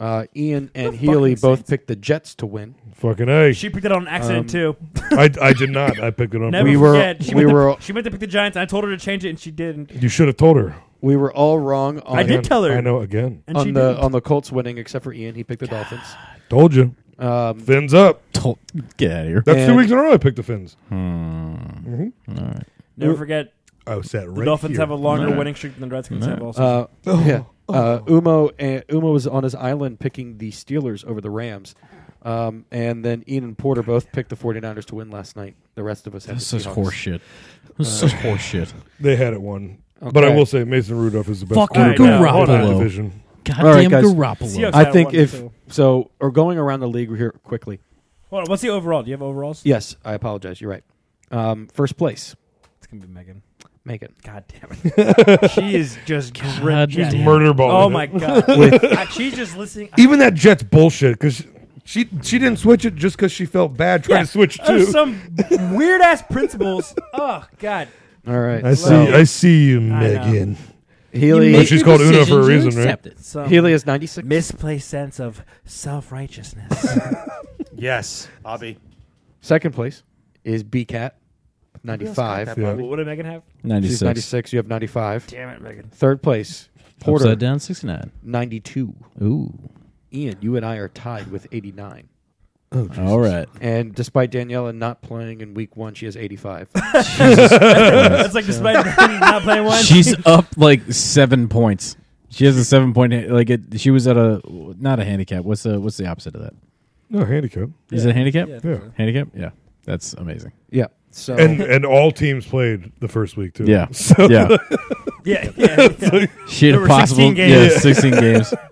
[SPEAKER 6] Uh, Ian and
[SPEAKER 5] The
[SPEAKER 6] Healy
[SPEAKER 5] fucking
[SPEAKER 6] both
[SPEAKER 5] Saints.
[SPEAKER 6] picked the Jets to win.
[SPEAKER 4] Fucking a.
[SPEAKER 5] she picked it on accident too.
[SPEAKER 4] I, I did not. I picked it on.
[SPEAKER 5] Never
[SPEAKER 6] we
[SPEAKER 4] purpose.
[SPEAKER 6] were-
[SPEAKER 5] forget. She,
[SPEAKER 6] we
[SPEAKER 5] meant
[SPEAKER 6] were-
[SPEAKER 5] to, she meant to pick the Giants. I told her to change it, and she didn't.
[SPEAKER 4] You should have told her.
[SPEAKER 6] We were all wrong on,
[SPEAKER 5] I did tell her.
[SPEAKER 4] I know again.
[SPEAKER 5] And she
[SPEAKER 6] on the uh,
[SPEAKER 5] didn't.
[SPEAKER 6] on the Colts winning, except for Ian. He picked the Dolphins.
[SPEAKER 4] Told you.
[SPEAKER 6] Um,
[SPEAKER 4] Fins up.
[SPEAKER 7] Tol- get out of here.
[SPEAKER 4] That's two
[SPEAKER 6] And-
[SPEAKER 4] weeks in a row. I picked the fins.
[SPEAKER 5] Never forget.
[SPEAKER 4] I was sat right.
[SPEAKER 5] The Dolphins
[SPEAKER 4] here.
[SPEAKER 5] have a longer
[SPEAKER 7] No.
[SPEAKER 5] winning streak than the Redskins
[SPEAKER 7] No.
[SPEAKER 5] have. Also,
[SPEAKER 6] uh, yeah.
[SPEAKER 5] Oh.
[SPEAKER 6] Uh, Umo and Umo was on his island picking the Steelers over the Rams. Um, and then Ian and Porter both picked the 49ers to win last night. The rest of us had
[SPEAKER 7] This
[SPEAKER 6] the
[SPEAKER 7] is
[SPEAKER 6] Seahawks.
[SPEAKER 7] horseshit. This is such horseshit.
[SPEAKER 4] They had it one. But I
[SPEAKER 6] Okay.
[SPEAKER 4] will say Mason Rudolph is the best
[SPEAKER 7] Fucking
[SPEAKER 4] quarterback in
[SPEAKER 5] Garoppolo.
[SPEAKER 4] that division.
[SPEAKER 7] Goddamn
[SPEAKER 6] right, guys.
[SPEAKER 7] Garoppolo.
[SPEAKER 5] Seahawks-
[SPEAKER 6] I
[SPEAKER 5] had
[SPEAKER 6] think
[SPEAKER 5] one,
[SPEAKER 6] if
[SPEAKER 5] so-
[SPEAKER 6] so, or going around the league here quickly.
[SPEAKER 5] Hold on, what's the overall? Do you have overalls?
[SPEAKER 6] Yes, I apologize. You're right. Um, first place,
[SPEAKER 5] It's gonna be Megan.
[SPEAKER 6] Megan.
[SPEAKER 5] God damn it. she is just
[SPEAKER 7] God
[SPEAKER 5] grim. She's
[SPEAKER 7] damn.
[SPEAKER 4] Murder ball.
[SPEAKER 5] Oh
[SPEAKER 4] in
[SPEAKER 5] my
[SPEAKER 4] it.
[SPEAKER 5] god. I- she's just listening. I-
[SPEAKER 4] Even that Jets bullshit because she she didn't switch it just because she felt bad trying
[SPEAKER 5] yeah,
[SPEAKER 4] to switch
[SPEAKER 5] oh,
[SPEAKER 4] too.
[SPEAKER 5] Some weird ass principles. Oh god.
[SPEAKER 6] All right.
[SPEAKER 4] I see.
[SPEAKER 6] So,
[SPEAKER 4] I see you,
[SPEAKER 5] I know.
[SPEAKER 4] Megan.
[SPEAKER 6] Healy.
[SPEAKER 4] But she's called Uno for a reason, right?
[SPEAKER 5] Some
[SPEAKER 6] Healy is 96.
[SPEAKER 5] misplaced sense of self righteousness.
[SPEAKER 8] yes, Bobby.
[SPEAKER 6] Second place is B Cat, 95.
[SPEAKER 4] Yeah.
[SPEAKER 5] what did Megan have?
[SPEAKER 6] She's
[SPEAKER 7] 96.
[SPEAKER 6] 96. You have 95.
[SPEAKER 5] Damn it, Megan.
[SPEAKER 6] Third place, Porter,
[SPEAKER 7] Upside down 69.
[SPEAKER 6] 92.
[SPEAKER 7] Ooh.
[SPEAKER 6] Ian, you and I are tied with 89. Oh,
[SPEAKER 7] All right.
[SPEAKER 6] And despite Daniela not playing in week one, she has 85.
[SPEAKER 5] That's like despite not playing one.
[SPEAKER 7] She's up like seven points. She has a seven point ha- like it. She was at a not a handicap. What's the what's the opposite of that?
[SPEAKER 4] No handicap.
[SPEAKER 7] Is it a handicap?
[SPEAKER 5] Yeah.
[SPEAKER 4] Yeah.
[SPEAKER 7] Handicap? Yeah. That's amazing.
[SPEAKER 6] yeah. So
[SPEAKER 4] And and all teams played the first week too.
[SPEAKER 7] Yeah.
[SPEAKER 4] So
[SPEAKER 7] Yeah.
[SPEAKER 5] yeah, yeah, yeah.
[SPEAKER 7] She had
[SPEAKER 5] There
[SPEAKER 7] a
[SPEAKER 5] were
[SPEAKER 7] possible
[SPEAKER 5] 16 games.
[SPEAKER 7] Yeah, 16 games.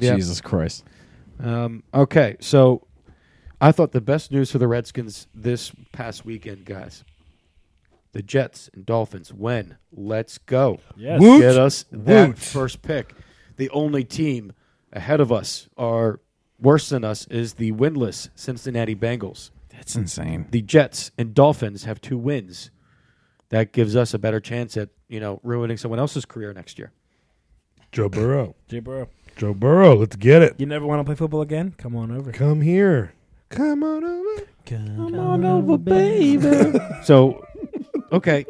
[SPEAKER 6] Yeah.
[SPEAKER 7] Jesus Christ.
[SPEAKER 6] Um, okay, so I thought the best news for the Redskins this past weekend, guys. The Jets and Dolphins win. Let's go.
[SPEAKER 5] Yes.
[SPEAKER 4] Woot.
[SPEAKER 6] Get us that
[SPEAKER 4] Woot.
[SPEAKER 6] first pick. The only team ahead of us are worse than us is the winless Cincinnati Bengals.
[SPEAKER 7] It's insane.
[SPEAKER 6] The Jets and Dolphins have two wins. That gives us a better chance at you know ruining someone else's career next year.
[SPEAKER 4] Joe Burrow.
[SPEAKER 5] Jay Burrow.
[SPEAKER 4] Joe Burrow. Let's get it.
[SPEAKER 5] You never want to play football again? Come on over.
[SPEAKER 4] Come here. Come on over.
[SPEAKER 5] Come
[SPEAKER 6] on over, baby. so, okay.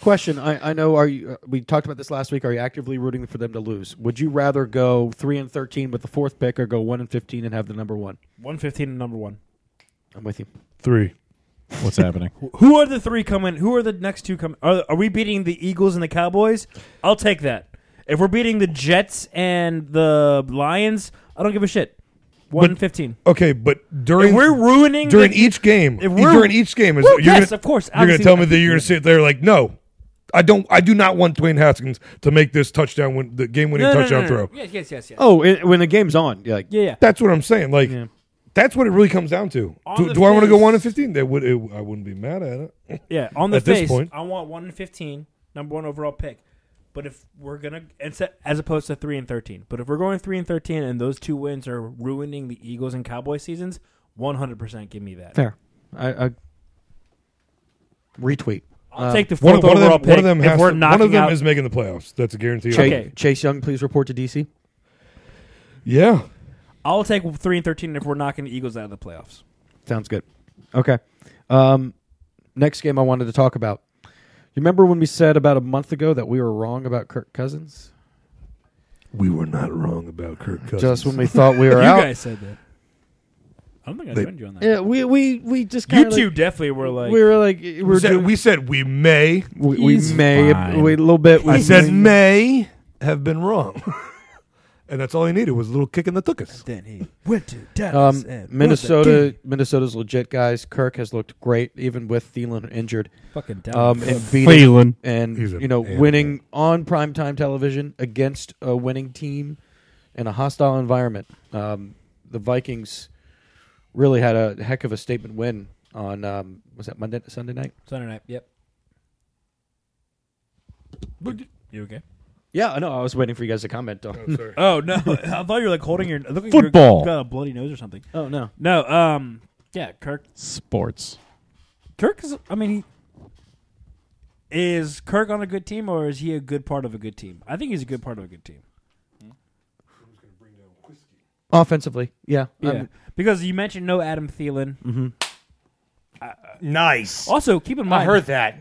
[SPEAKER 6] Question: I, I know. Are you? uh, We talked about this last week. Are you actively rooting for them to lose? Would you rather go three and thirteen with the fourth pick, or go one and fifteen and have the number one?
[SPEAKER 5] One fifteen and number one.
[SPEAKER 6] I'm with you.
[SPEAKER 4] Three.
[SPEAKER 7] What's happening?
[SPEAKER 5] Who are the three coming? Who are the next two coming? Are, are we beating the Eagles and the Cowboys? I'll take that. If we're beating the Jets and the Lions, I don't give a shit. One fifteen.
[SPEAKER 4] Okay, but during
[SPEAKER 5] If we're ruining
[SPEAKER 4] during
[SPEAKER 5] the-
[SPEAKER 4] each game,
[SPEAKER 5] if we're-
[SPEAKER 4] during each game is
[SPEAKER 5] Well,
[SPEAKER 4] you're
[SPEAKER 5] yes,
[SPEAKER 4] gonna,
[SPEAKER 5] of course,
[SPEAKER 4] you're going to
[SPEAKER 5] obviously-
[SPEAKER 4] tell me that you're going to sit there like no. I don't. I do not want Dwayne Haskins to make this touchdown, win, the game-winning
[SPEAKER 5] No, no, no,
[SPEAKER 4] touchdown
[SPEAKER 5] no, no.
[SPEAKER 4] throw.
[SPEAKER 5] Yes, yes, yes, yes.
[SPEAKER 6] Oh, it, when the game's on, you're like
[SPEAKER 5] Yeah, yeah.
[SPEAKER 4] That's what I'm saying. Like, that's what it really comes down to.
[SPEAKER 5] On
[SPEAKER 4] Do,
[SPEAKER 5] the
[SPEAKER 4] do I want to go
[SPEAKER 5] face.
[SPEAKER 4] one and fifteen? That would. It, I wouldn't be mad at it.
[SPEAKER 5] Yeah, on the
[SPEAKER 4] At this
[SPEAKER 5] face,
[SPEAKER 4] point.
[SPEAKER 5] I want one and fifteen, number one overall pick. But if we're gonna, instead- as opposed to three and thirteen, but if we're going three and thirteen, and those two wins are ruining the Eagles and Cowboys seasons, one hundred percent give me that.
[SPEAKER 6] fair. I, I retweet.
[SPEAKER 5] I'll
[SPEAKER 6] Um,
[SPEAKER 5] take the
[SPEAKER 4] One,
[SPEAKER 5] fourth
[SPEAKER 4] of- one of
[SPEAKER 5] overall
[SPEAKER 4] them.
[SPEAKER 5] pick.
[SPEAKER 4] One of them.
[SPEAKER 5] if
[SPEAKER 4] Has
[SPEAKER 5] we're
[SPEAKER 4] to,
[SPEAKER 5] knocking
[SPEAKER 4] one of them
[SPEAKER 5] out,
[SPEAKER 4] is making the playoffs. That's a guarantee.
[SPEAKER 6] Chase,
[SPEAKER 5] Okay.
[SPEAKER 6] Chase Young, please report to DC.
[SPEAKER 4] Yeah.
[SPEAKER 5] I'll take three and thirteen if we're knocking the Eagles out of the playoffs.
[SPEAKER 6] Sounds good. Okay. Um, next game I wanted to talk about. You remember when we said about a month ago that we were wrong about Kirk Cousins?
[SPEAKER 4] We were not wrong about Kirk Cousins.
[SPEAKER 6] Just when we thought we were
[SPEAKER 5] you
[SPEAKER 6] out.
[SPEAKER 5] guys said that. I don't think I
[SPEAKER 4] They-
[SPEAKER 5] joined you on that.
[SPEAKER 6] Yeah, we we we just
[SPEAKER 5] you
[SPEAKER 6] kind of
[SPEAKER 5] two definitely were like,
[SPEAKER 6] we were like we
[SPEAKER 4] we
[SPEAKER 6] were
[SPEAKER 4] said,
[SPEAKER 6] doing,
[SPEAKER 4] we said we may.
[SPEAKER 6] we, we
[SPEAKER 7] He's
[SPEAKER 6] may
[SPEAKER 7] fine.
[SPEAKER 6] we a little bit. We
[SPEAKER 4] I said
[SPEAKER 6] may-
[SPEAKER 4] may have been wrong, and that's all he needed was a little kick in the tuchus.
[SPEAKER 5] then he went to Dallas
[SPEAKER 6] um,
[SPEAKER 5] and
[SPEAKER 6] Minnesota Minnesota's legit guys. Kirk has looked great even with Thielen injured.
[SPEAKER 5] fucking
[SPEAKER 6] Um, and beating
[SPEAKER 7] Phelan.
[SPEAKER 6] and
[SPEAKER 4] He's a
[SPEAKER 6] you know
[SPEAKER 4] animal.
[SPEAKER 6] winning on primetime television against a winning team in a hostile environment. Um, the Vikings really had a heck of a statement win on um, was that Monday Sunday night?
[SPEAKER 5] Sunday night. Yep. You okay?
[SPEAKER 6] Yeah, I know. I was waiting for you guys to comment on.
[SPEAKER 5] Oh no! I thought you were like holding your looking
[SPEAKER 7] Football.
[SPEAKER 5] You got a bloody nose or something.
[SPEAKER 6] Oh no,
[SPEAKER 5] No. Um. Yeah. Kirk.
[SPEAKER 7] Sports.
[SPEAKER 5] Kirk is. I mean, he is Kirk on a good team or is he a good part of a good team? I think he's a good part of a good team.
[SPEAKER 6] offensively, yeah, Um,
[SPEAKER 5] Yeah.
[SPEAKER 6] I'm-
[SPEAKER 5] Um, because you mentioned no Adam Thielen.
[SPEAKER 8] Nice.
[SPEAKER 5] Also, keep in
[SPEAKER 8] Mm-hmm. I
[SPEAKER 5] mind.
[SPEAKER 8] heard that.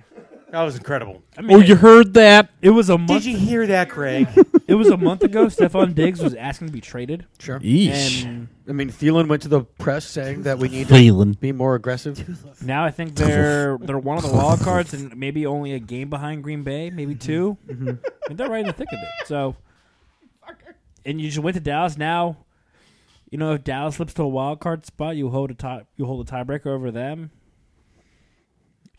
[SPEAKER 8] That was incredible.
[SPEAKER 5] I mean, it,
[SPEAKER 7] heard that?
[SPEAKER 5] it was a
[SPEAKER 8] Did
[SPEAKER 5] month.
[SPEAKER 8] you hear that, Craig?
[SPEAKER 5] It was a month ago. Stephon Diggs was asking to be traded.
[SPEAKER 6] sure.
[SPEAKER 7] Yeesh.
[SPEAKER 5] And
[SPEAKER 6] I mean, Thielen went to the press saying that we need to
[SPEAKER 7] Phelan.
[SPEAKER 6] be more aggressive.
[SPEAKER 5] Now I think they're they're one of the wild cards and maybe only a game behind Green Bay, maybe
[SPEAKER 8] Mm-hmm.
[SPEAKER 5] 2 And they're right in the thick of it. So, and you just went to Dallas. Now, you know if Dallas slips to the wild card spot, you hold a tie. You hold a tiebreaker over them.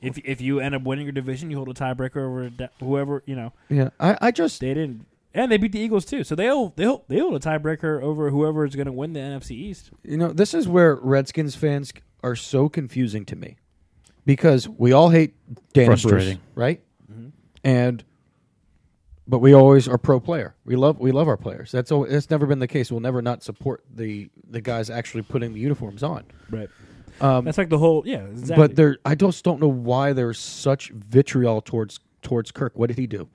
[SPEAKER 5] If if you end up winning your division, you hold a tiebreaker over da- whoever you know
[SPEAKER 6] Yeah, I, I just
[SPEAKER 5] they didn't. And they beat the Eagles too, so they'll they'll they hold a tiebreaker over whoever is going to win the NFC East.
[SPEAKER 6] You know, this is where Redskins fans are so confusing to me because we all hate Dan and Bruce,
[SPEAKER 7] Frustrating.
[SPEAKER 6] right? And but we always are pro player. We love we love our players. That's always, that's never been the case. We'll never not support the the guys actually putting the uniforms on.
[SPEAKER 5] Right.
[SPEAKER 6] Um,
[SPEAKER 5] That's like the whole yeah. Exactly.
[SPEAKER 6] But there, I just don't know why there's such vitriol towards towards Kirk. What did he do?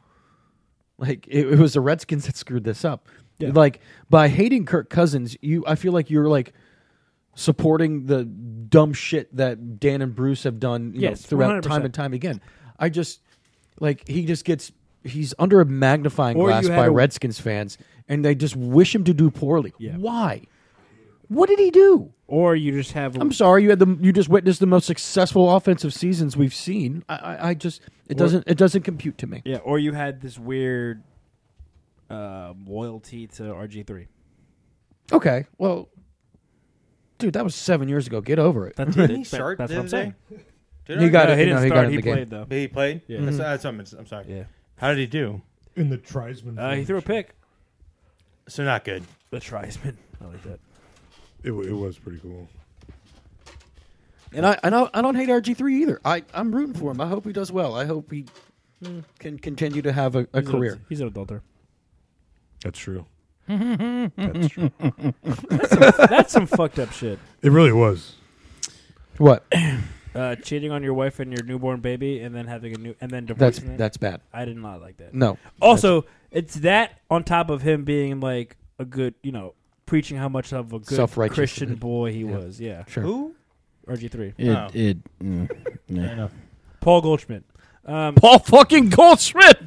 [SPEAKER 6] Like it, it was the Redskins that screwed this up.
[SPEAKER 5] Yeah.
[SPEAKER 6] Like by hating Kirk Cousins, you I feel like you're like supporting the dumb shit that Dan and Bruce have done you
[SPEAKER 5] Yes,
[SPEAKER 6] know, throughout
[SPEAKER 5] 100%.
[SPEAKER 6] time and time again. I just like he just gets he's under a magnifying
[SPEAKER 5] Or
[SPEAKER 6] glass
[SPEAKER 5] you had
[SPEAKER 6] by
[SPEAKER 5] a-
[SPEAKER 6] Redskins fans, and they just wish him to do poorly.
[SPEAKER 5] Yeah.
[SPEAKER 6] Why? What did he do?
[SPEAKER 5] or you just have
[SPEAKER 6] I'm sorry, you had the you just witnessed the most successful offensive seasons we've seen. I, I, I just it doesn't it doesn't compute to me.
[SPEAKER 5] Yeah, or you had this weird uh, loyalty to RG3.
[SPEAKER 6] Okay, well, dude, that was seven years ago. Get over it.
[SPEAKER 5] That's,
[SPEAKER 8] he start
[SPEAKER 5] that's
[SPEAKER 8] the
[SPEAKER 5] what I'm
[SPEAKER 8] other
[SPEAKER 5] saying.
[SPEAKER 8] Did
[SPEAKER 6] He
[SPEAKER 8] I-
[SPEAKER 6] got
[SPEAKER 5] No,
[SPEAKER 6] it.
[SPEAKER 5] he
[SPEAKER 6] you
[SPEAKER 5] didn't
[SPEAKER 6] know, he
[SPEAKER 5] start.
[SPEAKER 6] got in
[SPEAKER 5] He
[SPEAKER 6] the game.
[SPEAKER 5] played though.
[SPEAKER 8] He played.
[SPEAKER 5] Yeah.
[SPEAKER 8] That's, that's what I'm, I'm sorry.
[SPEAKER 5] Yeah,
[SPEAKER 8] How did he do?
[SPEAKER 4] In the Trisman,
[SPEAKER 5] uh, he threw a pick.
[SPEAKER 8] So not good.
[SPEAKER 5] The Trisman. I like that.
[SPEAKER 4] It, wa- it was pretty cool.
[SPEAKER 6] And I and I, I don't hate RG three either. I I'm rooting for him. I hope he does well. I hope he
[SPEAKER 8] Hmm.
[SPEAKER 6] can continue to have a, a
[SPEAKER 5] He's
[SPEAKER 6] career.
[SPEAKER 5] An, he's an adulterer.
[SPEAKER 4] That's true. That's true.
[SPEAKER 5] That's some fucked up shit.
[SPEAKER 4] It really was.
[SPEAKER 6] What?
[SPEAKER 5] Uh, cheating on your wife and your newborn baby, and then having a new, and then
[SPEAKER 6] That's-
[SPEAKER 5] divorcing. it.
[SPEAKER 6] that's bad.
[SPEAKER 5] I did not like that.
[SPEAKER 6] No.
[SPEAKER 5] Also, it's that on top of him being like a good, you know, preaching how much of a good
[SPEAKER 6] Self-righteous.
[SPEAKER 5] Christian boy he
[SPEAKER 6] Yeah.
[SPEAKER 5] was. Yeah.
[SPEAKER 6] Sure.
[SPEAKER 5] Who? RG three.
[SPEAKER 7] It, it, mm, yeah.
[SPEAKER 5] Paul Goldschmidt. Um,
[SPEAKER 7] Paul fucking Goldschmidt.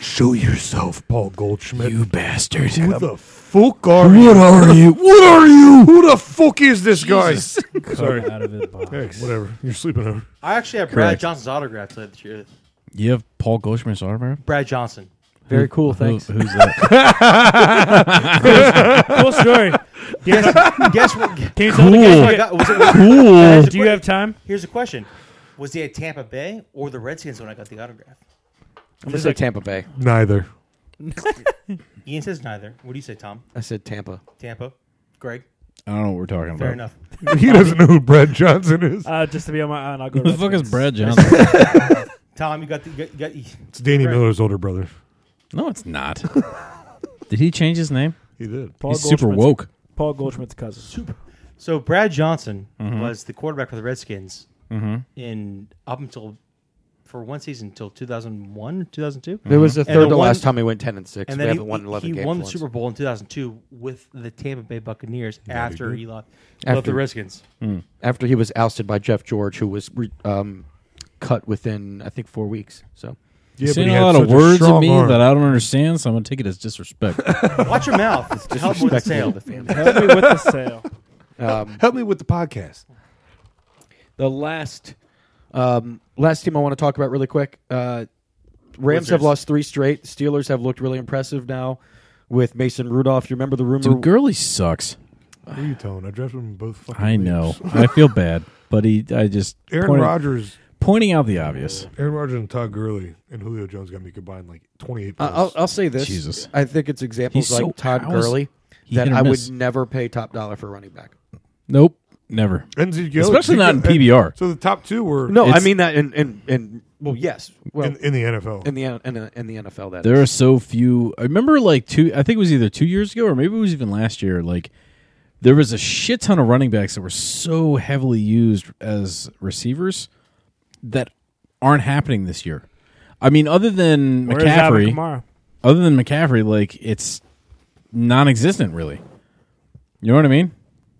[SPEAKER 4] Show yourself, Paul Goldschmidt. You
[SPEAKER 7] bastard.
[SPEAKER 4] Who the fuck are you?
[SPEAKER 7] What are you? What are you?
[SPEAKER 4] Who the fuck is this
[SPEAKER 7] Jesus.
[SPEAKER 4] guy? Sorry.
[SPEAKER 5] Out of it, box.
[SPEAKER 4] Hey, whatever. You're sleeping over.
[SPEAKER 8] I actually have Brad
[SPEAKER 7] Correct.
[SPEAKER 8] Johnson's autograph today. This year.
[SPEAKER 7] You have Paul Goldschmidt's autograph.
[SPEAKER 8] Brad Johnson.
[SPEAKER 6] Very
[SPEAKER 7] Who-
[SPEAKER 6] cool,
[SPEAKER 7] who-
[SPEAKER 6] thanks.
[SPEAKER 7] who's that?
[SPEAKER 5] cool story.
[SPEAKER 8] Guess, guess what?
[SPEAKER 5] Can you tell
[SPEAKER 7] Cool.
[SPEAKER 5] the guys
[SPEAKER 8] guess
[SPEAKER 5] what-
[SPEAKER 8] what I got- was it- was-
[SPEAKER 7] Cool.
[SPEAKER 8] Here's a
[SPEAKER 5] Do you
[SPEAKER 8] que-
[SPEAKER 5] have time?
[SPEAKER 8] Here's a question: Was he at Tampa Bay or the Redskins when I got the autograph?
[SPEAKER 6] I'm gonna say Tampa Bay.
[SPEAKER 4] Neither.
[SPEAKER 8] Ian says neither. What do you say, Tom?
[SPEAKER 6] I said Tampa.
[SPEAKER 8] Tampa, Greg.
[SPEAKER 7] I don't know what we're talking about.
[SPEAKER 8] Fair enough.
[SPEAKER 4] He doesn't know who Brad Johnson is.
[SPEAKER 5] Uh, just to be on my own, I'll go.
[SPEAKER 7] Who the fuck
[SPEAKER 5] Redskins.
[SPEAKER 7] is Brad Johnson?
[SPEAKER 8] Tom, you got the. You got, you got,
[SPEAKER 4] It's Danny
[SPEAKER 8] Greg.
[SPEAKER 4] Miller's older brother.
[SPEAKER 7] no, it's not. Did he change his name?
[SPEAKER 4] He did.
[SPEAKER 5] Paul
[SPEAKER 7] He's super
[SPEAKER 5] Goldschmidt's-
[SPEAKER 7] woke.
[SPEAKER 5] Paul Goldschmidt's cousin.
[SPEAKER 8] So Brad Johnson was the quarterback for the Redskins in up until for one season until 2001, 2002.
[SPEAKER 6] It was the
[SPEAKER 8] And
[SPEAKER 6] third
[SPEAKER 8] the
[SPEAKER 6] to
[SPEAKER 8] one-
[SPEAKER 6] last time we went ten and six. we
[SPEAKER 8] And then he,
[SPEAKER 6] haven't won eleven
[SPEAKER 8] he
[SPEAKER 6] games.
[SPEAKER 8] won the
[SPEAKER 6] once.
[SPEAKER 8] Super Bowl in 2002 with the Tampa Bay Buccaneers after he left, left
[SPEAKER 6] After-
[SPEAKER 8] the Redskins.
[SPEAKER 6] after he was ousted by Jeff George, who was re- um, cut within I think four weeks. So
[SPEAKER 4] Yeah,
[SPEAKER 7] Saying
[SPEAKER 4] he
[SPEAKER 7] a
[SPEAKER 4] had
[SPEAKER 7] lot of
[SPEAKER 4] such
[SPEAKER 7] words at
[SPEAKER 4] strong
[SPEAKER 7] me
[SPEAKER 4] arm.
[SPEAKER 7] that I don't understand, so I'm gonna take it as disrespect.
[SPEAKER 8] Watch your mouth. Help with the
[SPEAKER 6] disrespectful
[SPEAKER 8] sale.
[SPEAKER 6] to the family.
[SPEAKER 5] Help me with the sale.
[SPEAKER 6] Um,
[SPEAKER 4] Help me with the podcast.
[SPEAKER 6] the last um, last team I want to talk about really quick. Uh, Rams have
[SPEAKER 8] Wizards.
[SPEAKER 6] lost three straight. Steelers have looked really impressive now with Mason Rudolph. You remember the rumor?
[SPEAKER 7] Dude, Gurley sucks.
[SPEAKER 4] What are you telling? I drafted him in both fucking
[SPEAKER 7] I know.
[SPEAKER 4] leagues.
[SPEAKER 7] I feel bad, but he. I just
[SPEAKER 4] Aaron
[SPEAKER 7] pointed-
[SPEAKER 4] Rodgers.
[SPEAKER 7] pointing out the obvious.
[SPEAKER 4] Aaron Rodgers and Todd Gurley and Julio Jones got me combined like 28
[SPEAKER 6] I-
[SPEAKER 4] points.
[SPEAKER 7] Uh,
[SPEAKER 6] I'll,
[SPEAKER 7] oh,
[SPEAKER 6] I'll say this.
[SPEAKER 7] Jesus.
[SPEAKER 6] I think it's examples
[SPEAKER 7] He's
[SPEAKER 6] like
[SPEAKER 7] so-
[SPEAKER 6] Todd
[SPEAKER 7] how is-
[SPEAKER 6] Gurley
[SPEAKER 7] he
[SPEAKER 6] that
[SPEAKER 7] hit or
[SPEAKER 6] I
[SPEAKER 7] miss.
[SPEAKER 6] would never pay top dollar for a running back.
[SPEAKER 7] Nope, never.
[SPEAKER 4] and Zeke
[SPEAKER 7] oh. Especially
[SPEAKER 4] Elliott-
[SPEAKER 7] not in
[SPEAKER 4] Zeke- and-
[SPEAKER 7] PBR.
[SPEAKER 4] So the top two were
[SPEAKER 6] No, I
[SPEAKER 7] It's-
[SPEAKER 6] mean that in in, in well, yes, well,
[SPEAKER 4] in,
[SPEAKER 6] in,
[SPEAKER 4] in the NFL.
[SPEAKER 6] the in the in the NFL that
[SPEAKER 7] There
[SPEAKER 6] is.
[SPEAKER 7] are so few. I remember like two. I think it was either two years ago or maybe it was even last year. Like there was a shit ton of running backs that were so heavily used as receivers that aren't happening this year. I mean, other than
[SPEAKER 5] Where's Alvin
[SPEAKER 7] McCaffrey,
[SPEAKER 5] Kamara?
[SPEAKER 7] other than McCaffrey, like it's non-existent really. You know what I mean?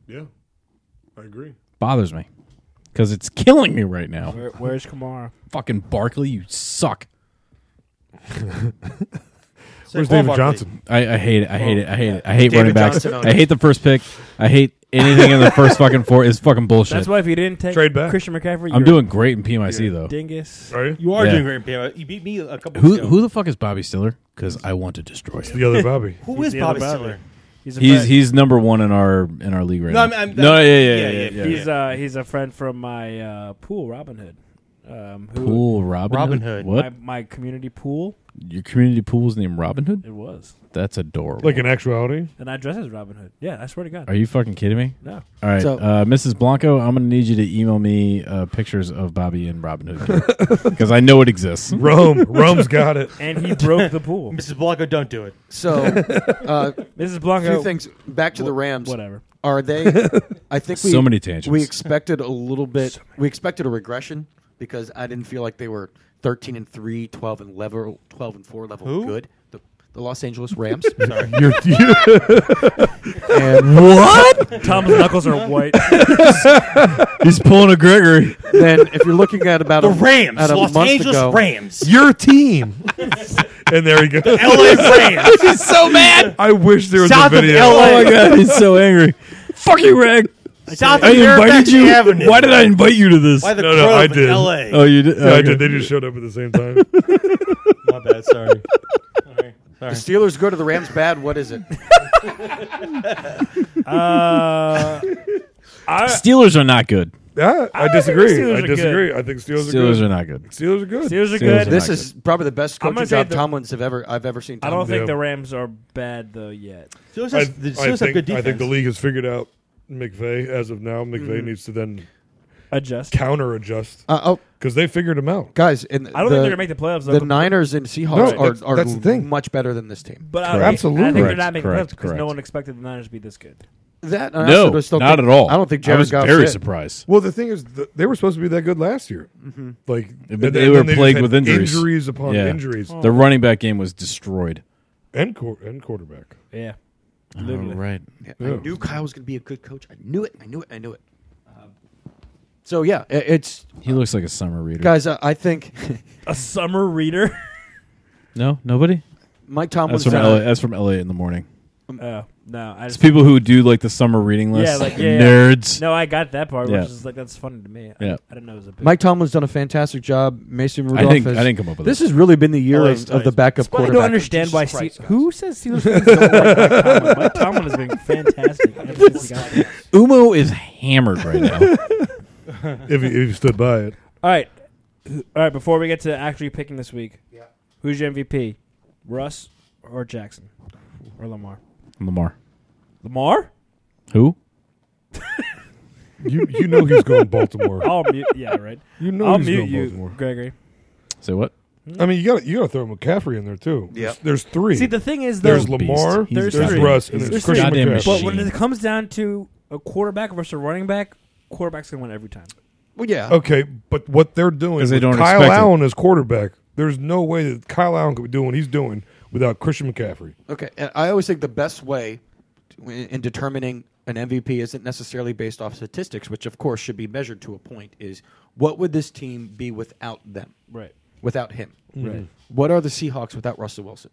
[SPEAKER 4] yeah, I agree.
[SPEAKER 7] Bothers me because it's killing me right now.
[SPEAKER 5] Where, where's Kamara?
[SPEAKER 7] Fucking Barkley, you suck.
[SPEAKER 8] Say,
[SPEAKER 4] Where's
[SPEAKER 8] Paul
[SPEAKER 4] David
[SPEAKER 8] Barkley.
[SPEAKER 4] Johnson?
[SPEAKER 7] I, I hate it. I hate it. I hate it. I hate
[SPEAKER 6] David
[SPEAKER 7] running backs.
[SPEAKER 6] Johnson owned
[SPEAKER 7] I
[SPEAKER 6] it.
[SPEAKER 7] hate the first pick. I hate anything in the first fucking four. Is fucking bullshit.
[SPEAKER 5] That's why if you didn't take
[SPEAKER 4] Trade back.
[SPEAKER 5] Christian McCaffrey, you're
[SPEAKER 7] I'm doing great in PMIC
[SPEAKER 5] a
[SPEAKER 7] though.
[SPEAKER 5] dingus.
[SPEAKER 4] Are you
[SPEAKER 8] You are
[SPEAKER 7] Yeah.
[SPEAKER 8] doing great, Pam. You beat me a couple.
[SPEAKER 7] Who
[SPEAKER 8] weeks ago.
[SPEAKER 7] who the fuck is Bobby Stiller? Because I want to destroy him.
[SPEAKER 4] the other Bobby?
[SPEAKER 8] who is
[SPEAKER 5] the other
[SPEAKER 8] Bobby
[SPEAKER 5] Bobby?
[SPEAKER 8] Stiller?
[SPEAKER 5] He's a
[SPEAKER 7] He's
[SPEAKER 5] friend.
[SPEAKER 7] he's number one in our in our league right
[SPEAKER 8] No,
[SPEAKER 7] now.
[SPEAKER 8] I'm- I'm-
[SPEAKER 7] no, yeah, yeah, yeah.
[SPEAKER 8] yeah,
[SPEAKER 7] yeah,
[SPEAKER 8] yeah,
[SPEAKER 7] yeah.
[SPEAKER 5] he's uh he's a friend from my uh, pool, Robin Hood. Um, who,
[SPEAKER 7] pool Robin.
[SPEAKER 8] Robin Hood.
[SPEAKER 7] What?
[SPEAKER 5] My, my community pool.
[SPEAKER 7] Your community pool is named Robin Hood?
[SPEAKER 5] It was,
[SPEAKER 7] That's adorable.
[SPEAKER 4] Like in actuality,
[SPEAKER 5] and I dress as Robin Hood. Yeah, I swear to God.
[SPEAKER 7] Are you fucking kidding me?
[SPEAKER 5] no,
[SPEAKER 7] All right,
[SPEAKER 6] So-
[SPEAKER 7] uh, Mrs. Blanco, I'm gonna need you to email me uh, pictures of Bobby and Robin Hood because I know it exists.
[SPEAKER 4] Rome. Rome's got it.
[SPEAKER 5] and he broke the pool.
[SPEAKER 8] Mrs. Blanco, don't do it.
[SPEAKER 6] So, uh,
[SPEAKER 5] Mrs.
[SPEAKER 6] a
[SPEAKER 5] Blanco.
[SPEAKER 6] few things back to the Rams.
[SPEAKER 5] Whatever.
[SPEAKER 6] Are they? I think we,
[SPEAKER 7] So many tangents.
[SPEAKER 6] We expected a little bit. we expected a regression because I didn't feel like they were 13 and 3, 12 and level, 12 and 4 level
[SPEAKER 8] Who?
[SPEAKER 6] good. The, the Los Angeles Rams.
[SPEAKER 8] Sorry.
[SPEAKER 4] You're, you
[SPEAKER 6] and
[SPEAKER 7] What?
[SPEAKER 5] Tom's knuckles are white.
[SPEAKER 7] He's pulling a Gregory.
[SPEAKER 6] then if you're looking at about
[SPEAKER 8] The
[SPEAKER 6] a,
[SPEAKER 8] Rams,
[SPEAKER 6] at a
[SPEAKER 8] Los
[SPEAKER 6] month
[SPEAKER 8] Angeles
[SPEAKER 6] ago,
[SPEAKER 8] Rams,
[SPEAKER 4] your team. and there he goes.
[SPEAKER 8] LA Rams.
[SPEAKER 7] He's so mad.
[SPEAKER 4] I wish there was
[SPEAKER 8] South
[SPEAKER 4] a
[SPEAKER 8] of
[SPEAKER 4] video.
[SPEAKER 8] LA.
[SPEAKER 7] Oh my god, he's so angry. Fuck you, Reg.
[SPEAKER 8] South
[SPEAKER 7] I
[SPEAKER 8] of
[SPEAKER 7] invited
[SPEAKER 8] Fairfax
[SPEAKER 7] you.
[SPEAKER 8] Avenue.
[SPEAKER 7] Why did I invite you to this?
[SPEAKER 8] By the
[SPEAKER 4] No, no,
[SPEAKER 8] Grove
[SPEAKER 4] I
[SPEAKER 8] in
[SPEAKER 4] did.
[SPEAKER 8] L.A.
[SPEAKER 7] oh, you did.
[SPEAKER 4] Yeah, I
[SPEAKER 7] okay.
[SPEAKER 4] did. They just showed up at the same time.
[SPEAKER 8] My bad. Sorry.
[SPEAKER 6] The
[SPEAKER 8] Sorry. Sorry.
[SPEAKER 6] Steelers go to the Rams bad. What is it?
[SPEAKER 5] Uh, I,
[SPEAKER 7] Steelers are not good.
[SPEAKER 4] Yeah, I
[SPEAKER 5] think
[SPEAKER 4] disagree.
[SPEAKER 5] Steelers are
[SPEAKER 4] I
[SPEAKER 5] good.
[SPEAKER 4] disagree. I think Steelers, are
[SPEAKER 7] Steelers
[SPEAKER 4] good.
[SPEAKER 7] are not good.
[SPEAKER 4] Steelers are good.
[SPEAKER 5] Steelers are
[SPEAKER 7] Steelers
[SPEAKER 5] good.
[SPEAKER 7] are not
[SPEAKER 6] this is probably the best
[SPEAKER 5] I'm gonna
[SPEAKER 6] coaching
[SPEAKER 5] say
[SPEAKER 6] job
[SPEAKER 5] the-
[SPEAKER 6] Tomlin's have ever I've ever seen.
[SPEAKER 5] I don't
[SPEAKER 6] Tomlin.
[SPEAKER 5] think
[SPEAKER 4] Yeah.
[SPEAKER 5] the Rams are bad though yet.
[SPEAKER 8] Steelers
[SPEAKER 4] I,
[SPEAKER 8] have, the
[SPEAKER 4] I
[SPEAKER 8] Steelers have
[SPEAKER 4] think,
[SPEAKER 8] good defense.
[SPEAKER 4] I think the league has figured out McVay as of now.
[SPEAKER 5] Mm-hmm.
[SPEAKER 4] McVay needs to then
[SPEAKER 5] Adjust.
[SPEAKER 4] counter adjust
[SPEAKER 6] Uh, oh,
[SPEAKER 4] because they figured him out.
[SPEAKER 6] guys, and
[SPEAKER 5] I don't
[SPEAKER 6] the,
[SPEAKER 5] think they're gonna make the playoffs. Though,
[SPEAKER 6] the
[SPEAKER 5] but-
[SPEAKER 6] Niners and Seahawks
[SPEAKER 4] No, that's-
[SPEAKER 6] are, are
[SPEAKER 4] that's the thing.
[SPEAKER 6] much better than this team.
[SPEAKER 5] But I,
[SPEAKER 7] Correct.
[SPEAKER 5] I think
[SPEAKER 4] Absolutely.
[SPEAKER 5] they're
[SPEAKER 7] Correct,
[SPEAKER 5] not making the playoffs
[SPEAKER 7] correct,
[SPEAKER 5] because no
[SPEAKER 7] correct.
[SPEAKER 5] one expected the Niners to be this good.
[SPEAKER 6] that. I
[SPEAKER 7] No,
[SPEAKER 6] also just don't
[SPEAKER 7] not
[SPEAKER 6] think-
[SPEAKER 7] at all.
[SPEAKER 6] I don't think
[SPEAKER 7] I
[SPEAKER 6] Jared
[SPEAKER 7] was
[SPEAKER 6] Goff's
[SPEAKER 7] very
[SPEAKER 6] it.
[SPEAKER 7] surprised.
[SPEAKER 4] Well, the thing is, th- they were supposed to be that good last year.
[SPEAKER 5] Mm-hmm.
[SPEAKER 4] Like,
[SPEAKER 7] But
[SPEAKER 4] and then-
[SPEAKER 7] they
[SPEAKER 4] and
[SPEAKER 7] were
[SPEAKER 4] then just
[SPEAKER 7] plagued
[SPEAKER 4] had
[SPEAKER 7] with injuries.
[SPEAKER 4] injuries upon
[SPEAKER 7] Yeah.
[SPEAKER 4] injuries.
[SPEAKER 5] Oh.
[SPEAKER 7] The running back game was destroyed.
[SPEAKER 4] and quar- and quarterback.
[SPEAKER 5] Yeah.
[SPEAKER 7] All right.
[SPEAKER 6] Yeah,
[SPEAKER 4] Yeah.
[SPEAKER 6] I knew Kyle was going to be a good coach. I knew it. I knew it. I knew it. So yeah, i- it's
[SPEAKER 7] He looks like a summer reader.
[SPEAKER 6] guys. I I think
[SPEAKER 5] A summer reader.
[SPEAKER 7] No, nobody.
[SPEAKER 6] Mike
[SPEAKER 7] That's
[SPEAKER 6] Tomlin's
[SPEAKER 7] from
[SPEAKER 6] done
[SPEAKER 7] LA,
[SPEAKER 6] a-
[SPEAKER 7] that's from Elliot in the morning.
[SPEAKER 6] Um,
[SPEAKER 5] oh no, I
[SPEAKER 7] It's
[SPEAKER 5] just
[SPEAKER 7] people who do like the summer reading list.
[SPEAKER 5] yeah, like yeah,
[SPEAKER 7] nerds.
[SPEAKER 5] No, I got that part,
[SPEAKER 7] Yeah.
[SPEAKER 5] which is like that's funny to me. I,
[SPEAKER 7] Yeah.
[SPEAKER 5] I didn't know it was a big
[SPEAKER 6] Mike Tomlin's done a fantastic job. Mason
[SPEAKER 7] I
[SPEAKER 6] Rudolph.
[SPEAKER 7] think-
[SPEAKER 6] has-
[SPEAKER 7] I didn't come up with
[SPEAKER 6] this. has really been the year
[SPEAKER 8] LA
[SPEAKER 6] of, of
[SPEAKER 8] Times.
[SPEAKER 6] the backup
[SPEAKER 5] Well, I don't
[SPEAKER 6] quarterback.
[SPEAKER 5] understand why.
[SPEAKER 2] Jesus
[SPEAKER 5] Se-
[SPEAKER 2] Christ,
[SPEAKER 5] who says Steelers fans don't like Mike Tomlin? Mike Tomlin has been fantastic. ever since he got there.
[SPEAKER 7] Umo is hammered right now.
[SPEAKER 4] If you, if you stood by it,
[SPEAKER 5] All right, all right. Before we get to actually picking this week, who's your MVP? Russ or Jackson or Lamar?
[SPEAKER 7] Lamar.
[SPEAKER 5] Lamar?
[SPEAKER 7] Who?
[SPEAKER 4] you you know he's going Baltimore.
[SPEAKER 5] I'll mute. Yeah, right.
[SPEAKER 4] You know
[SPEAKER 5] I'll
[SPEAKER 4] he's
[SPEAKER 5] mute
[SPEAKER 4] going
[SPEAKER 5] you,
[SPEAKER 4] Baltimore.
[SPEAKER 5] Gregory.
[SPEAKER 7] Say what?
[SPEAKER 4] I mean, you got you got to throw McCaffrey in there too.
[SPEAKER 6] Yeah.
[SPEAKER 4] There's three.
[SPEAKER 5] See, the thing is, though,
[SPEAKER 4] there's
[SPEAKER 7] He's a
[SPEAKER 4] Lamar,
[SPEAKER 7] beast. He's
[SPEAKER 5] a
[SPEAKER 4] there's
[SPEAKER 5] beast.
[SPEAKER 4] Russ, and
[SPEAKER 7] He's
[SPEAKER 4] there's
[SPEAKER 7] a
[SPEAKER 4] Christian
[SPEAKER 7] goddamn
[SPEAKER 4] McCaffrey.
[SPEAKER 5] but when
[SPEAKER 7] machine.
[SPEAKER 5] it comes down to a quarterback versus a running back, quarterback's gonna win every time.
[SPEAKER 6] Well, yeah.
[SPEAKER 7] Oh.
[SPEAKER 4] Okay, but what they're doing
[SPEAKER 7] 'Cause they
[SPEAKER 4] with
[SPEAKER 7] don't
[SPEAKER 4] Kyle
[SPEAKER 7] expect it.
[SPEAKER 4] Allen as quarterback, there's no way that Kyle Allen could be doing what he's doing without Christian McCaffrey.
[SPEAKER 6] Okay, and I always think the best way to- in determining an MVP isn't necessarily based off statistics, which of course should be measured to a point. Is what would this team be without them?
[SPEAKER 5] Right.
[SPEAKER 6] Without him.
[SPEAKER 5] Mm-hmm.
[SPEAKER 6] Right. What are the Seahawks without Russell Wilson?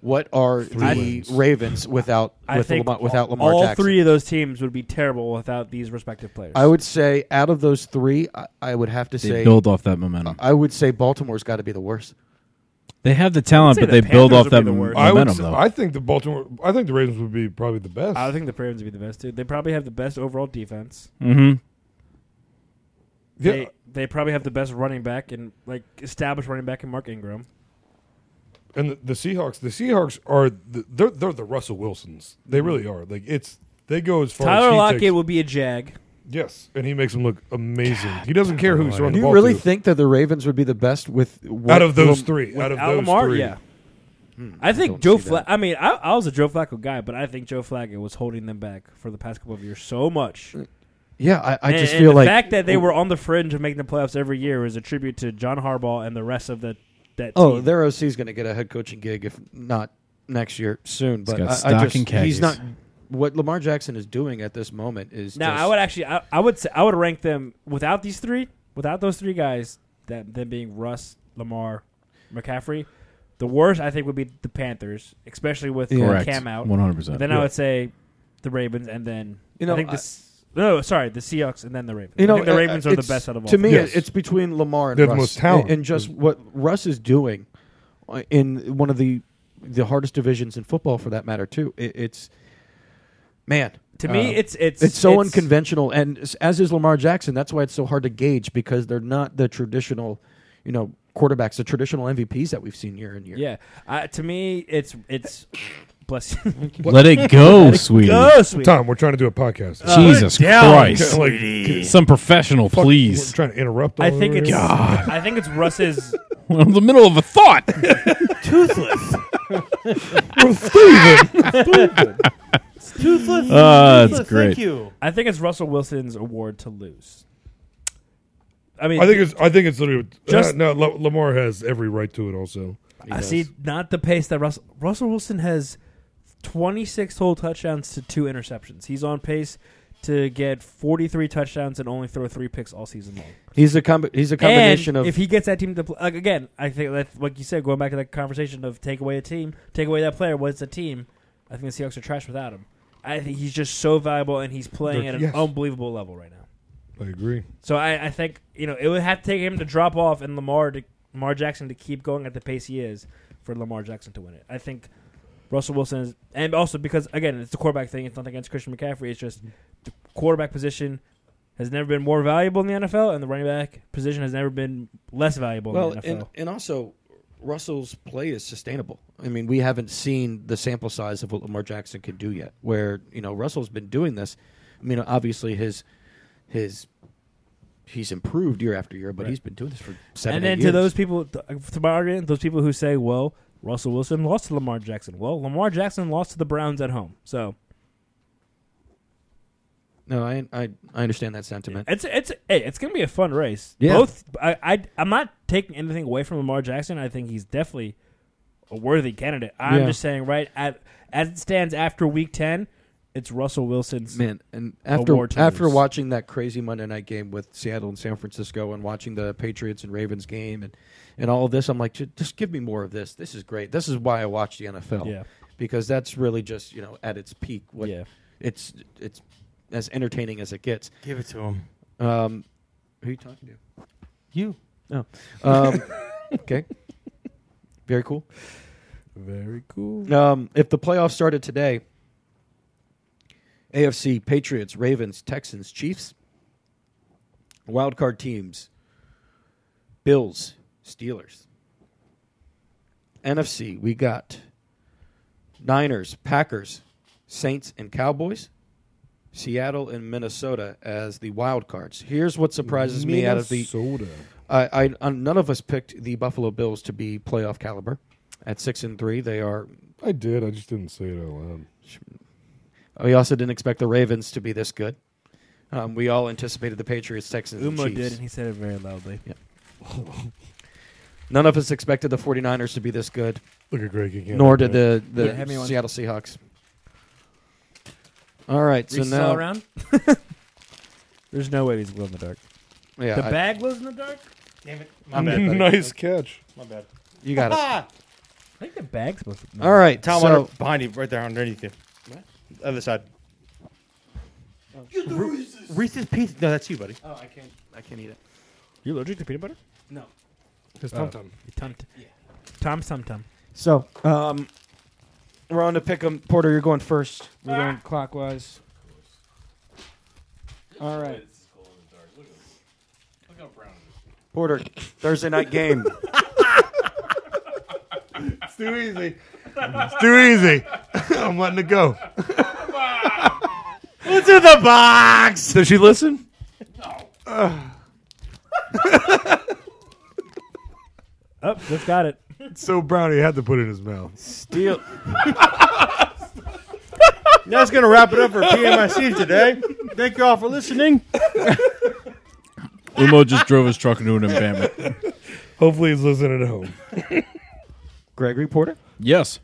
[SPEAKER 6] What are the
[SPEAKER 4] wins.
[SPEAKER 6] Ravens without
[SPEAKER 5] I
[SPEAKER 6] with
[SPEAKER 5] think
[SPEAKER 6] Lamar,
[SPEAKER 5] all-
[SPEAKER 6] without Lamar
[SPEAKER 5] all
[SPEAKER 6] Jackson?
[SPEAKER 5] three of those teams would be terrible without these respective players.
[SPEAKER 6] I would say out of those three, I, I would have to
[SPEAKER 7] They
[SPEAKER 6] say
[SPEAKER 7] build off that momentum.
[SPEAKER 5] Uh,
[SPEAKER 6] I would say Baltimore's got to be the worst.
[SPEAKER 7] They have the talent,
[SPEAKER 5] say
[SPEAKER 7] but they
[SPEAKER 5] the
[SPEAKER 7] build
[SPEAKER 5] Panthers
[SPEAKER 7] off
[SPEAKER 5] would
[SPEAKER 7] that
[SPEAKER 5] be the
[SPEAKER 7] m-
[SPEAKER 5] worst.
[SPEAKER 7] momentum,
[SPEAKER 4] I would. s-
[SPEAKER 7] though.
[SPEAKER 4] I think the Baltimore. I think the Ravens would be probably the best.
[SPEAKER 5] I think the Ravens would be the best too. They probably have the best overall defense.
[SPEAKER 7] mm-hmm.
[SPEAKER 4] Yeah,
[SPEAKER 5] They they probably have the best running back and like established running back in Mark Ingram.
[SPEAKER 4] and the, the Seahawks. The Seahawks are the, they're they're the Russell Wilsons. They really are. Like it's they go as far. as
[SPEAKER 5] Mm-hmm. Tyler
[SPEAKER 4] he
[SPEAKER 5] Lockett
[SPEAKER 4] takes-
[SPEAKER 5] will be a jag.
[SPEAKER 4] yes, and he makes them look amazing. He doesn't care who's throwing the
[SPEAKER 6] Do you
[SPEAKER 4] ball
[SPEAKER 6] really
[SPEAKER 4] to.
[SPEAKER 6] think that the Ravens would be the best with what
[SPEAKER 4] out of those
[SPEAKER 6] Lam-
[SPEAKER 4] three, out of
[SPEAKER 5] Without
[SPEAKER 4] those
[SPEAKER 5] Lamar,
[SPEAKER 4] three,
[SPEAKER 5] yeah. I think
[SPEAKER 6] Hmm. don't
[SPEAKER 5] Joe
[SPEAKER 6] see
[SPEAKER 5] Flacco. I mean, I, I was a Joe Flacco guy, but I think Joe Flacco was holding them back for the past couple of years so much.
[SPEAKER 6] Yeah, I, I
[SPEAKER 5] and,
[SPEAKER 6] just
[SPEAKER 5] and
[SPEAKER 6] feel
[SPEAKER 5] the
[SPEAKER 6] like
[SPEAKER 5] fact that they were on the fringe of making the playoffs every year is a tribute to John Harbaugh and the rest of the that.
[SPEAKER 6] Oh,
[SPEAKER 5] team.
[SPEAKER 6] their OC is going to get a head coaching gig if not next year soon. But
[SPEAKER 7] got
[SPEAKER 6] I, I
[SPEAKER 7] stock
[SPEAKER 6] just,
[SPEAKER 7] and khakis.
[SPEAKER 6] he's not. What Lamar Jackson is doing at this moment is
[SPEAKER 5] Now
[SPEAKER 6] just,
[SPEAKER 5] I would actually I, I would say I would rank them without these three without those three guys that them being Russ, Lamar, McCaffrey. The worst I think would be the Panthers, especially with
[SPEAKER 6] Yeah.
[SPEAKER 7] Correct.
[SPEAKER 5] Cam out.
[SPEAKER 7] One hundred percent.
[SPEAKER 5] Then I would say the Ravens, and then
[SPEAKER 6] You know,
[SPEAKER 5] I think
[SPEAKER 6] I-
[SPEAKER 5] this. No, sorry, the Seahawks, and then the Ravens.
[SPEAKER 6] You know
[SPEAKER 5] I think the
[SPEAKER 6] uh,
[SPEAKER 5] Ravens are the
[SPEAKER 6] it's-
[SPEAKER 5] best out of all.
[SPEAKER 6] To me,
[SPEAKER 5] three.
[SPEAKER 4] Yes.
[SPEAKER 6] it's between Lamar and
[SPEAKER 4] They're the
[SPEAKER 6] Russ,
[SPEAKER 4] most talented.
[SPEAKER 6] and just what Russ is doing uh, in one of the the hardest divisions in football, for that matter, too. It, it's man.
[SPEAKER 5] to me,
[SPEAKER 6] um,
[SPEAKER 5] it's it's
[SPEAKER 6] It's so unconventional, and s- as is Lamar Jackson. That's why it's so hard to gauge because they're not the traditional, you know, quarterbacks, the traditional MVPs that we've seen year in year.
[SPEAKER 5] Yeah, I, to me, it's it's bless you.
[SPEAKER 7] Let it go, sweetie.
[SPEAKER 5] Go, sweet.
[SPEAKER 4] Tom, we're trying to do a podcast.
[SPEAKER 7] Jesus Uh, Christ!
[SPEAKER 4] like,
[SPEAKER 7] Some professional,
[SPEAKER 4] fuck,
[SPEAKER 7] please.
[SPEAKER 4] we're trying to interrupt.
[SPEAKER 5] I
[SPEAKER 4] all
[SPEAKER 5] think
[SPEAKER 4] over
[SPEAKER 5] it's
[SPEAKER 4] here.
[SPEAKER 5] I think it's Russ's
[SPEAKER 7] I'm in the middle of a thought.
[SPEAKER 8] Toothless.
[SPEAKER 7] Ah, that's great.
[SPEAKER 8] Thank you.
[SPEAKER 5] I think it's Russell Wilson's award to lose. I mean,
[SPEAKER 4] I think it's. I think it's literally.
[SPEAKER 5] Just-
[SPEAKER 4] Just no. La- Lamar has every right to it. Also,
[SPEAKER 5] I see not the pace that Russell Russell Wilson has 26 total touchdowns to two interceptions. He's on pace to get 43 touchdowns and only throw three picks all season long.
[SPEAKER 6] He's a com- he's a combination
[SPEAKER 5] and
[SPEAKER 6] of
[SPEAKER 5] if he gets that team to play, like again, I think that like you said, going back to that conversation of take away a team, take away that player, what's the team? I think the Seahawks are trash without him. I think he's just so valuable and he's playing at an
[SPEAKER 4] Yes.
[SPEAKER 5] unbelievable level right now.
[SPEAKER 4] I agree.
[SPEAKER 5] So I, I think you know it would have to take him to drop off and Lamar to Lamar Jackson to keep going at the pace he is for Lamar Jackson to win it. I think Russell Wilson is, and also because again it's the quarterback thing. It's nothing against Christian McCaffrey. It's just the quarterback position has never been more valuable in the NFL, and the running back position has never been less valuable
[SPEAKER 6] well,
[SPEAKER 5] in the NFL.
[SPEAKER 6] and, and also Russell's play is sustainable. I mean, we haven't seen the sample size of what Lamar Jackson can do yet. Where you know Russell's been doing this. I mean, obviously his his he's improved year after year, but he's been doing this for seven.
[SPEAKER 5] and
[SPEAKER 6] eight
[SPEAKER 5] then to
[SPEAKER 6] years.
[SPEAKER 5] those people, to my argument, those people who say, "Well, Russell Wilson lost to Lamar Jackson." Well, Lamar Jackson lost to the Browns at home, so
[SPEAKER 6] No, I I, I understand that sentiment.
[SPEAKER 5] It's it's hey, it's gonna be a fun race.
[SPEAKER 6] Yeah.
[SPEAKER 5] Both I, I I'm not taking anything away from Lamar Jackson. I think he's definitely a worthy candidate. I'm
[SPEAKER 6] Yeah.
[SPEAKER 5] just saying right at as it stands after week ten, it's Russell Wilson's
[SPEAKER 6] Man, and after
[SPEAKER 5] award to
[SPEAKER 6] after
[SPEAKER 5] lose.
[SPEAKER 6] watching that crazy Monday night game with Seattle and San Francisco, and watching the Patriots and Ravens game, and and all of this, I'm like, "Ju- just give me more of this. This is great. This is why I watch the NFL.
[SPEAKER 5] Yeah.
[SPEAKER 6] because that's really just you know at its peak. What
[SPEAKER 5] Yeah.
[SPEAKER 6] it's it's as entertaining as it gets.
[SPEAKER 8] Give it to him.
[SPEAKER 6] Um, who are you talking to?
[SPEAKER 8] You.
[SPEAKER 6] No. Um, okay. Very cool.
[SPEAKER 4] Very cool.
[SPEAKER 6] Um, if the playoffs started today, AFC Patriots, Ravens, Texans, Chiefs, wild card teams, Bills, Steelers. NFC, we got Niners, Packers, Saints, and Cowboys. Seattle and Minnesota as the wild cards. Here's what surprises me out of the
[SPEAKER 4] Minnesota.
[SPEAKER 6] I, I uh, none of us picked the Buffalo Bills to be playoff caliber. At six and three, they are.
[SPEAKER 4] I did. I just didn't say it out loud.
[SPEAKER 6] We also didn't expect the Ravens to be this good. Um, we all anticipated the Patriots, Texans, and
[SPEAKER 5] Uma
[SPEAKER 6] Chiefs.
[SPEAKER 5] did and he said it very loudly.
[SPEAKER 6] Yeah. None of us expected the 49ers to be this good,
[SPEAKER 4] Look at Greg again.
[SPEAKER 6] nor did the, the
[SPEAKER 5] Yeah, hand me one.
[SPEAKER 6] Seattle Seahawks. All right, so
[SPEAKER 5] Reese's
[SPEAKER 6] now
[SPEAKER 5] all around? There's no way he's glow in the dark.
[SPEAKER 6] yeah,
[SPEAKER 5] the
[SPEAKER 6] I-
[SPEAKER 5] bag glows in the dark?
[SPEAKER 8] Damn it. My bad. buddy.
[SPEAKER 4] nice catch.
[SPEAKER 8] My bad.
[SPEAKER 6] you got it.
[SPEAKER 8] Ah!
[SPEAKER 5] I think the bag's supposed to
[SPEAKER 6] All right,
[SPEAKER 8] Tom,
[SPEAKER 6] so,
[SPEAKER 8] under, behind you, right there, underneath you. Other side. Reese's. Oh, Reese's pizza. No, that's you, buddy.
[SPEAKER 6] oh, I can't, I can't eat it.
[SPEAKER 5] You allergic to peanut butter?
[SPEAKER 6] No.
[SPEAKER 4] His
[SPEAKER 5] Oh.
[SPEAKER 4] tum-tum.
[SPEAKER 5] Tom Tom Tom Tom.
[SPEAKER 6] So, um, we're on to pick 'em. Porter, you're going first. We're going clockwise. All right. Porter, Thursday night game.
[SPEAKER 2] It's too easy. It's too easy. I'm letting it go.
[SPEAKER 8] Into the box.
[SPEAKER 4] Did she listen?
[SPEAKER 5] Oh, just got it.
[SPEAKER 4] So Brownie had to put it in his mouth.
[SPEAKER 6] Steal.
[SPEAKER 8] That's going to wrap it up for PMIC today. Thank you all for listening.
[SPEAKER 7] Umo just drove his truck into an embankment.
[SPEAKER 4] Hopefully he's listening at home.
[SPEAKER 6] Gregory Porter.
[SPEAKER 7] Yes.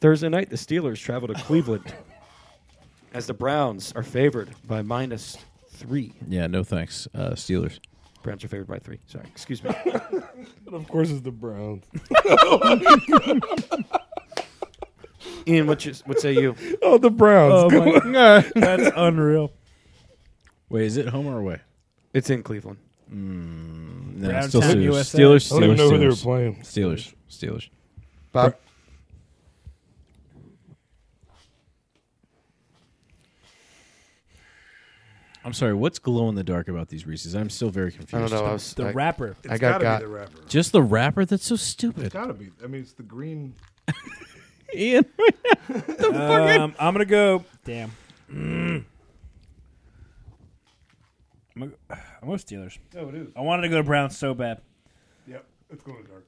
[SPEAKER 6] Thursday night, the Steelers travel to Cleveland as the Browns are favored by minus three.
[SPEAKER 7] Yeah. No thanks. Uh, Steelers.
[SPEAKER 6] Browns are favored by three. Sorry. Excuse me.
[SPEAKER 4] And of course it's the Browns.
[SPEAKER 6] Ian, what, you, what say you?
[SPEAKER 4] Oh, the Browns.
[SPEAKER 5] Oh
[SPEAKER 4] Go on.
[SPEAKER 5] my, that's unreal.
[SPEAKER 7] Wait, is it home or away?
[SPEAKER 6] It's in Cleveland.
[SPEAKER 7] No,
[SPEAKER 5] Brown
[SPEAKER 7] still
[SPEAKER 5] Town,
[SPEAKER 7] Steelers.
[SPEAKER 5] USA.
[SPEAKER 7] Steelers. Steelers.
[SPEAKER 4] I don't even know
[SPEAKER 7] Steelers.
[SPEAKER 4] who they were playing.
[SPEAKER 7] Steelers. Steelers.
[SPEAKER 6] Bob.
[SPEAKER 7] I'm sorry. What's glow in the dark about these Reese's? I'm still very confused.
[SPEAKER 6] I don't know. I was,
[SPEAKER 5] The
[SPEAKER 6] I,
[SPEAKER 5] rapper.
[SPEAKER 6] I got got.
[SPEAKER 2] rapper.
[SPEAKER 7] Just the wrapper. That's so stupid.
[SPEAKER 2] Gotta be. I mean, it's the green.
[SPEAKER 7] Ian.
[SPEAKER 5] Um, I'm gonna go. Damn. I'm gonna go- I'm going Steelers.
[SPEAKER 2] No, it is.
[SPEAKER 5] I wanted to go to Browns so bad.
[SPEAKER 2] Yep. It's going dark.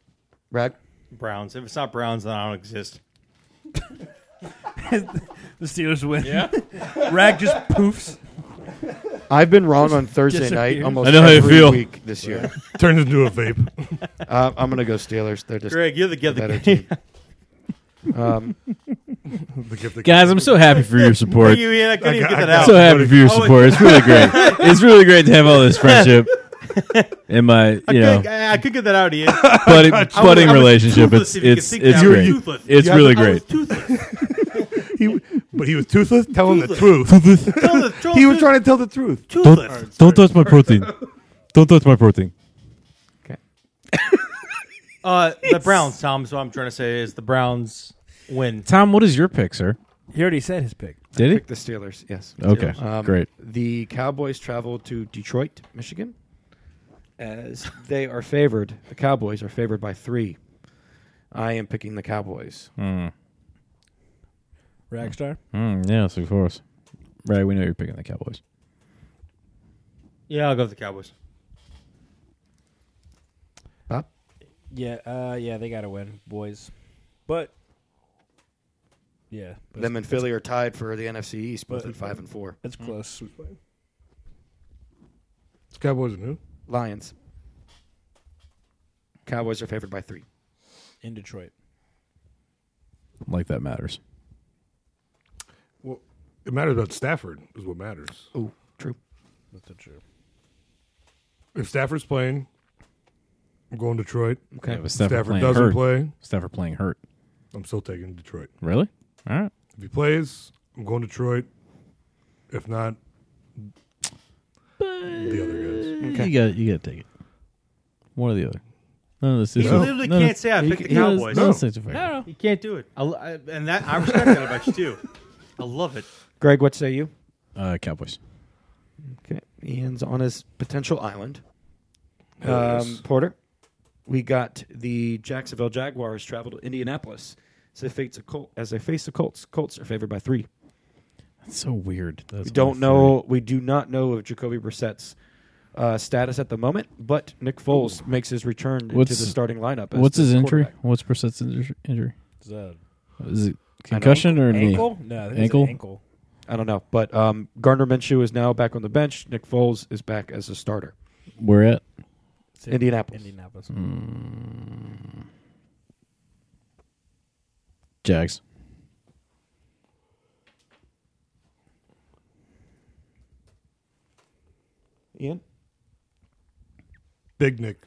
[SPEAKER 6] Rag.
[SPEAKER 8] Browns. If it's not Browns, then I don't exist.
[SPEAKER 5] The Steelers win. Yeah. Rag just poofs.
[SPEAKER 6] I've been wrong on Thursday night
[SPEAKER 5] disappears.
[SPEAKER 6] almost
[SPEAKER 7] I know how you
[SPEAKER 6] every
[SPEAKER 7] feel.
[SPEAKER 6] week this year.
[SPEAKER 4] Turned into a vape.
[SPEAKER 6] uh, I'm going to go Steelers. They're just
[SPEAKER 8] Greg, you're the get
[SPEAKER 6] better
[SPEAKER 8] the
[SPEAKER 6] team. Um,
[SPEAKER 4] the gift that
[SPEAKER 7] Guys, I'm so happy for your support.
[SPEAKER 8] Thank you, Ian. I couldn't even
[SPEAKER 4] got-
[SPEAKER 8] get that
[SPEAKER 4] I
[SPEAKER 7] I'm
[SPEAKER 8] out.
[SPEAKER 4] got-
[SPEAKER 7] so happy for your
[SPEAKER 8] Oh,
[SPEAKER 7] support. It's really great. It's really great to have all this friendship in my you
[SPEAKER 8] I,
[SPEAKER 7] know
[SPEAKER 8] could, I, I could get that out, Ian.
[SPEAKER 7] budding,
[SPEAKER 8] I
[SPEAKER 7] budding
[SPEAKER 8] was- I was
[SPEAKER 7] relationship. It's
[SPEAKER 8] toothless if you could
[SPEAKER 7] it's
[SPEAKER 8] think
[SPEAKER 7] it's
[SPEAKER 8] that. You were
[SPEAKER 7] great.
[SPEAKER 8] toothless.
[SPEAKER 7] It's
[SPEAKER 8] You
[SPEAKER 7] really
[SPEAKER 8] have- I was
[SPEAKER 7] great.
[SPEAKER 8] toothless.
[SPEAKER 4] he, but he was toothless, telling the truth.
[SPEAKER 8] Tell the- tell
[SPEAKER 4] he
[SPEAKER 8] the
[SPEAKER 4] was
[SPEAKER 8] truth.
[SPEAKER 4] trying to tell the truth.
[SPEAKER 8] toothless.
[SPEAKER 7] Don't touch my protein. Don't touch my protein.
[SPEAKER 8] Uh, the Browns, Tom. So what I'm trying to say is the Browns win.
[SPEAKER 7] Tom, what is your pick, sir?
[SPEAKER 5] He already said his pick.
[SPEAKER 7] Did
[SPEAKER 6] pick the Steelers. Yes.
[SPEAKER 7] he? Okay,
[SPEAKER 6] Um,
[SPEAKER 7] great.
[SPEAKER 6] The Cowboys travel to Detroit, Michigan, as they are favored. The Cowboys are favored by three. I am picking the Cowboys.
[SPEAKER 7] Hmm.
[SPEAKER 5] Ragstar.
[SPEAKER 7] Mm, yes, of course. Right, we know you're picking the Cowboys.
[SPEAKER 8] Yeah, I'll go with the Cowboys.
[SPEAKER 6] Bob?
[SPEAKER 5] Yeah. Uh. Yeah. They gotta win, boys. But Yeah, but
[SPEAKER 6] them
[SPEAKER 5] it's-
[SPEAKER 6] and Philly are tied for the NFC East, both
[SPEAKER 5] But-
[SPEAKER 6] at five and four.
[SPEAKER 5] That's
[SPEAKER 2] Hmm?
[SPEAKER 5] close.
[SPEAKER 4] Cowboys and who?
[SPEAKER 6] Lions. Cowboys are favored by three.
[SPEAKER 5] In Detroit.
[SPEAKER 7] Like that matters.
[SPEAKER 4] Well, it matters about Stafford is what matters.
[SPEAKER 6] Oh, true.
[SPEAKER 5] That's true.
[SPEAKER 4] If Stafford's playing, I'm going Detroit.
[SPEAKER 7] Okay. Yeah, but
[SPEAKER 4] If
[SPEAKER 7] Stafford
[SPEAKER 4] Stafford,
[SPEAKER 7] playing
[SPEAKER 4] doesn't
[SPEAKER 7] hurt.
[SPEAKER 4] play.
[SPEAKER 7] Stafford playing hurt.
[SPEAKER 4] I'm still taking Detroit.
[SPEAKER 7] Really? All right.
[SPEAKER 4] If he plays, I'm going Detroit. If not, the
[SPEAKER 8] Mm.
[SPEAKER 4] other guys.
[SPEAKER 7] You got you got to take it. One or the other. No, this is
[SPEAKER 8] He literally can't say I picked the Cowboys. You can't do it. I, I- and that I respect that about you too. I love it.
[SPEAKER 6] Greg, what say you?
[SPEAKER 7] Uh, Cowboys.
[SPEAKER 6] Okay. Ian's on his potential island.
[SPEAKER 4] Hell
[SPEAKER 6] Um,
[SPEAKER 4] yes.
[SPEAKER 6] Porter, we got the Jacksonville Jaguars travel to Indianapolis as they face the Colts. As they face the Colts, Colts are favored by three.
[SPEAKER 7] That's so weird. That's
[SPEAKER 6] we don't know. We do not know of Jacoby Brissett's uh, status at the moment, but Nick Foles makes his return to the starting lineup. as
[SPEAKER 7] What's
[SPEAKER 6] the
[SPEAKER 7] his injury?
[SPEAKER 6] quarterback.
[SPEAKER 7] What's Brissett's injury- injury?
[SPEAKER 5] Is that-
[SPEAKER 7] Is it concussion or knee?
[SPEAKER 5] Ankle? No, I think it's an
[SPEAKER 7] ankle.
[SPEAKER 5] ankle.
[SPEAKER 6] I don't know, but um, Gardner Minshew is now back on the bench. Nick Foles is back as a starter.
[SPEAKER 7] We're at
[SPEAKER 6] Indianapolis.
[SPEAKER 5] Indianapolis.
[SPEAKER 7] Hmm. Jags.
[SPEAKER 6] Ian,
[SPEAKER 4] Big Nick.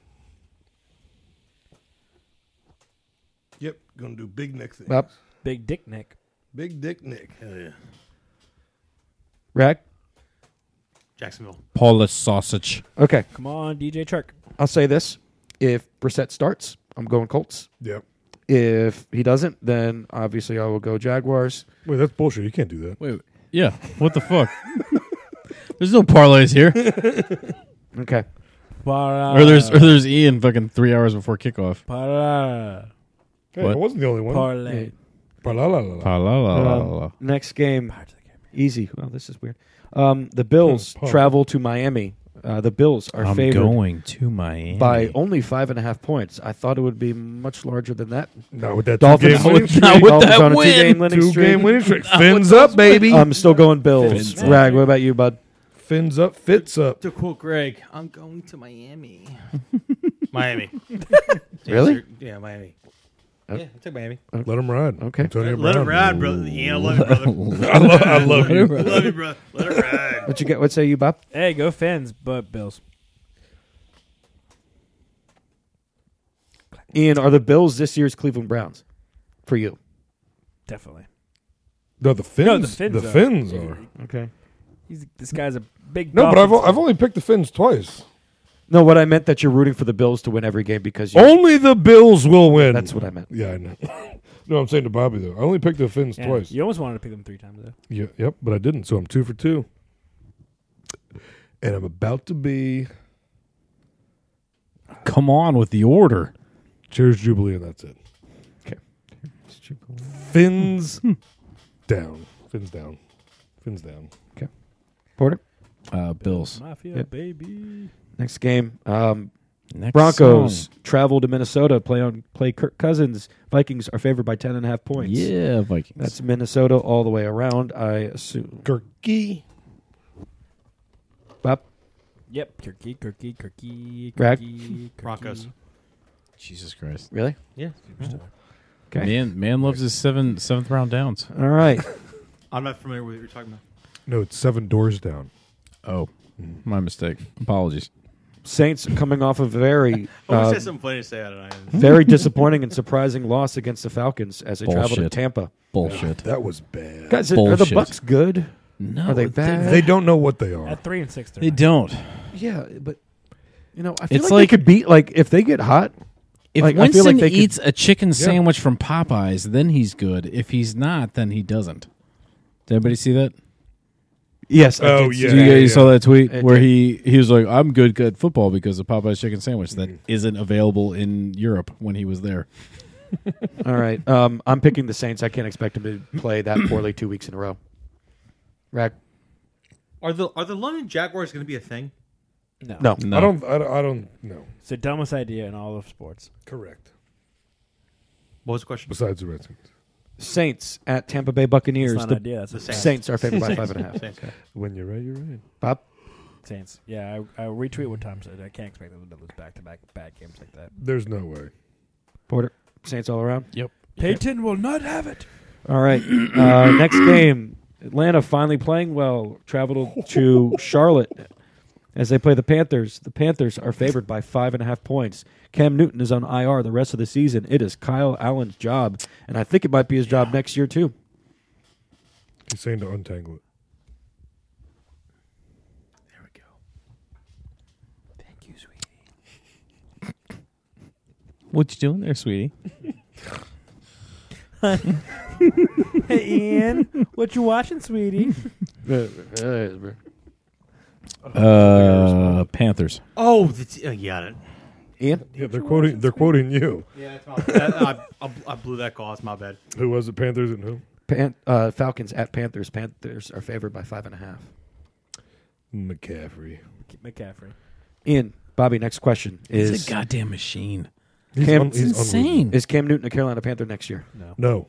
[SPEAKER 2] Yep, gonna do big Nick thing.
[SPEAKER 6] Bob,
[SPEAKER 5] Big Dick Nick.
[SPEAKER 2] Big Dick Nick. Hell yeah.
[SPEAKER 6] Rag.
[SPEAKER 8] Jacksonville.
[SPEAKER 7] Paula sausage.
[SPEAKER 6] Okay,
[SPEAKER 5] Come on, DJ Chark.
[SPEAKER 6] I'll say this: if Brissett starts, I'm going Colts.
[SPEAKER 4] Yep.
[SPEAKER 6] If he doesn't, then obviously I will go Jaguars.
[SPEAKER 4] Wait, that's bullshit. You can't do that.
[SPEAKER 7] Wait. Yeah. What the fuck? There's no parlays here.
[SPEAKER 6] Okay.
[SPEAKER 5] Para.
[SPEAKER 7] or there's or there's Ian fucking three hours before kickoff.
[SPEAKER 5] para.
[SPEAKER 4] Hey,
[SPEAKER 7] What?
[SPEAKER 4] I wasn't the only one.
[SPEAKER 5] Parlay.
[SPEAKER 4] Pa-la-la-la-la.
[SPEAKER 7] Pa la la la
[SPEAKER 6] Um,
[SPEAKER 7] la la.
[SPEAKER 6] next game, easy. Well, this is weird. Um, the Bills
[SPEAKER 4] Hmm, pause.
[SPEAKER 6] travel to Miami. Uh, the Bills are
[SPEAKER 7] I'm
[SPEAKER 6] favored
[SPEAKER 7] going to Miami.
[SPEAKER 6] by only five and a half points. I thought it would be much larger than that.
[SPEAKER 4] Not with that
[SPEAKER 6] Dolphins,
[SPEAKER 4] two-game winning
[SPEAKER 7] Not
[SPEAKER 4] streak.
[SPEAKER 7] with
[SPEAKER 6] Dolphins
[SPEAKER 7] that
[SPEAKER 6] on a
[SPEAKER 7] win.
[SPEAKER 6] two-game winning
[SPEAKER 4] Two
[SPEAKER 6] streak.
[SPEAKER 4] game winning streak. Fins up, baby.
[SPEAKER 6] I'm still going Bills.
[SPEAKER 7] Fins.
[SPEAKER 6] Rag, what about you, bud?
[SPEAKER 4] Fins up, fits up.
[SPEAKER 8] To quote Greg, I'm going to Miami. Miami.
[SPEAKER 6] Really? Oh.
[SPEAKER 8] Yeah, Miami. yeah, I took Miami.
[SPEAKER 4] Let him ride.
[SPEAKER 6] Okay.
[SPEAKER 4] Antonio
[SPEAKER 8] Let
[SPEAKER 4] Brown.
[SPEAKER 8] it ride, brother. Yeah, I love you, brother.
[SPEAKER 4] I, lo- I love you.
[SPEAKER 8] love you, brother. Let it ride.
[SPEAKER 6] What you get? What say you, Bob?
[SPEAKER 5] Hey, go fans, but Bills.
[SPEAKER 6] Ian, are the Bills this year's Cleveland Browns for you?
[SPEAKER 5] Definitely.
[SPEAKER 4] No, the fins.
[SPEAKER 5] No, the fins are.
[SPEAKER 4] fins are.
[SPEAKER 6] Okay.
[SPEAKER 5] He's, this guy's a big.
[SPEAKER 4] No, but I've,
[SPEAKER 5] Dolphins
[SPEAKER 4] o- I've
[SPEAKER 5] fan.
[SPEAKER 4] only picked the fins twice.
[SPEAKER 6] No, what I meant that you're rooting for the Bills to win every game because you.
[SPEAKER 7] Oh!
[SPEAKER 4] Only the Bills will win.
[SPEAKER 6] That's what I meant.
[SPEAKER 4] Yeah, I know. no, I'm saying to Bobby though. I only picked the fins
[SPEAKER 5] Yeah,
[SPEAKER 4] twice.
[SPEAKER 5] You almost wanted to pick them three times though.
[SPEAKER 4] Yeah, yep, but I didn't. So I'm two for two. And I'm about to be
[SPEAKER 7] Come on with the order.
[SPEAKER 4] Cheers Jubilee, and that's it.
[SPEAKER 6] Okay.
[SPEAKER 4] Fins
[SPEAKER 7] Hmm.
[SPEAKER 4] down. Fins down. Fins down.
[SPEAKER 6] Porter.
[SPEAKER 7] Uh, Bills.
[SPEAKER 5] Mafia,
[SPEAKER 6] Yeah.
[SPEAKER 5] baby.
[SPEAKER 6] Next game. Um,
[SPEAKER 7] Next
[SPEAKER 6] Broncos
[SPEAKER 7] song.
[SPEAKER 6] travel to Minnesota, play on play Kirk Cousins. Vikings are favored by ten and a half points.
[SPEAKER 7] Yeah, Vikings.
[SPEAKER 6] That's Minnesota all the way around, I assume.
[SPEAKER 4] Gurky.
[SPEAKER 6] Bob,
[SPEAKER 5] Yep. Kirky, Kirky, Kirky,
[SPEAKER 6] Rag.
[SPEAKER 5] Kirky, Kirky.
[SPEAKER 8] Broncos.
[SPEAKER 7] Jesus Christ.
[SPEAKER 6] really?
[SPEAKER 8] Yeah.
[SPEAKER 6] Okay.
[SPEAKER 7] Man, man loves his seven seventh round downs.
[SPEAKER 6] All right.
[SPEAKER 8] I'm not familiar with what you're talking about.
[SPEAKER 4] No, it's seven doors down.
[SPEAKER 7] Oh,
[SPEAKER 6] Mm.
[SPEAKER 7] my mistake. Apologies.
[SPEAKER 6] Saints coming off a very
[SPEAKER 8] I
[SPEAKER 7] Oh,
[SPEAKER 8] wish I
[SPEAKER 6] uh,
[SPEAKER 8] had something funny to say out of it.
[SPEAKER 6] very disappointing and surprising loss against the Falcons as they travel to
[SPEAKER 7] Bullshit.
[SPEAKER 6] Tampa.
[SPEAKER 7] Bullshit.
[SPEAKER 4] That was bad.
[SPEAKER 6] Guys, are the
[SPEAKER 7] Bullshit.
[SPEAKER 6] Bucks good?
[SPEAKER 7] No,
[SPEAKER 6] Are they bad?
[SPEAKER 4] They don't know what they are.
[SPEAKER 5] At three and six, they're
[SPEAKER 7] They
[SPEAKER 5] not.
[SPEAKER 7] don't.
[SPEAKER 6] Yeah, but you know, I feel
[SPEAKER 7] It's
[SPEAKER 6] like, they
[SPEAKER 7] like-
[SPEAKER 6] could beat like if they get hot.
[SPEAKER 7] If
[SPEAKER 6] Like, I feel
[SPEAKER 7] Winston
[SPEAKER 6] like they could-
[SPEAKER 7] eats a chicken sandwich from Popeyes, then he's good. If he's not, then he doesn't. Did everybody see that?
[SPEAKER 6] Yes. I
[SPEAKER 4] Oh,
[SPEAKER 6] did see
[SPEAKER 4] yeah.
[SPEAKER 7] Did you guys you saw that tweet
[SPEAKER 6] I
[SPEAKER 7] where
[SPEAKER 6] did.
[SPEAKER 7] he he was like, "I'm good at football because of Popeyes chicken sandwich that not available in Europe when he was there."
[SPEAKER 6] All right. Um, I'm picking the Saints. I can't expect them to play that poorly two weeks in a row. Rack.
[SPEAKER 8] Are the are the London Jaguars going to be a thing?
[SPEAKER 5] No.
[SPEAKER 6] No.
[SPEAKER 7] No,
[SPEAKER 4] I don't. I don't. I don't know.
[SPEAKER 5] It's the dumbest idea in all of sports.
[SPEAKER 4] Correct.
[SPEAKER 8] What was the question?
[SPEAKER 4] Besides the Redskins,
[SPEAKER 6] Saints at Tampa Bay Buccaneers.
[SPEAKER 5] That's not
[SPEAKER 6] the
[SPEAKER 5] an idea, that's a
[SPEAKER 6] Saints.
[SPEAKER 5] fact.
[SPEAKER 6] are favored by
[SPEAKER 5] Saints.
[SPEAKER 6] five and a half.
[SPEAKER 5] Saints.
[SPEAKER 6] Okay.
[SPEAKER 4] When you're right, you're right.
[SPEAKER 6] Bob,
[SPEAKER 5] Saints. Yeah, I, I retweet what Tom said. I can't expect them to lose back to back bad games like that.
[SPEAKER 4] There's no way.
[SPEAKER 6] Porter, Saints all around.
[SPEAKER 7] Yep.
[SPEAKER 5] Peyton will not have it.
[SPEAKER 6] All right. Uh, next game. Atlanta finally playing well. Traveled to Charlotte as they play the Panthers. The Panthers are favored by five and a half points. Cam Newton is on IR the rest of the season. It is Kyle Allen's job, and I think it might be his job next year too.
[SPEAKER 4] He's saying to untangle it.
[SPEAKER 12] What you doing there, sweetie?
[SPEAKER 5] hey, Ian, what you watching, sweetie?
[SPEAKER 7] Uh, Panthers.
[SPEAKER 8] Oh, that's, uh, got it.
[SPEAKER 6] Ian?
[SPEAKER 4] Yeah, they're quoting. They're quoting you.
[SPEAKER 8] Yeah, that's my, that, I, I, I blew that call. It's my bad.
[SPEAKER 4] Who was it? Panthers and who?
[SPEAKER 6] Pan- uh, Falcons at Panthers. Panthers are favored by five and a half.
[SPEAKER 4] McCaffrey.
[SPEAKER 5] McCaffrey.
[SPEAKER 6] Ian, Bobby, next question is
[SPEAKER 7] He's a goddamn machine.
[SPEAKER 4] He's
[SPEAKER 6] Cam-
[SPEAKER 4] un- he's
[SPEAKER 7] It's insane. unbelievable.
[SPEAKER 6] Is Cam Newton a Carolina Panther next year?
[SPEAKER 5] No.
[SPEAKER 4] No,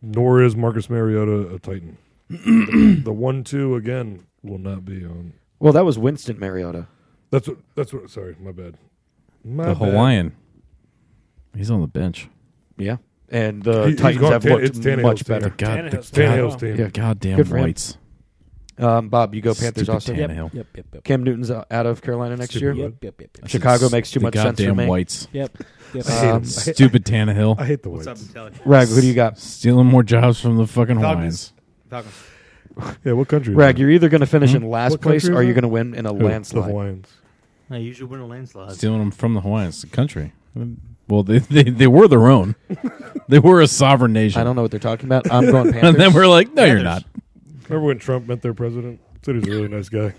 [SPEAKER 4] nor is Marcus Mariota a Titan. the, the one-two again will not be on.
[SPEAKER 6] Well, that was Winston Mariota.
[SPEAKER 4] That's what. That's what. Sorry, my bad. My
[SPEAKER 7] the
[SPEAKER 4] bad.
[SPEAKER 7] Hawaiian. He's on the bench.
[SPEAKER 6] Yeah, and the
[SPEAKER 4] He- he's
[SPEAKER 6] Titans
[SPEAKER 4] gone
[SPEAKER 6] have
[SPEAKER 4] Tan-
[SPEAKER 6] looked
[SPEAKER 4] it's Tannehill's
[SPEAKER 6] much
[SPEAKER 4] team.
[SPEAKER 6] better.
[SPEAKER 7] God, the,
[SPEAKER 5] Tannehill's
[SPEAKER 4] Tannehill's
[SPEAKER 7] God,
[SPEAKER 4] team.
[SPEAKER 6] Yeah.
[SPEAKER 7] goddamn
[SPEAKER 6] Good for him.
[SPEAKER 7] whites.
[SPEAKER 6] Um, Bob, you go Panthers
[SPEAKER 7] Stupid
[SPEAKER 6] also.
[SPEAKER 7] Tannehill.
[SPEAKER 5] Yep,
[SPEAKER 7] Yep.
[SPEAKER 5] yep, yep.
[SPEAKER 6] Cam Newton's uh, out of Carolina next year.
[SPEAKER 4] Stupid.
[SPEAKER 5] Yep, yep, yep. yep.
[SPEAKER 6] Chicago makes too
[SPEAKER 7] The
[SPEAKER 6] much sense for
[SPEAKER 7] goddamn
[SPEAKER 6] me.
[SPEAKER 7] whites.
[SPEAKER 5] Yep. yep.
[SPEAKER 4] I hate him. I
[SPEAKER 6] Um,
[SPEAKER 4] hate-
[SPEAKER 7] Stupid
[SPEAKER 4] I
[SPEAKER 7] Tannehill.
[SPEAKER 4] hate the
[SPEAKER 8] What's up,
[SPEAKER 4] Whites.
[SPEAKER 8] Intelli?
[SPEAKER 6] Rag, who do you got?
[SPEAKER 7] Stealing more jobs from the fucking Hawaiians.
[SPEAKER 8] Falcons.
[SPEAKER 4] Yeah, what country? is
[SPEAKER 6] Rag,
[SPEAKER 4] it?
[SPEAKER 6] you're either going to finish in last
[SPEAKER 4] Hmm? What
[SPEAKER 6] place
[SPEAKER 4] country
[SPEAKER 6] or
[SPEAKER 4] is
[SPEAKER 6] you're
[SPEAKER 4] that?
[SPEAKER 6] going to win in a
[SPEAKER 4] Who? The
[SPEAKER 6] landslide.
[SPEAKER 4] Hawaiians.
[SPEAKER 8] I usually win a landslide.
[SPEAKER 7] Stealing them from the Hawaiians, the country. Well, they, they, they were their own. they were a sovereign nation.
[SPEAKER 6] I don't know what they're talking about. I'm going Panthers.
[SPEAKER 7] and then we're like, no, you're not.
[SPEAKER 8] Panthers.
[SPEAKER 4] Remember when Trump met their president? Said he's a really nice guy.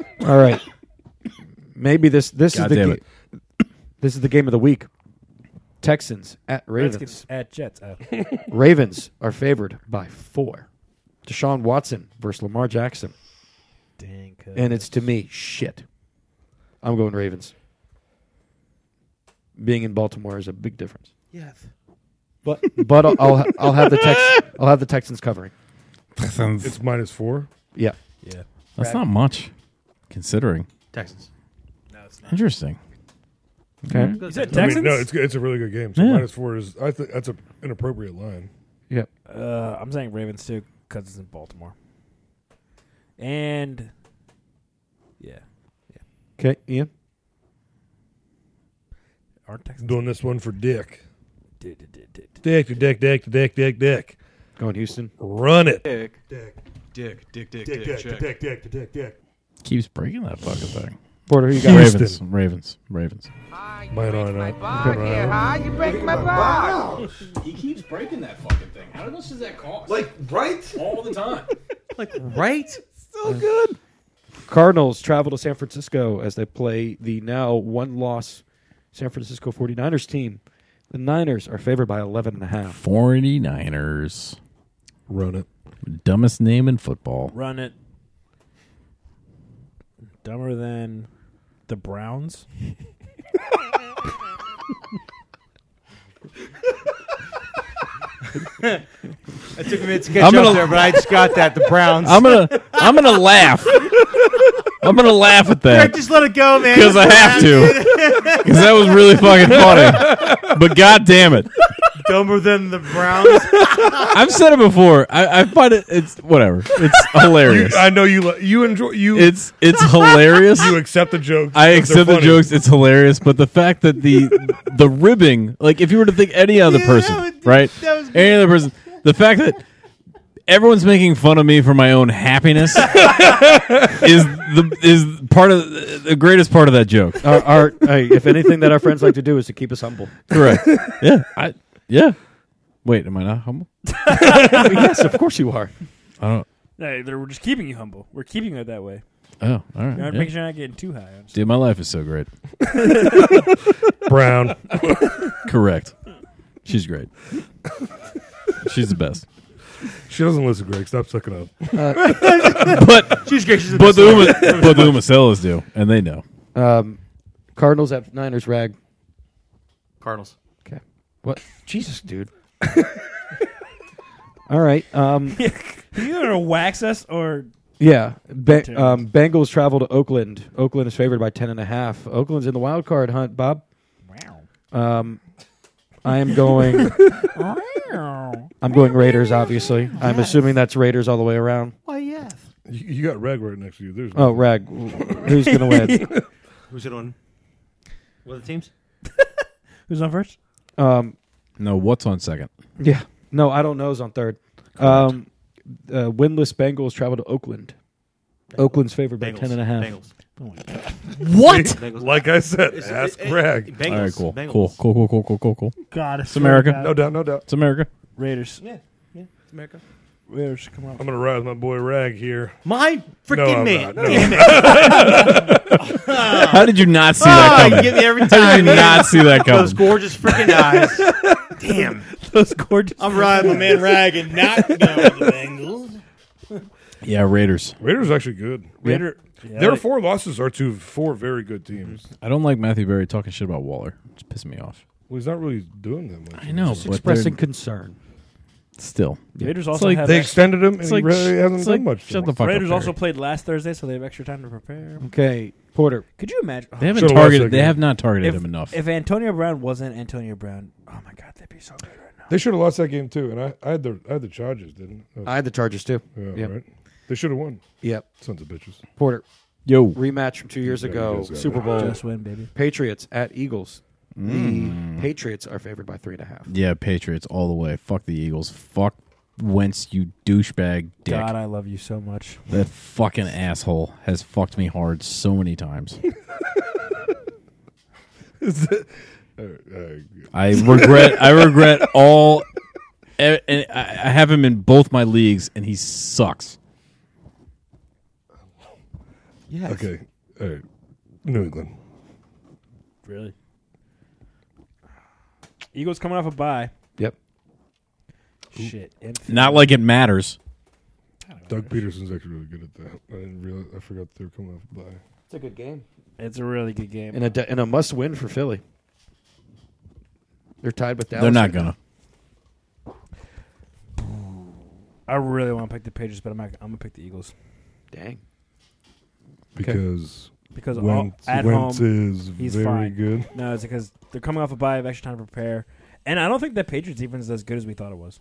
[SPEAKER 6] All right. Maybe this this
[SPEAKER 7] God
[SPEAKER 6] is the
[SPEAKER 7] damn
[SPEAKER 6] ga-
[SPEAKER 7] it.
[SPEAKER 6] this is the game of the week. Texans at Ravens.
[SPEAKER 5] Redskins at Jets. Uh,
[SPEAKER 6] Ravens are favored by four. Deshaun Watson versus Lamar Jackson,
[SPEAKER 5] dang. cuz.
[SPEAKER 6] and it's to me shit. I'm going Ravens. Being in Baltimore is a big difference.
[SPEAKER 8] Yeah.
[SPEAKER 6] But but I'll I'll, I'll have the Tex I'll have the Texans covering.
[SPEAKER 7] That's
[SPEAKER 4] It's minus four.
[SPEAKER 6] Yeah.
[SPEAKER 5] yeah.
[SPEAKER 7] not much, considering.
[SPEAKER 8] Texans.
[SPEAKER 7] Interesting.
[SPEAKER 6] Okay.
[SPEAKER 8] Go
[SPEAKER 5] said
[SPEAKER 8] Texans.
[SPEAKER 4] I
[SPEAKER 5] Texans?
[SPEAKER 4] mean, no, it's it's a really good game. So
[SPEAKER 7] Yeah.
[SPEAKER 4] minus four is I think that's a, an appropriate line.
[SPEAKER 6] Yeah.
[SPEAKER 5] Uh, I'm saying Ravens too because it's in Baltimore. And yeah,
[SPEAKER 6] Okay. Ian.
[SPEAKER 5] aren't Texans?
[SPEAKER 4] Doing this one for Dick.
[SPEAKER 5] Dude, dude, dude, dude, dude.
[SPEAKER 4] Dick, Dick, Dick, Dick, Dick, Dick.
[SPEAKER 6] Going Houston.
[SPEAKER 4] Run it.
[SPEAKER 9] Dick, dick, dick,
[SPEAKER 4] Dick,
[SPEAKER 9] dick,
[SPEAKER 4] Dick,
[SPEAKER 9] check.
[SPEAKER 4] Dick, Dick, Dick, Dick, Dick.
[SPEAKER 7] Keeps breaking that fucking thing.
[SPEAKER 6] Porter, who you got?
[SPEAKER 4] Houston.
[SPEAKER 7] Ravens, Ravens, Ravens.
[SPEAKER 4] Mine on out. Come on out.
[SPEAKER 9] you break my box?
[SPEAKER 12] He keeps breaking that fucking thing. How much does that cost?
[SPEAKER 9] Like, right?
[SPEAKER 12] all the time.
[SPEAKER 8] Like, right?
[SPEAKER 6] Cardinals travel to San Francisco as they play the now one loss San Francisco 49ers team. The Niners are favored by 11.5.
[SPEAKER 7] 49ers.
[SPEAKER 4] Run it.
[SPEAKER 7] Dumbest name in football.
[SPEAKER 5] Run it. Dumber than the Browns.
[SPEAKER 8] It took me a minute to catch
[SPEAKER 7] I'm gonna-
[SPEAKER 8] up there, but I just got that. The Browns.
[SPEAKER 7] I'm gonna I'm gonna laugh. I'm gonna laugh at that.
[SPEAKER 8] just let it go, man.
[SPEAKER 7] Because I have to. Because that was really fucking funny. But god damn it.
[SPEAKER 8] Dumber than the Browns.
[SPEAKER 7] I've said it before. I, I find it it's whatever. It's hilarious.
[SPEAKER 4] I know you. Lo- you enjoy. You
[SPEAKER 7] It's it's hilarious.
[SPEAKER 4] you accept the jokes.
[SPEAKER 7] I
[SPEAKER 4] because they're
[SPEAKER 7] accept the
[SPEAKER 4] funny.
[SPEAKER 7] jokes, it's hilarious, but the fact that the the ribbing, like if you were to think any other
[SPEAKER 8] Yeah,
[SPEAKER 7] person,
[SPEAKER 8] that would-
[SPEAKER 7] right?
[SPEAKER 8] that was
[SPEAKER 7] any other person, the fact that everyone's making fun of me for my own happiness is the is part of the greatest part of that joke.
[SPEAKER 6] our, our, hey, if anything that our friends like to do is to keep us humble.
[SPEAKER 7] Correct. yeah. I yeah. Wait, am I not humble?
[SPEAKER 6] yes, of course you are.
[SPEAKER 7] I don't
[SPEAKER 5] Hey, they're, we're just keeping you humble. We're keeping it that way.
[SPEAKER 7] Oh, all
[SPEAKER 5] You know,
[SPEAKER 7] right.
[SPEAKER 5] Make
[SPEAKER 7] yeah.
[SPEAKER 5] sure you're not getting too high. I'm just-
[SPEAKER 7] Dude, my life is so great.
[SPEAKER 4] Brown.
[SPEAKER 7] Correct. She's great. She's the best.
[SPEAKER 4] She doesn't listen, Greg. Stop sucking up.
[SPEAKER 6] Uh,
[SPEAKER 7] But
[SPEAKER 8] She's great. She's the
[SPEAKER 7] But
[SPEAKER 8] best.
[SPEAKER 7] the Uma, but the Umacellas do, and they know.
[SPEAKER 6] Um, Cardinals at Niners rag.
[SPEAKER 8] Cardinals.
[SPEAKER 6] Okay. What? Jesus, dude. All right. Um,
[SPEAKER 5] He's either to wax us or
[SPEAKER 6] yeah. Ba- um, Bengals travel to Oakland. Oakland is favored by ten and a half. Oakland's in the wild card hunt. Bob. Wow. Um, I am going. I'm going Raiders. Obviously, I'm assuming that's Raiders all the way around.
[SPEAKER 8] Why, yes.
[SPEAKER 4] You, you got Reg right next to you. There's
[SPEAKER 6] Oh, Rag, who's gonna win?
[SPEAKER 8] Who's going to win? What are the teams?
[SPEAKER 5] Who's on first?
[SPEAKER 6] Um,
[SPEAKER 7] no, what's on second?
[SPEAKER 6] Yeah. No, I don't know. Is on third. Um, uh, winless Bengals travel to Oakland. Oakland's favored by
[SPEAKER 8] Bengals.
[SPEAKER 6] ten and a half.
[SPEAKER 8] Bengals.
[SPEAKER 4] What? like I said, ask Greg.
[SPEAKER 7] All right, cool. Cool, cool, cool, cool, cool, cool, cool.
[SPEAKER 5] God, I
[SPEAKER 7] it's
[SPEAKER 5] swear to
[SPEAKER 7] America.
[SPEAKER 5] God. No doubt, no doubt.
[SPEAKER 7] It's America.
[SPEAKER 5] Raiders.
[SPEAKER 8] Yeah, yeah, it's America.
[SPEAKER 5] Raiders, come on.
[SPEAKER 4] I'm gonna ride with my boy Rag here.
[SPEAKER 8] My freaking
[SPEAKER 4] no, I'm
[SPEAKER 8] man.
[SPEAKER 4] Not. No.
[SPEAKER 8] Damn
[SPEAKER 4] it.
[SPEAKER 7] How did you not see that
[SPEAKER 8] Ah, you
[SPEAKER 7] coming?
[SPEAKER 8] get me every
[SPEAKER 7] Oh, How did
[SPEAKER 8] time,
[SPEAKER 7] you
[SPEAKER 8] man.
[SPEAKER 7] not see that coming?
[SPEAKER 8] Those gorgeous freaking eyes. Damn.
[SPEAKER 5] Those gorgeous.
[SPEAKER 8] I'm riding my man Rag and not going with the Bengals.
[SPEAKER 7] Yeah, Raiders.
[SPEAKER 4] Raiders actually good. Raider.
[SPEAKER 5] Yeah.
[SPEAKER 4] Their four losses are to four very good teams.
[SPEAKER 7] I don't like Matthew Berry talking shit about Waller. It's pissing me off.
[SPEAKER 4] Well, he's not really doing that much.
[SPEAKER 7] I know,
[SPEAKER 6] Just
[SPEAKER 7] but
[SPEAKER 6] expressing
[SPEAKER 7] they're-
[SPEAKER 6] concern.
[SPEAKER 7] Still,
[SPEAKER 5] Raiders
[SPEAKER 7] It's
[SPEAKER 5] also
[SPEAKER 7] like
[SPEAKER 5] have
[SPEAKER 4] they
[SPEAKER 5] ex-
[SPEAKER 4] extended him, and
[SPEAKER 5] it's
[SPEAKER 4] he
[SPEAKER 5] like-
[SPEAKER 4] really hasn't
[SPEAKER 5] it's
[SPEAKER 4] done
[SPEAKER 5] like-
[SPEAKER 4] much.
[SPEAKER 7] shut the fuck up,
[SPEAKER 5] Raiders also
[SPEAKER 7] Barry.
[SPEAKER 5] played last Thursday, so they have extra time to prepare.
[SPEAKER 6] Okay, Porter.
[SPEAKER 5] Could you imagine?
[SPEAKER 7] They haven't Should've watched targeted- that they game. have not targeted
[SPEAKER 5] If-
[SPEAKER 7] him enough.
[SPEAKER 5] If Antonio Brown wasn't Antonio Brown, oh my god, that'd be so good.
[SPEAKER 4] They should have lost that game too, and I, I had the I had the Chargers, didn't I? Oh,
[SPEAKER 6] I had the Chargers too.
[SPEAKER 4] Yeah,
[SPEAKER 6] Yep.
[SPEAKER 4] right. They should have won.
[SPEAKER 6] Yep.
[SPEAKER 4] Sons of bitches.
[SPEAKER 6] Porter.
[SPEAKER 7] Yo.
[SPEAKER 6] Rematch from two years
[SPEAKER 4] Yeah, you
[SPEAKER 6] ago,
[SPEAKER 4] guys got
[SPEAKER 6] Super
[SPEAKER 4] it.
[SPEAKER 6] Bowl.
[SPEAKER 5] Just win, baby.
[SPEAKER 6] Patriots at Eagles.
[SPEAKER 7] Mm.
[SPEAKER 6] The Patriots are favored by three and a half.
[SPEAKER 7] Yeah, Patriots all the way. Fuck the Eagles. Fuck Wentz, you douchebag dick.
[SPEAKER 5] God, I love you so much.
[SPEAKER 7] That fucking asshole has fucked me hard so many times.
[SPEAKER 4] Uh,
[SPEAKER 7] I regret. I regret all. e- And I I have him in both my leagues, and he sucks.
[SPEAKER 8] Yes.
[SPEAKER 4] Okay. All right. New England.
[SPEAKER 5] Really? Eagles coming off a bye.
[SPEAKER 6] Yep.
[SPEAKER 5] Shit. Infinite.
[SPEAKER 7] Not like it matters.
[SPEAKER 4] Doug Peterson's actually really good at that. I didn't realize. I forgot they were coming off by.
[SPEAKER 6] It's a good game.
[SPEAKER 5] It's a really good game.
[SPEAKER 6] And a, de- and a must win for Philly. They're tied with Dallas.
[SPEAKER 7] They're not
[SPEAKER 6] right now.
[SPEAKER 7] gonna.
[SPEAKER 5] I really want to pick the Patriots, but I'm not, I'm gonna pick the Eagles
[SPEAKER 6] Dang.
[SPEAKER 4] because
[SPEAKER 5] because
[SPEAKER 6] oh,
[SPEAKER 5] all-
[SPEAKER 4] Wentz,
[SPEAKER 5] at
[SPEAKER 4] Wentz
[SPEAKER 5] home
[SPEAKER 4] is
[SPEAKER 5] he's
[SPEAKER 4] very
[SPEAKER 5] fine.
[SPEAKER 4] good.
[SPEAKER 5] No, it's because they're coming off a bye, have extra time to prepare, and I don't think the Patriots defense is as good as we thought it was.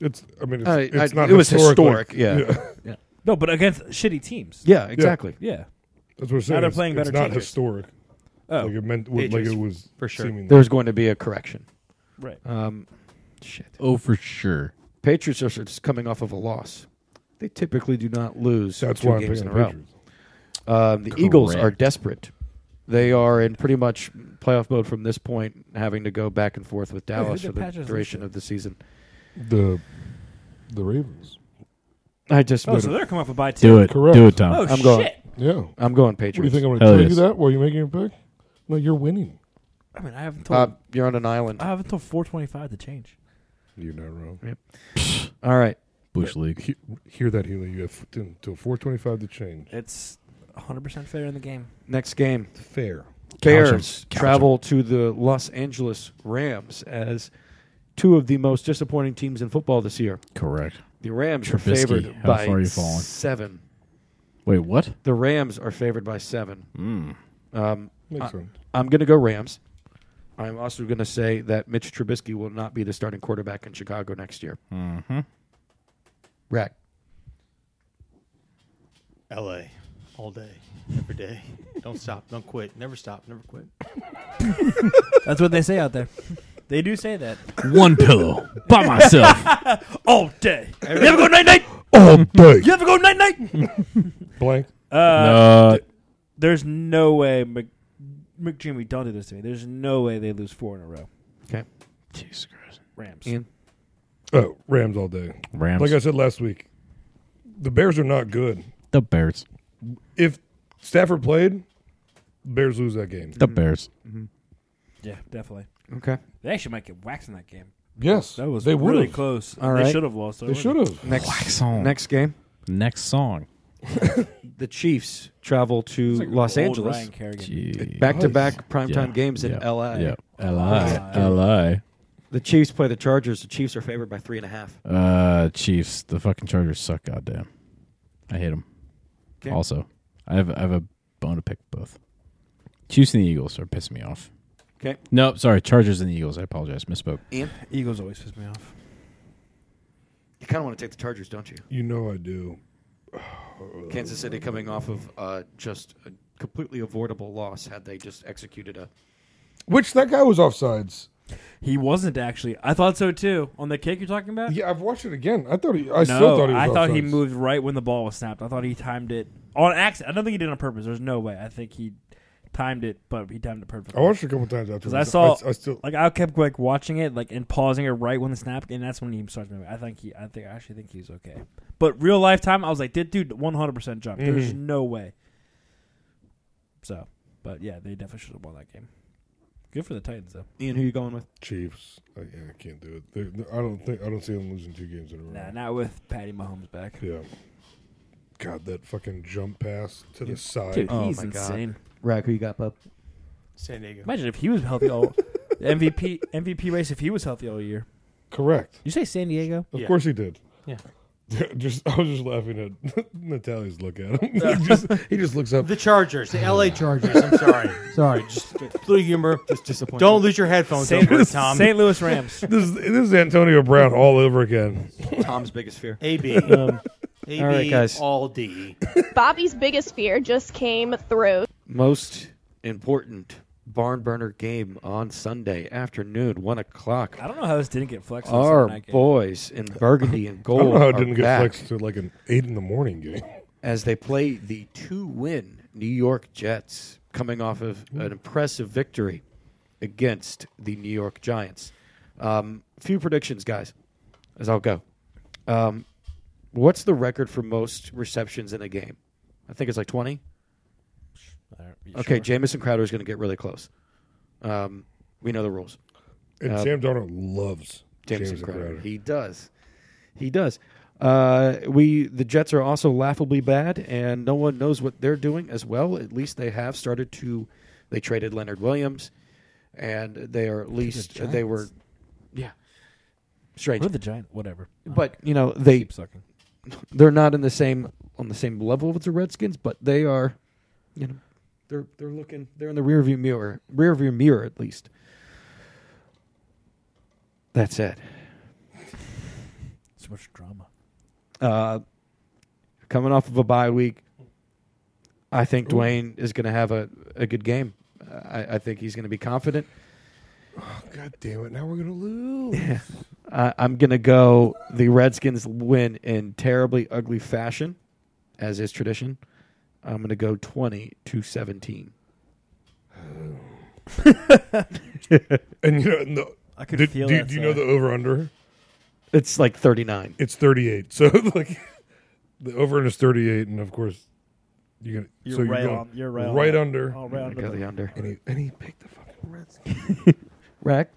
[SPEAKER 4] It's. I mean, it's,
[SPEAKER 6] Uh, I-
[SPEAKER 4] it's not.
[SPEAKER 6] it was
[SPEAKER 4] historic,
[SPEAKER 6] historic,
[SPEAKER 4] like-
[SPEAKER 6] yeah.
[SPEAKER 5] Yeah. No, but against shitty teams.
[SPEAKER 6] Yeah, exactly.
[SPEAKER 5] Yeah.
[SPEAKER 4] That's what I'm saying.
[SPEAKER 5] Now they're
[SPEAKER 4] It's-
[SPEAKER 5] playing
[SPEAKER 4] it's
[SPEAKER 5] better
[SPEAKER 4] not
[SPEAKER 5] teams.
[SPEAKER 4] historic.
[SPEAKER 5] Oh.
[SPEAKER 4] Like it meant. Like
[SPEAKER 8] Patriots,
[SPEAKER 4] it was
[SPEAKER 8] for sure.
[SPEAKER 4] seemingly-
[SPEAKER 6] There's going to be a correction.
[SPEAKER 5] Right.
[SPEAKER 6] Um, shit.
[SPEAKER 7] Oh, for sure.
[SPEAKER 6] Patriots are just coming off of a loss. They typically do not lose
[SPEAKER 4] That's
[SPEAKER 6] two
[SPEAKER 4] why I'm
[SPEAKER 6] games in a
[SPEAKER 4] picking
[SPEAKER 6] row.
[SPEAKER 4] Patriots.
[SPEAKER 6] Um, the Eagles are
[SPEAKER 7] Correct.
[SPEAKER 6] desperate. They are in pretty much playoff mode from this point, having to go back and forth with
[SPEAKER 5] who'd
[SPEAKER 6] Dallas
[SPEAKER 5] they
[SPEAKER 6] for the
[SPEAKER 5] patch us
[SPEAKER 6] duration
[SPEAKER 5] into?
[SPEAKER 6] of the season.
[SPEAKER 4] The the Ravens.
[SPEAKER 6] I just
[SPEAKER 5] Oh,
[SPEAKER 6] moved
[SPEAKER 5] so
[SPEAKER 6] them.
[SPEAKER 5] they're coming off a bye too.
[SPEAKER 7] Do it.
[SPEAKER 4] Correct.
[SPEAKER 7] Do it, Tom.
[SPEAKER 5] Oh
[SPEAKER 6] I'm
[SPEAKER 5] shit.
[SPEAKER 6] going-
[SPEAKER 4] Yeah. What
[SPEAKER 6] I'm going
[SPEAKER 4] do you
[SPEAKER 6] Patriots.
[SPEAKER 4] think I'm going to
[SPEAKER 7] Hell
[SPEAKER 4] tell
[SPEAKER 7] yes.
[SPEAKER 4] you that while you're making your pick? No, you're winning.
[SPEAKER 5] I mean, I haven't told
[SPEAKER 6] Bob, you're on an island.
[SPEAKER 5] I haven't told 425 to change.
[SPEAKER 4] You're not wrong.
[SPEAKER 6] All right.
[SPEAKER 7] Bush League.
[SPEAKER 4] He- hear that, Healy? You have until 4:25 to change.
[SPEAKER 5] It's 100 percent fair in the game.
[SPEAKER 6] Next game.
[SPEAKER 4] Fair.
[SPEAKER 6] Bears
[SPEAKER 7] Couch 'em.
[SPEAKER 6] travel to the Los Angeles Rams as two of the most disappointing teams in football this year.
[SPEAKER 7] Correct.
[SPEAKER 6] The Rams
[SPEAKER 7] Trubisky,
[SPEAKER 6] are favored
[SPEAKER 7] how
[SPEAKER 6] by
[SPEAKER 7] far you falling?
[SPEAKER 6] seven.
[SPEAKER 7] Wait, what?
[SPEAKER 6] The Rams are favored by seven. Um,
[SPEAKER 4] Makes
[SPEAKER 6] I-
[SPEAKER 4] sense.
[SPEAKER 6] I'm going to go Rams. I'm also going to say that Mitch Trubisky will not be the starting quarterback in Chicago next year.
[SPEAKER 7] Mm-hmm.
[SPEAKER 6] Rack.
[SPEAKER 8] LA. All day. Every day. Don't stop. Don't quit. Never stop. Never quit.
[SPEAKER 5] That's what they say out there. they do say that
[SPEAKER 7] One pillow by myself
[SPEAKER 5] all day. You ever go night night?
[SPEAKER 7] Oh,
[SPEAKER 4] All day.
[SPEAKER 5] You ever go night night?
[SPEAKER 4] Blank.
[SPEAKER 5] Uh,
[SPEAKER 7] Uh,
[SPEAKER 5] There's no way Mc, McJimmy don't do this to me. There's no way they lose four in a row.
[SPEAKER 6] Okay.
[SPEAKER 7] Jesus Christ.
[SPEAKER 5] Rams.
[SPEAKER 6] Ian.
[SPEAKER 4] Oh, Rams all day.
[SPEAKER 7] Rams.
[SPEAKER 4] Like I said last week, the Bears are not good.
[SPEAKER 7] the Bears.
[SPEAKER 4] If Stafford played, Bears lose that game.
[SPEAKER 7] The Bears.
[SPEAKER 5] Yeah, definitely.
[SPEAKER 6] Okay.
[SPEAKER 5] They actually might get waxed in that game.
[SPEAKER 4] Yes,
[SPEAKER 5] That was
[SPEAKER 4] they would
[SPEAKER 5] really
[SPEAKER 4] have.
[SPEAKER 5] close.
[SPEAKER 6] All
[SPEAKER 5] They
[SPEAKER 6] right.
[SPEAKER 5] should have lost.
[SPEAKER 4] They should have.
[SPEAKER 6] Next
[SPEAKER 7] Wax on.
[SPEAKER 6] next game.
[SPEAKER 7] Next song.
[SPEAKER 6] The Chiefs travel to Los Angeles.
[SPEAKER 5] Ryan Kerrigan.
[SPEAKER 7] Jeez.
[SPEAKER 6] Back to back
[SPEAKER 4] Nice.
[SPEAKER 6] primetime
[SPEAKER 7] Yeah,
[SPEAKER 6] games in
[SPEAKER 7] yeah,
[SPEAKER 6] LA.
[SPEAKER 7] Yeah. LA. LA.
[SPEAKER 6] The Chiefs play the Chargers. The Chiefs are favored by three and a half.
[SPEAKER 7] Uh, Chiefs. The fucking Chargers suck. Goddamn, I hate them.
[SPEAKER 6] Okay.
[SPEAKER 7] Also, I have I have a bone to pick with both. Chiefs and the Eagles are pissing me off.
[SPEAKER 6] Okay.
[SPEAKER 7] No, sorry, Chargers and the Eagles. I apologize, misspoke.
[SPEAKER 6] Ian,
[SPEAKER 13] Eagles always piss me off.
[SPEAKER 6] you kind of want to take the Chargers, don't you?
[SPEAKER 4] You know I do.
[SPEAKER 6] Kansas City coming off of uh, just a completely avoidable loss had they just executed a.
[SPEAKER 2] Which that guy was offsides.
[SPEAKER 5] He wasn't actually. I thought so too. On the kick you're talking about?
[SPEAKER 4] Yeah, I've watched it again. I thought he.
[SPEAKER 2] I still thought he was
[SPEAKER 5] I thought he
[SPEAKER 2] offsides.
[SPEAKER 5] moved right when the ball was snapped. I thought he timed it on accident. I don't think he did it on purpose. There's no way. I think he timed it, but he timed it perfectly.
[SPEAKER 4] I watched it a couple times
[SPEAKER 5] because
[SPEAKER 4] afterwards.
[SPEAKER 5] I saw.
[SPEAKER 4] I, I still.
[SPEAKER 5] like I kept like watching it, like and pausing it right when the snap, and that's when he starts moving. I think he. I think I actually think he's okay. But real life time, I was like, "Did dude 100 percent jump? There's
[SPEAKER 13] Mhm.
[SPEAKER 5] no way." So, but yeah, they definitely should have won that game. Good for the Titans though.
[SPEAKER 6] Ian, who you going with?
[SPEAKER 4] Chiefs. I, yeah, I can't do it. They, I don't think. I don't see them losing two games in a row.
[SPEAKER 5] Nah, not with Patty Mahomes back.
[SPEAKER 4] Yeah. God, that fucking jump pass to the
[SPEAKER 5] Dude,
[SPEAKER 4] side.
[SPEAKER 5] dude, Oh he's my God. insane.
[SPEAKER 6] Rack, who you got, bub?
[SPEAKER 8] San Diego.
[SPEAKER 5] Imagine if he was healthy all the MVP MVP race. If he was healthy all year,
[SPEAKER 4] Correct.
[SPEAKER 5] you say San Diego?
[SPEAKER 4] Of course he did.
[SPEAKER 8] Yeah.
[SPEAKER 4] Just I was just laughing at Natalia's look at him. he, just, he just looks up.
[SPEAKER 8] The Chargers, the LA Chargers. I'm sorry.
[SPEAKER 4] Sorry.
[SPEAKER 8] Just blue humor. Just disappointed. Don't lose your headphones
[SPEAKER 5] Saint-
[SPEAKER 8] over it, Tom.
[SPEAKER 5] Saint Louis Rams.
[SPEAKER 4] this, is, this is Antonio Brown all over again.
[SPEAKER 6] Tom's biggest fear.
[SPEAKER 8] AB.
[SPEAKER 6] Um,
[SPEAKER 8] AB
[SPEAKER 6] all right, guys.
[SPEAKER 8] all D.
[SPEAKER 10] Bobby's biggest fear just came through.
[SPEAKER 6] Most important barn burner game on Sunday afternoon, one o'clock.
[SPEAKER 5] I don't know how this didn't get flexed. on Sunday
[SPEAKER 6] Our
[SPEAKER 5] night game.
[SPEAKER 6] boys in burgundy and gold
[SPEAKER 4] I don't know how it
[SPEAKER 6] are
[SPEAKER 4] didn't get
[SPEAKER 6] back
[SPEAKER 4] flexed to like an eight in the morning game.
[SPEAKER 6] as they play the two-win New York Jets, coming off of an impressive victory against the New York Giants. Um, few predictions, guys, as I'll go. Um, what's the record for most receptions in a game? I think it's like twenty. Okay, Jamison Crowder is going to get really close. Um, we know the rules.
[SPEAKER 4] And
[SPEAKER 6] Uh,
[SPEAKER 4] Sam Darnold loves
[SPEAKER 6] Jameson,
[SPEAKER 4] Jameson
[SPEAKER 6] Crowder.
[SPEAKER 4] Crowder.
[SPEAKER 6] He does. He does. Uh, we the Jets are also laughably bad, and no one knows what they're doing as well. At least they have started to. They traded Leonard Williams, and they are at least they were. Yeah. Strange.
[SPEAKER 5] We're the Giant. Whatever.
[SPEAKER 6] But you know they
[SPEAKER 5] Keep sucking.
[SPEAKER 6] they're not in the same on the same level with the Redskins, but they are, you know, they're they're looking they're in the rearview mirror rearview mirror at least. That's it.
[SPEAKER 5] So much drama.
[SPEAKER 6] Uh, coming off of a bye week, I think Dwayne is going to have a, a good game. I, I think he's going to be confident.
[SPEAKER 4] Oh, God damn it! Now we're gonna lose.
[SPEAKER 6] I, I'm going to go the Redskins win in terribly ugly fashion, as is tradition. I'm going to go 20 to 17.
[SPEAKER 4] and you know, and the,
[SPEAKER 5] I could
[SPEAKER 4] did-
[SPEAKER 5] feel
[SPEAKER 4] Do,
[SPEAKER 5] that
[SPEAKER 4] do you know
[SPEAKER 5] sigh.
[SPEAKER 4] the over under?
[SPEAKER 6] It's like 39.
[SPEAKER 4] It's thirty eight. So like, the over under is thirty eight, and of course, you're gonna.
[SPEAKER 5] You're
[SPEAKER 4] so
[SPEAKER 5] right
[SPEAKER 4] you're going
[SPEAKER 5] on- you're right on
[SPEAKER 4] Right
[SPEAKER 5] that.
[SPEAKER 4] under.
[SPEAKER 5] Oh, right
[SPEAKER 6] I
[SPEAKER 5] under
[SPEAKER 6] go
[SPEAKER 5] the-
[SPEAKER 6] the under.
[SPEAKER 4] And he and he picked the fucking Redskins.
[SPEAKER 6] Rack?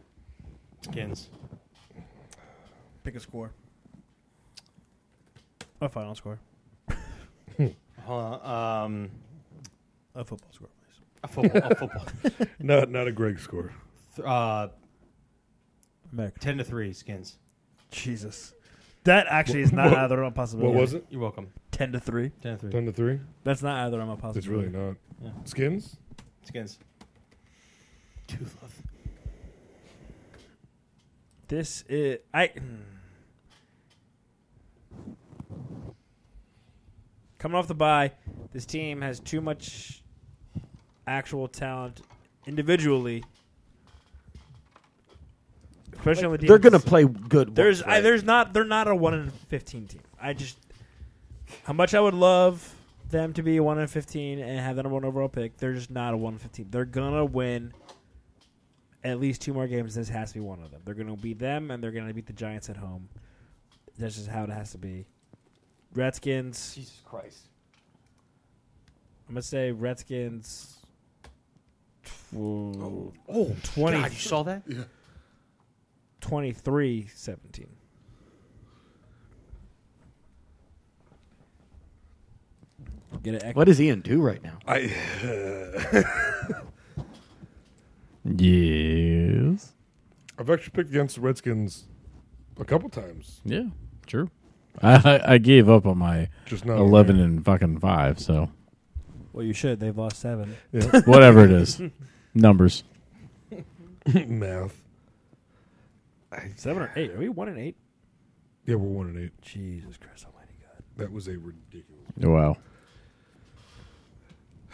[SPEAKER 8] Skins.
[SPEAKER 5] Pick a score. A final score.
[SPEAKER 8] Hold on. Um,
[SPEAKER 5] A football score, please.
[SPEAKER 8] a football. A football.
[SPEAKER 4] Not not a Greg score.
[SPEAKER 8] Th- uh,
[SPEAKER 5] American.
[SPEAKER 8] ten to three. Skins.
[SPEAKER 5] Jesus. That actually is not
[SPEAKER 4] What-
[SPEAKER 5] either realm of possibility.
[SPEAKER 4] What was it?
[SPEAKER 8] You're welcome.
[SPEAKER 5] Ten to three.
[SPEAKER 8] Ten to three.
[SPEAKER 4] Ten to three.
[SPEAKER 5] That's not either realm of
[SPEAKER 4] It's
[SPEAKER 5] possibility.
[SPEAKER 4] really not.
[SPEAKER 8] Yeah.
[SPEAKER 4] Skins.
[SPEAKER 8] Skins. Two love.
[SPEAKER 5] This is I. hmm. Coming off the bye, this team has too much actual talent individually. Especially on the
[SPEAKER 6] They're going to
[SPEAKER 5] defense.
[SPEAKER 6] play good.
[SPEAKER 5] There's
[SPEAKER 6] ones,
[SPEAKER 5] I,
[SPEAKER 6] right?
[SPEAKER 5] there's not they're not a one in fifteen team. I just how much I would love them to be one in fifteen and have the number one overall pick. They're just not a one in fifteen. They're gonna win at least two more games. This has to be one of them. They're gonna beat them and they're gonna beat the Giants at home. That's just how it has to be. Redskins.
[SPEAKER 8] Jesus Christ.
[SPEAKER 5] I'm gonna say Redskins.
[SPEAKER 8] Oh,
[SPEAKER 5] 20.
[SPEAKER 8] God, you saw that? Yeah.
[SPEAKER 5] 23 17. Get it?
[SPEAKER 6] What does Ian do right now?
[SPEAKER 4] I.
[SPEAKER 7] Yes.
[SPEAKER 4] I I've actually picked against the Redskins a couple times.
[SPEAKER 7] Yeah, true. I, I gave up on my
[SPEAKER 4] Just
[SPEAKER 6] Oh,
[SPEAKER 4] not
[SPEAKER 7] eleven and fucking five. So
[SPEAKER 13] Well, you should. They've lost seven.
[SPEAKER 7] whatever it is, numbers.
[SPEAKER 4] Math.
[SPEAKER 13] Seven or eight? Are we one and eight?
[SPEAKER 4] Yeah, we're one and eight.
[SPEAKER 13] Jesus Christ Almighty God!
[SPEAKER 4] That was a ridiculous.
[SPEAKER 7] Oh,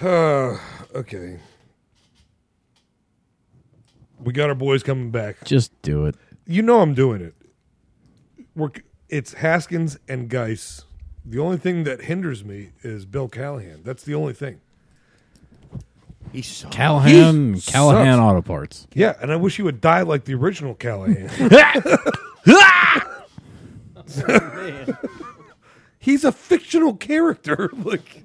[SPEAKER 7] Wow.
[SPEAKER 4] okay. We got our boys coming back.
[SPEAKER 7] Just do it.
[SPEAKER 4] You know I'm doing it. We're, it's Haskins and Geis. The only thing that hinders me is Bill Callahan. That's the only thing.
[SPEAKER 6] He sucks.
[SPEAKER 7] Callahan- Callahan Auto Parts.
[SPEAKER 4] Yeah, and I wish he would die like the original Callahan. He's a fictional character. like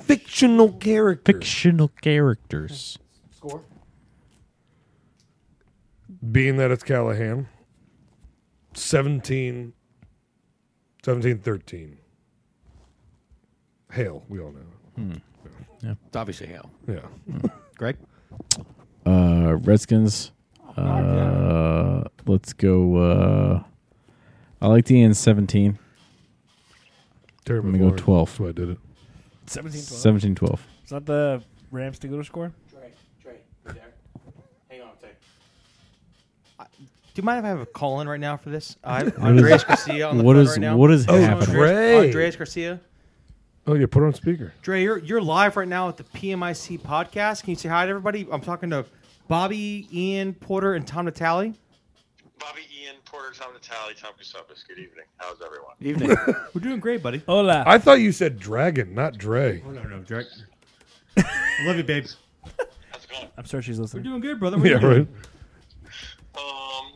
[SPEAKER 4] fictional character.
[SPEAKER 7] Fictional characters.
[SPEAKER 6] Score.
[SPEAKER 4] being that it's Callahan, 17, 17 13. Hale, we all know.
[SPEAKER 7] Yeah.
[SPEAKER 6] It's obviously Hale.
[SPEAKER 4] Yeah.
[SPEAKER 6] Greg?
[SPEAKER 7] Uh, Redskins.
[SPEAKER 8] Oh,
[SPEAKER 7] Uh, let's go. Uh, I like the end seventeen.
[SPEAKER 4] Terry
[SPEAKER 7] Let me go
[SPEAKER 4] McLaurin.
[SPEAKER 7] twelve.
[SPEAKER 4] That's why I did it.
[SPEAKER 13] 17 12.
[SPEAKER 7] 17 12.
[SPEAKER 13] It's not the Rams to go to score?
[SPEAKER 8] Trey, Trey, there. Hang on a sec. Do you mind if I have a call in right now for this? I have
[SPEAKER 4] What is-
[SPEAKER 8] Andres Garcia on the
[SPEAKER 7] what
[SPEAKER 8] phone
[SPEAKER 7] is-
[SPEAKER 8] right now.
[SPEAKER 7] what is
[SPEAKER 8] Andres-
[SPEAKER 7] happening?
[SPEAKER 4] Dre.
[SPEAKER 8] Andres Garcia.
[SPEAKER 4] Oh, yeah, put it on speaker.
[SPEAKER 8] Dre, you're, you're live right now at the PMIC podcast. Can you say hi to everybody? I'm talking to Bobby, Ian, Porter, and Tom Natale.
[SPEAKER 14] Bobby Ian, Porter, Tom Natale, Tom Kusopis. Good evening. How's everyone?
[SPEAKER 8] We're doing great, buddy.
[SPEAKER 13] Hola.
[SPEAKER 4] I thought you said dragon, not Dre.
[SPEAKER 8] Oh, no, no, Dre. Love you, babe.
[SPEAKER 13] I'm sorry she's listening.
[SPEAKER 8] We're doing good, brother.
[SPEAKER 4] Yeah, right.
[SPEAKER 8] Um,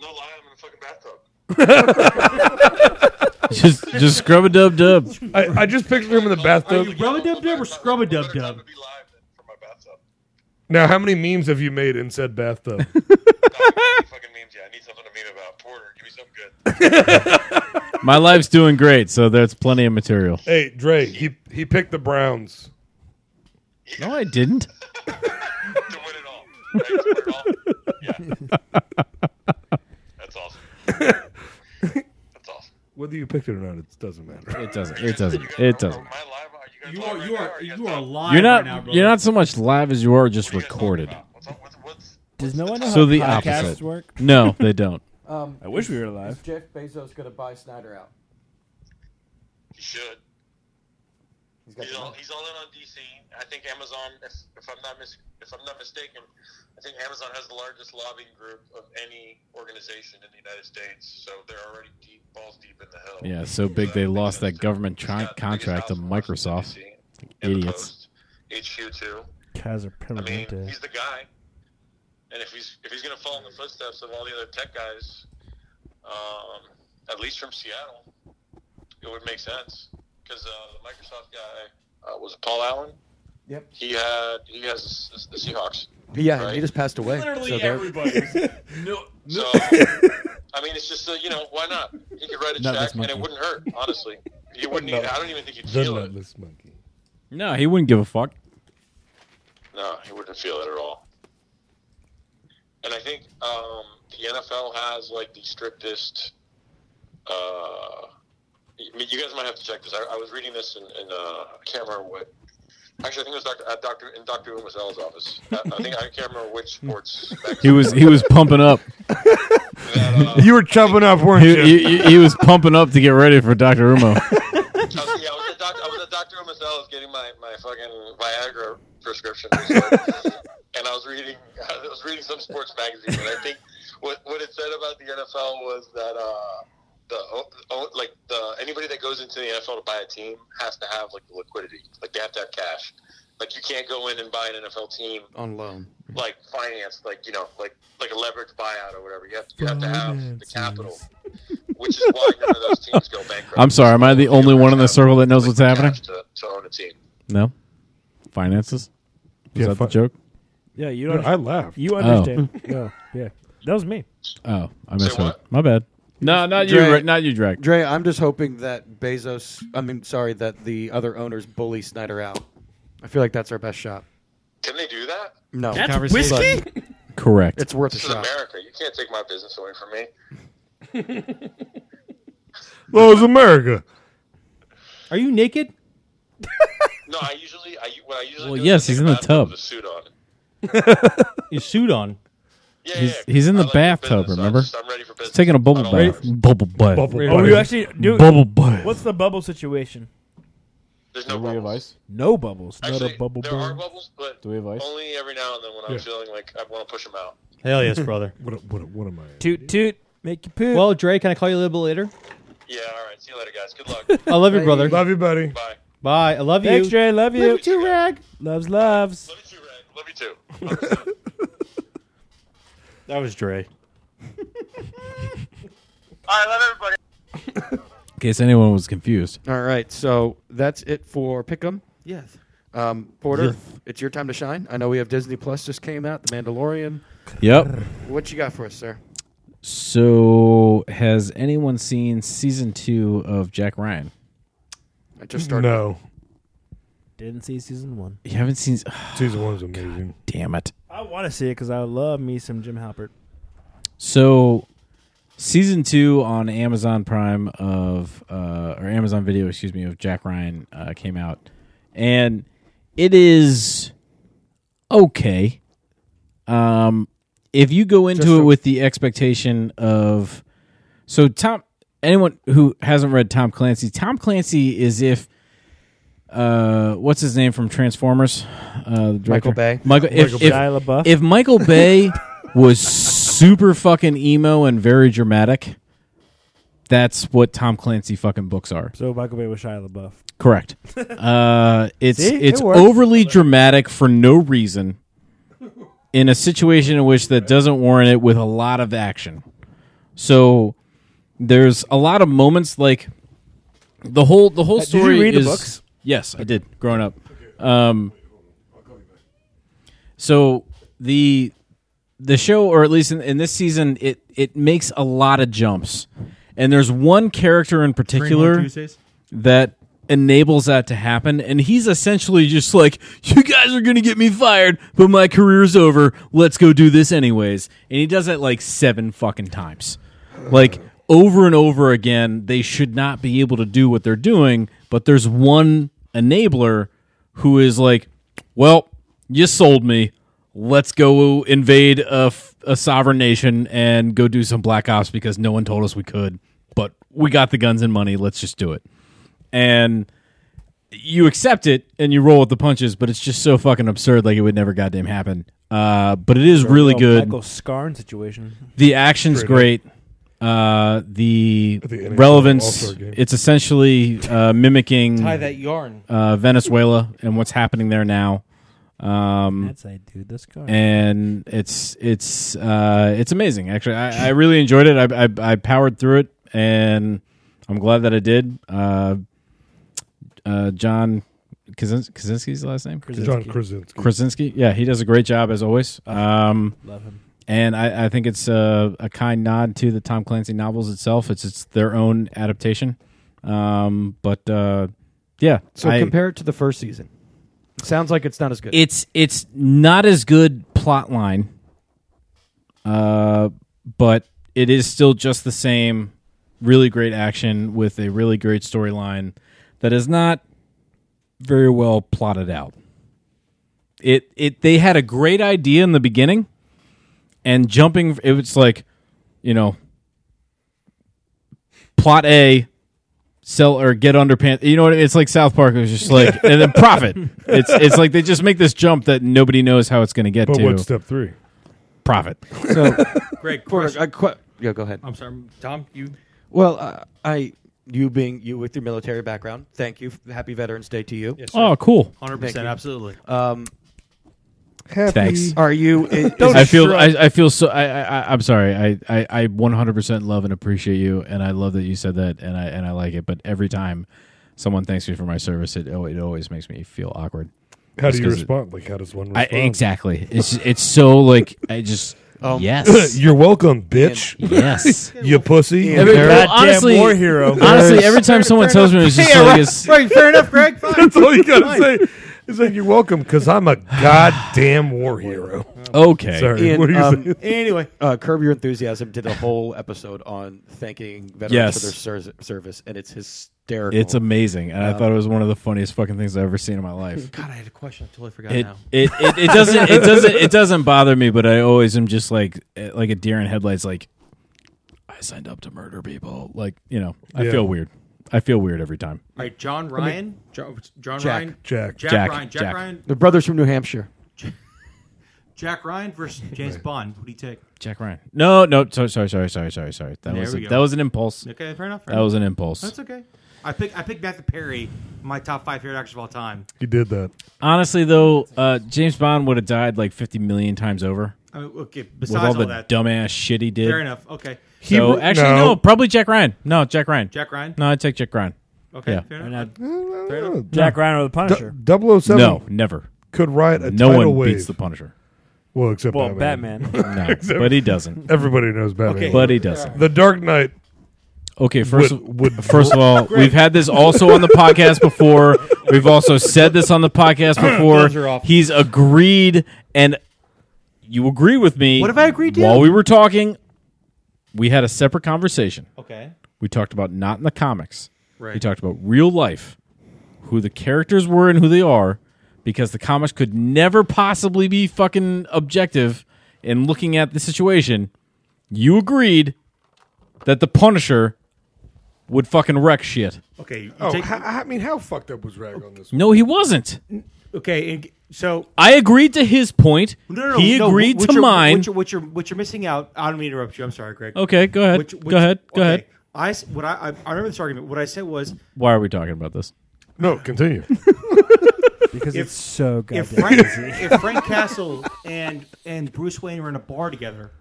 [SPEAKER 7] just just scrub a dub dub.
[SPEAKER 4] I, I just pictured him in the bathtub.
[SPEAKER 8] Rub a dub dub or scrub a dub dub?
[SPEAKER 4] Now, how many memes have you made in said bathtub?
[SPEAKER 7] My life's doing great, so there's plenty of material.
[SPEAKER 4] hey, Dre, he, he picked the Browns.
[SPEAKER 7] No, I didn't.
[SPEAKER 14] That's awesome.
[SPEAKER 4] Whether you picked it or not, it doesn't matter.
[SPEAKER 7] It doesn't. It doesn't. It doesn't.
[SPEAKER 8] You are you are you are live.
[SPEAKER 7] You're
[SPEAKER 8] right now,
[SPEAKER 7] not.
[SPEAKER 8] brother.
[SPEAKER 7] You're not so much live as you are just recorded.
[SPEAKER 5] Does no one know
[SPEAKER 7] So
[SPEAKER 5] how
[SPEAKER 7] the
[SPEAKER 5] podcasts
[SPEAKER 7] opposite.
[SPEAKER 5] work?
[SPEAKER 7] No, they don't.
[SPEAKER 5] I wish we were alive.
[SPEAKER 6] Is Jeff Bezos going to buy Snyder out?
[SPEAKER 14] He should.
[SPEAKER 6] He's got
[SPEAKER 14] He's
[SPEAKER 6] the
[SPEAKER 14] all,
[SPEAKER 6] money.
[SPEAKER 14] he's all in on DC. I think Amazon, if, if I'm not mis- if I'm not mistaken, I think Amazon has the largest lobbying group of any organization in the United States. So they're already deep, balls deep in the hill.
[SPEAKER 7] Yeah, so big they lost that government chi- contract to Microsoft. Idiots.
[SPEAKER 14] HQ2.
[SPEAKER 13] Kaiser
[SPEAKER 14] I mean, he's the guy. And if he's if he's gonna follow in the footsteps of all the other tech guys, um, at least from Seattle, it would make sense because uh, the Microsoft guy uh, was it Paul Allen.
[SPEAKER 6] Yep.
[SPEAKER 14] He had he has the- the Seahawks.
[SPEAKER 6] Yeah,
[SPEAKER 14] right?
[SPEAKER 6] he just passed away.
[SPEAKER 14] Literally
[SPEAKER 6] so they're-
[SPEAKER 14] everybody. no, no. I mean, it's just uh, you know why not? He could write a
[SPEAKER 7] Not
[SPEAKER 14] check
[SPEAKER 7] this
[SPEAKER 14] and it
[SPEAKER 7] monkey.
[SPEAKER 14] wouldn't hurt. Honestly, you wouldn't.
[SPEAKER 4] No.
[SPEAKER 14] Even, I don't even think he'd
[SPEAKER 4] The
[SPEAKER 14] feel it.
[SPEAKER 4] nutless monkey.
[SPEAKER 7] No, he wouldn't give a fuck.
[SPEAKER 14] No, he wouldn't feel it at all. And I think um, the NFL has like the strictest. Uh, I mean, you guys might have to check this. I, I was reading this in, in uh, I can't remember what. Actually, I think it was Dr. At Dr. in Dr. Umazel's office. I, I think I can't remember which sports.
[SPEAKER 7] He was he was pumping up.
[SPEAKER 14] uh,
[SPEAKER 4] you were chumping up, weren't
[SPEAKER 7] He, he, he was pumping up to get ready for Doctor Umo.
[SPEAKER 14] and I was reading I was reading some sports magazine, and I think what what it said about the NFL was that uh, the o- o- like the anybody that goes into the NFL to buy a team has to have like the liquidity, like they have to have cash. Like you can't go in and buy an NFL team
[SPEAKER 6] on loan.
[SPEAKER 14] like financed, like you know, like like a leveraged buyout or whatever. You have, you have to have the capital, which is why none of those teams go bankrupt.
[SPEAKER 7] I'm sorry. Am I the only one in the circle that knows what's happening?
[SPEAKER 14] To, to own a team.
[SPEAKER 7] No. Finances. Is
[SPEAKER 4] Yeah,
[SPEAKER 7] that the joke?
[SPEAKER 13] Yeah, you
[SPEAKER 4] No,
[SPEAKER 13] don't.
[SPEAKER 4] I laughed.
[SPEAKER 13] You understand? no, yeah, that was me.
[SPEAKER 7] Oh, I misheard. My bad. No, not you. Ra- Not you, Drake.
[SPEAKER 6] Dre, I'm just hoping that Bezos, I mean, sorry, that the other owners bully Snyder out. I feel like that's our best shot.
[SPEAKER 14] Can they do that?
[SPEAKER 6] No.
[SPEAKER 14] That's whiskey?
[SPEAKER 6] But-
[SPEAKER 7] Correct.
[SPEAKER 6] It's worth a
[SPEAKER 14] this
[SPEAKER 6] shot.
[SPEAKER 14] is America. You can't take my business away from me.
[SPEAKER 4] Well, it's America.
[SPEAKER 13] Are you naked?
[SPEAKER 14] No, I usually, I what I usually
[SPEAKER 7] Well,
[SPEAKER 14] do
[SPEAKER 7] yes, he's
[SPEAKER 14] is I take
[SPEAKER 7] in the
[SPEAKER 14] a bathroom
[SPEAKER 7] tub.
[SPEAKER 14] With a suit on.
[SPEAKER 8] His suit on.
[SPEAKER 7] he's he's in the bathtub. remember? He's taking a bubble bath. Bubble bath.
[SPEAKER 5] Are Oh, you actually do
[SPEAKER 7] bubble bath?
[SPEAKER 5] What's the bubble situation?
[SPEAKER 14] There's no bubbles.
[SPEAKER 5] No bubbles.
[SPEAKER 14] Actually,
[SPEAKER 5] not a bubble.
[SPEAKER 14] there are bubbles, but
[SPEAKER 7] Do we have ice?
[SPEAKER 14] only every now and then when I'm
[SPEAKER 4] Yeah.
[SPEAKER 14] feeling like I want to push them out.
[SPEAKER 8] Hell yes, brother.
[SPEAKER 4] what, what, what am I?
[SPEAKER 5] Toot toot. Make you poop.
[SPEAKER 8] Well, Dre, can I call you a little bit later?
[SPEAKER 14] Yeah, all right. See you later, guys. Good luck.
[SPEAKER 8] I love you, brother.
[SPEAKER 4] Love you, buddy.
[SPEAKER 14] Bye.
[SPEAKER 8] Bye. I love you.
[SPEAKER 5] Thanks, Dre. Love you.
[SPEAKER 8] Love you
[SPEAKER 5] too, Rag. Loves loves.
[SPEAKER 14] Love you too.
[SPEAKER 8] That was Dre.
[SPEAKER 14] I love everybody.
[SPEAKER 7] In case anyone was confused.
[SPEAKER 6] All right, so that's it for Pick'em.
[SPEAKER 8] Yes.
[SPEAKER 6] Um, Porter,
[SPEAKER 7] Yes.
[SPEAKER 6] it's your time to shine. I know we have Disney Plus just came out, The Mandalorian.
[SPEAKER 7] Yep.
[SPEAKER 6] What you got for us, sir?
[SPEAKER 7] So, has anyone seen season two of Jack Ryan?
[SPEAKER 6] I just started.
[SPEAKER 4] No.
[SPEAKER 5] Didn't see season one.
[SPEAKER 7] You haven't seen
[SPEAKER 4] season one's amazing.
[SPEAKER 7] Damn it.
[SPEAKER 5] I want to see it because I love me some Jim Halpert.
[SPEAKER 7] So, season two on Amazon Prime of uh, or Amazon Video, excuse me, of Jack Ryan uh, came out, and it is okay. Um, if you go into
[SPEAKER 6] Just
[SPEAKER 7] it
[SPEAKER 6] a-
[SPEAKER 7] with the expectation of so Tom, anyone who hasn't read Tom Clancy, Tom Clancy is if. Uh, what's his name from Transformers? Uh, the director?
[SPEAKER 6] Michael Bay.
[SPEAKER 7] Michael, if,
[SPEAKER 5] Michael
[SPEAKER 7] if-
[SPEAKER 5] Bay. Shia LaBeouf.
[SPEAKER 7] if Michael Bay was super fucking emo and very dramatic, that's what Tom Clancy fucking books are.
[SPEAKER 5] So Michael Bay was Shia LaBeouf.
[SPEAKER 7] Correct. Uh, it's
[SPEAKER 5] See? It
[SPEAKER 7] it's
[SPEAKER 5] works.
[SPEAKER 7] overly dramatic for no reason in a situation in which that doesn't warrant it with a lot of action. So there's a lot of moments like the whole the whole
[SPEAKER 5] Uh, did you
[SPEAKER 7] story
[SPEAKER 5] read the
[SPEAKER 7] is-
[SPEAKER 5] books?
[SPEAKER 7] Yes, I did growing up. Um, so the the show, or at least in, in this season, it it makes a lot of jumps, and there's one character in particular
[SPEAKER 8] Tuesdays?
[SPEAKER 7] that enables that to happen, and he's essentially just like, "You guys are gonna get me fired, but my career's over. Let's go do this anyways." And he does it like seven fucking times, like over and over again. They should not be able to do what they're doing, but there's one enabler who is like, "Well, you sold me." let's go invade a, f- a sovereign nation and go do some black ops because no one told us we could but we got the guns and money let's just do it and you accept it and you roll with the punches but it's just so fucking absurd like it would never goddamn happen uh, but it is really
[SPEAKER 5] Oh,
[SPEAKER 7] good
[SPEAKER 5] Michael Scarn situation.
[SPEAKER 7] the action's
[SPEAKER 5] Pretty.
[SPEAKER 7] great. Uh, the
[SPEAKER 5] NFL
[SPEAKER 7] relevance,
[SPEAKER 5] All-Star game.
[SPEAKER 7] it's essentially uh, mimicking
[SPEAKER 8] Tie that yarn.
[SPEAKER 7] uh, Venezuela and what's happening there now. Um,
[SPEAKER 5] That's a dude, that's good.
[SPEAKER 7] And it's it's uh, it's amazing. Actually, I, I really enjoyed it. I, I I powered through it, and I'm glad that I did. Uh, uh, John Kazins- Kaczynski's last name.
[SPEAKER 4] Krasinski. John Krasinski.
[SPEAKER 7] Krasinski. Yeah, he does a great job as always. Um,
[SPEAKER 5] Love him.
[SPEAKER 7] And I, I think it's a, a kind nod to the Tom Clancy novels itself. It's it's their own adaptation. Um, but uh, yeah,
[SPEAKER 6] So
[SPEAKER 7] I-
[SPEAKER 6] compare it to the first season. Sounds like it's not as good.
[SPEAKER 7] it's it's not as good plot line, uh, but it is still just the same. Really great action with a really great storyline that is not very well plotted out. It it they had a great idea in the beginning, and jumping it was like, you know, plot A, sell or get underpants. You know what? I mean? It's like South Park. It was just like and then profit. It's it's like they just make this jump that nobody knows how it's going to get
[SPEAKER 4] But
[SPEAKER 7] to.
[SPEAKER 4] what's step three?
[SPEAKER 7] Profit.
[SPEAKER 6] So,
[SPEAKER 8] Greg,
[SPEAKER 6] Porter,
[SPEAKER 8] question.
[SPEAKER 6] I que- yeah, go ahead.
[SPEAKER 8] I'm sorry, Tom. You
[SPEAKER 6] Well, uh, I, you being you with your military background, thank you. Happy Veterans Day to you.
[SPEAKER 8] Yes,
[SPEAKER 7] sir. Oh, cool.
[SPEAKER 8] 100%,
[SPEAKER 6] Thank you.
[SPEAKER 8] absolutely.
[SPEAKER 6] Um,
[SPEAKER 7] Thanks.
[SPEAKER 6] Are you? is- is-
[SPEAKER 7] I feel I, I feel so I, I I'm sorry I I, I 100% love and appreciate you and I love that you said that and I and I like it but every time someone thanks me for my service it oh, it always makes me feel awkward.
[SPEAKER 4] How
[SPEAKER 7] Just
[SPEAKER 4] do you
[SPEAKER 7] 'cause it-
[SPEAKER 4] respond? Like, how does one
[SPEAKER 7] I,
[SPEAKER 4] respond?
[SPEAKER 7] exactly. It's it's so like I just yes.
[SPEAKER 4] You're welcome, bitch.
[SPEAKER 7] Yes.
[SPEAKER 4] you pussy.
[SPEAKER 7] I mean, well, honestly, honestly, every time someone tells me it's just like it's,
[SPEAKER 8] Right, fair enough, Greg.
[SPEAKER 4] That's all you gotta say. It's like you're welcome because I'm a goddamn war hero. Sorry.
[SPEAKER 6] Ian,
[SPEAKER 4] what do you
[SPEAKER 6] um,
[SPEAKER 4] say?
[SPEAKER 6] Anyway, uh, Curb Your Enthusiasm did a whole episode on thanking veterans
[SPEAKER 7] Yes.
[SPEAKER 6] for their ser- service, and it's hysterical.
[SPEAKER 7] It's amazing, and I
[SPEAKER 6] Um,
[SPEAKER 7] thought it was one of the funniest fucking things I've ever seen in my life.
[SPEAKER 8] God, I had a question. I totally forgot
[SPEAKER 7] It,
[SPEAKER 8] now.
[SPEAKER 7] it, it, it doesn't it doesn't it doesn't bother me, but I always am just like eh, like a deer in headlights. Like I signed up to murder people. Like you know, I
[SPEAKER 8] Yeah.
[SPEAKER 7] feel weird. I feel weird every time.
[SPEAKER 8] All right, John Ryan. Jo- John
[SPEAKER 6] Jack.
[SPEAKER 8] Ryan.
[SPEAKER 6] Jack.
[SPEAKER 8] Jack,
[SPEAKER 7] Jack.
[SPEAKER 8] Ryan. Jack,
[SPEAKER 7] Jack.
[SPEAKER 8] Ryan.
[SPEAKER 6] The brothers from New Hampshire.
[SPEAKER 8] Jack Ryan versus James Bond. Who do you take?
[SPEAKER 7] Jack Ryan. No, no. Sorry, sorry, sorry, sorry, sorry, sorry. That
[SPEAKER 8] There
[SPEAKER 7] was
[SPEAKER 8] we
[SPEAKER 7] a-
[SPEAKER 8] go.
[SPEAKER 7] that was an impulse.
[SPEAKER 8] Okay, fair enough. fair
[SPEAKER 7] that was an
[SPEAKER 8] enough.
[SPEAKER 7] impulse.
[SPEAKER 8] That's okay. I pick I picked Matthew Perry, my top five favorite actors of all time.
[SPEAKER 4] You did that.
[SPEAKER 7] Honestly, though, uh, James Bond would have died like fifty million times over.
[SPEAKER 8] I mean, Uh, okay,
[SPEAKER 7] with
[SPEAKER 8] besides
[SPEAKER 7] all
[SPEAKER 8] all
[SPEAKER 7] the
[SPEAKER 8] that-
[SPEAKER 7] dumbass shit he did.
[SPEAKER 8] Fair enough, okay.
[SPEAKER 7] He
[SPEAKER 8] He
[SPEAKER 7] so,
[SPEAKER 8] re-
[SPEAKER 7] actually no.
[SPEAKER 8] no.
[SPEAKER 7] probably Jack Ryan. No, Jack Ryan.
[SPEAKER 8] Jack Ryan?
[SPEAKER 7] No, I'd take Jack Ryan.
[SPEAKER 8] Okay,
[SPEAKER 7] Yeah.
[SPEAKER 8] fair enough.
[SPEAKER 4] Hmm. Fair enough.
[SPEAKER 5] Jack Ryan or the
[SPEAKER 4] Mm,
[SPEAKER 5] Punisher?
[SPEAKER 4] Du- 007
[SPEAKER 7] No, never.
[SPEAKER 4] Could ride a
[SPEAKER 7] No
[SPEAKER 4] tidal
[SPEAKER 7] one
[SPEAKER 4] wave.
[SPEAKER 7] beats the Punisher.
[SPEAKER 4] Well, except
[SPEAKER 5] Well,
[SPEAKER 4] Batman.
[SPEAKER 5] Batman. No,
[SPEAKER 4] Except-
[SPEAKER 7] but he doesn't.
[SPEAKER 4] Everybody knows Batman.
[SPEAKER 7] Okay. But he doesn't.
[SPEAKER 4] The Dark Knight.
[SPEAKER 7] Okay, first
[SPEAKER 4] Would-
[SPEAKER 7] of-
[SPEAKER 4] would-
[SPEAKER 7] first of all,
[SPEAKER 4] Greg.
[SPEAKER 7] we've had this also on the podcast before. We've also said this on the podcast
[SPEAKER 8] Gloves are
[SPEAKER 7] before.
[SPEAKER 8] off.
[SPEAKER 7] He's agreed, and you agree with me.
[SPEAKER 8] What if I agreed, dude?
[SPEAKER 7] While we were talking, we had a separate conversation.
[SPEAKER 8] Okay.
[SPEAKER 7] We talked about not in the comics.
[SPEAKER 8] Right.
[SPEAKER 7] We talked about real life, who the characters were and who they are, because the comics could never possibly be fucking objective in looking at the situation. You agreed that the Punisher would fucking wreck shit.
[SPEAKER 8] Okay. you
[SPEAKER 4] Oh,
[SPEAKER 8] take-
[SPEAKER 4] ha- I mean, how fucked up was Rag on this?
[SPEAKER 7] No, he wasn't.
[SPEAKER 8] okay, and, so
[SPEAKER 7] I agreed to his point.
[SPEAKER 8] No, no, no,
[SPEAKER 7] he
[SPEAKER 8] no,
[SPEAKER 7] agreed
[SPEAKER 8] what
[SPEAKER 7] to
[SPEAKER 8] you're-
[SPEAKER 7] mine.
[SPEAKER 8] What you're, what, you're, what you're missing out. I don't mean to interrupt you. I'm sorry, Greg.
[SPEAKER 7] Okay, go ahead. Go ahead. Go ahead.
[SPEAKER 8] I s- what I, I I remember this argument. What I said was
[SPEAKER 7] Why are we talking about this?
[SPEAKER 4] No, continue.
[SPEAKER 5] because it's so
[SPEAKER 8] If-
[SPEAKER 5] goddamn
[SPEAKER 8] if Frank,
[SPEAKER 5] easy.
[SPEAKER 8] if Frank Castle and and Bruce Wayne were in a bar together,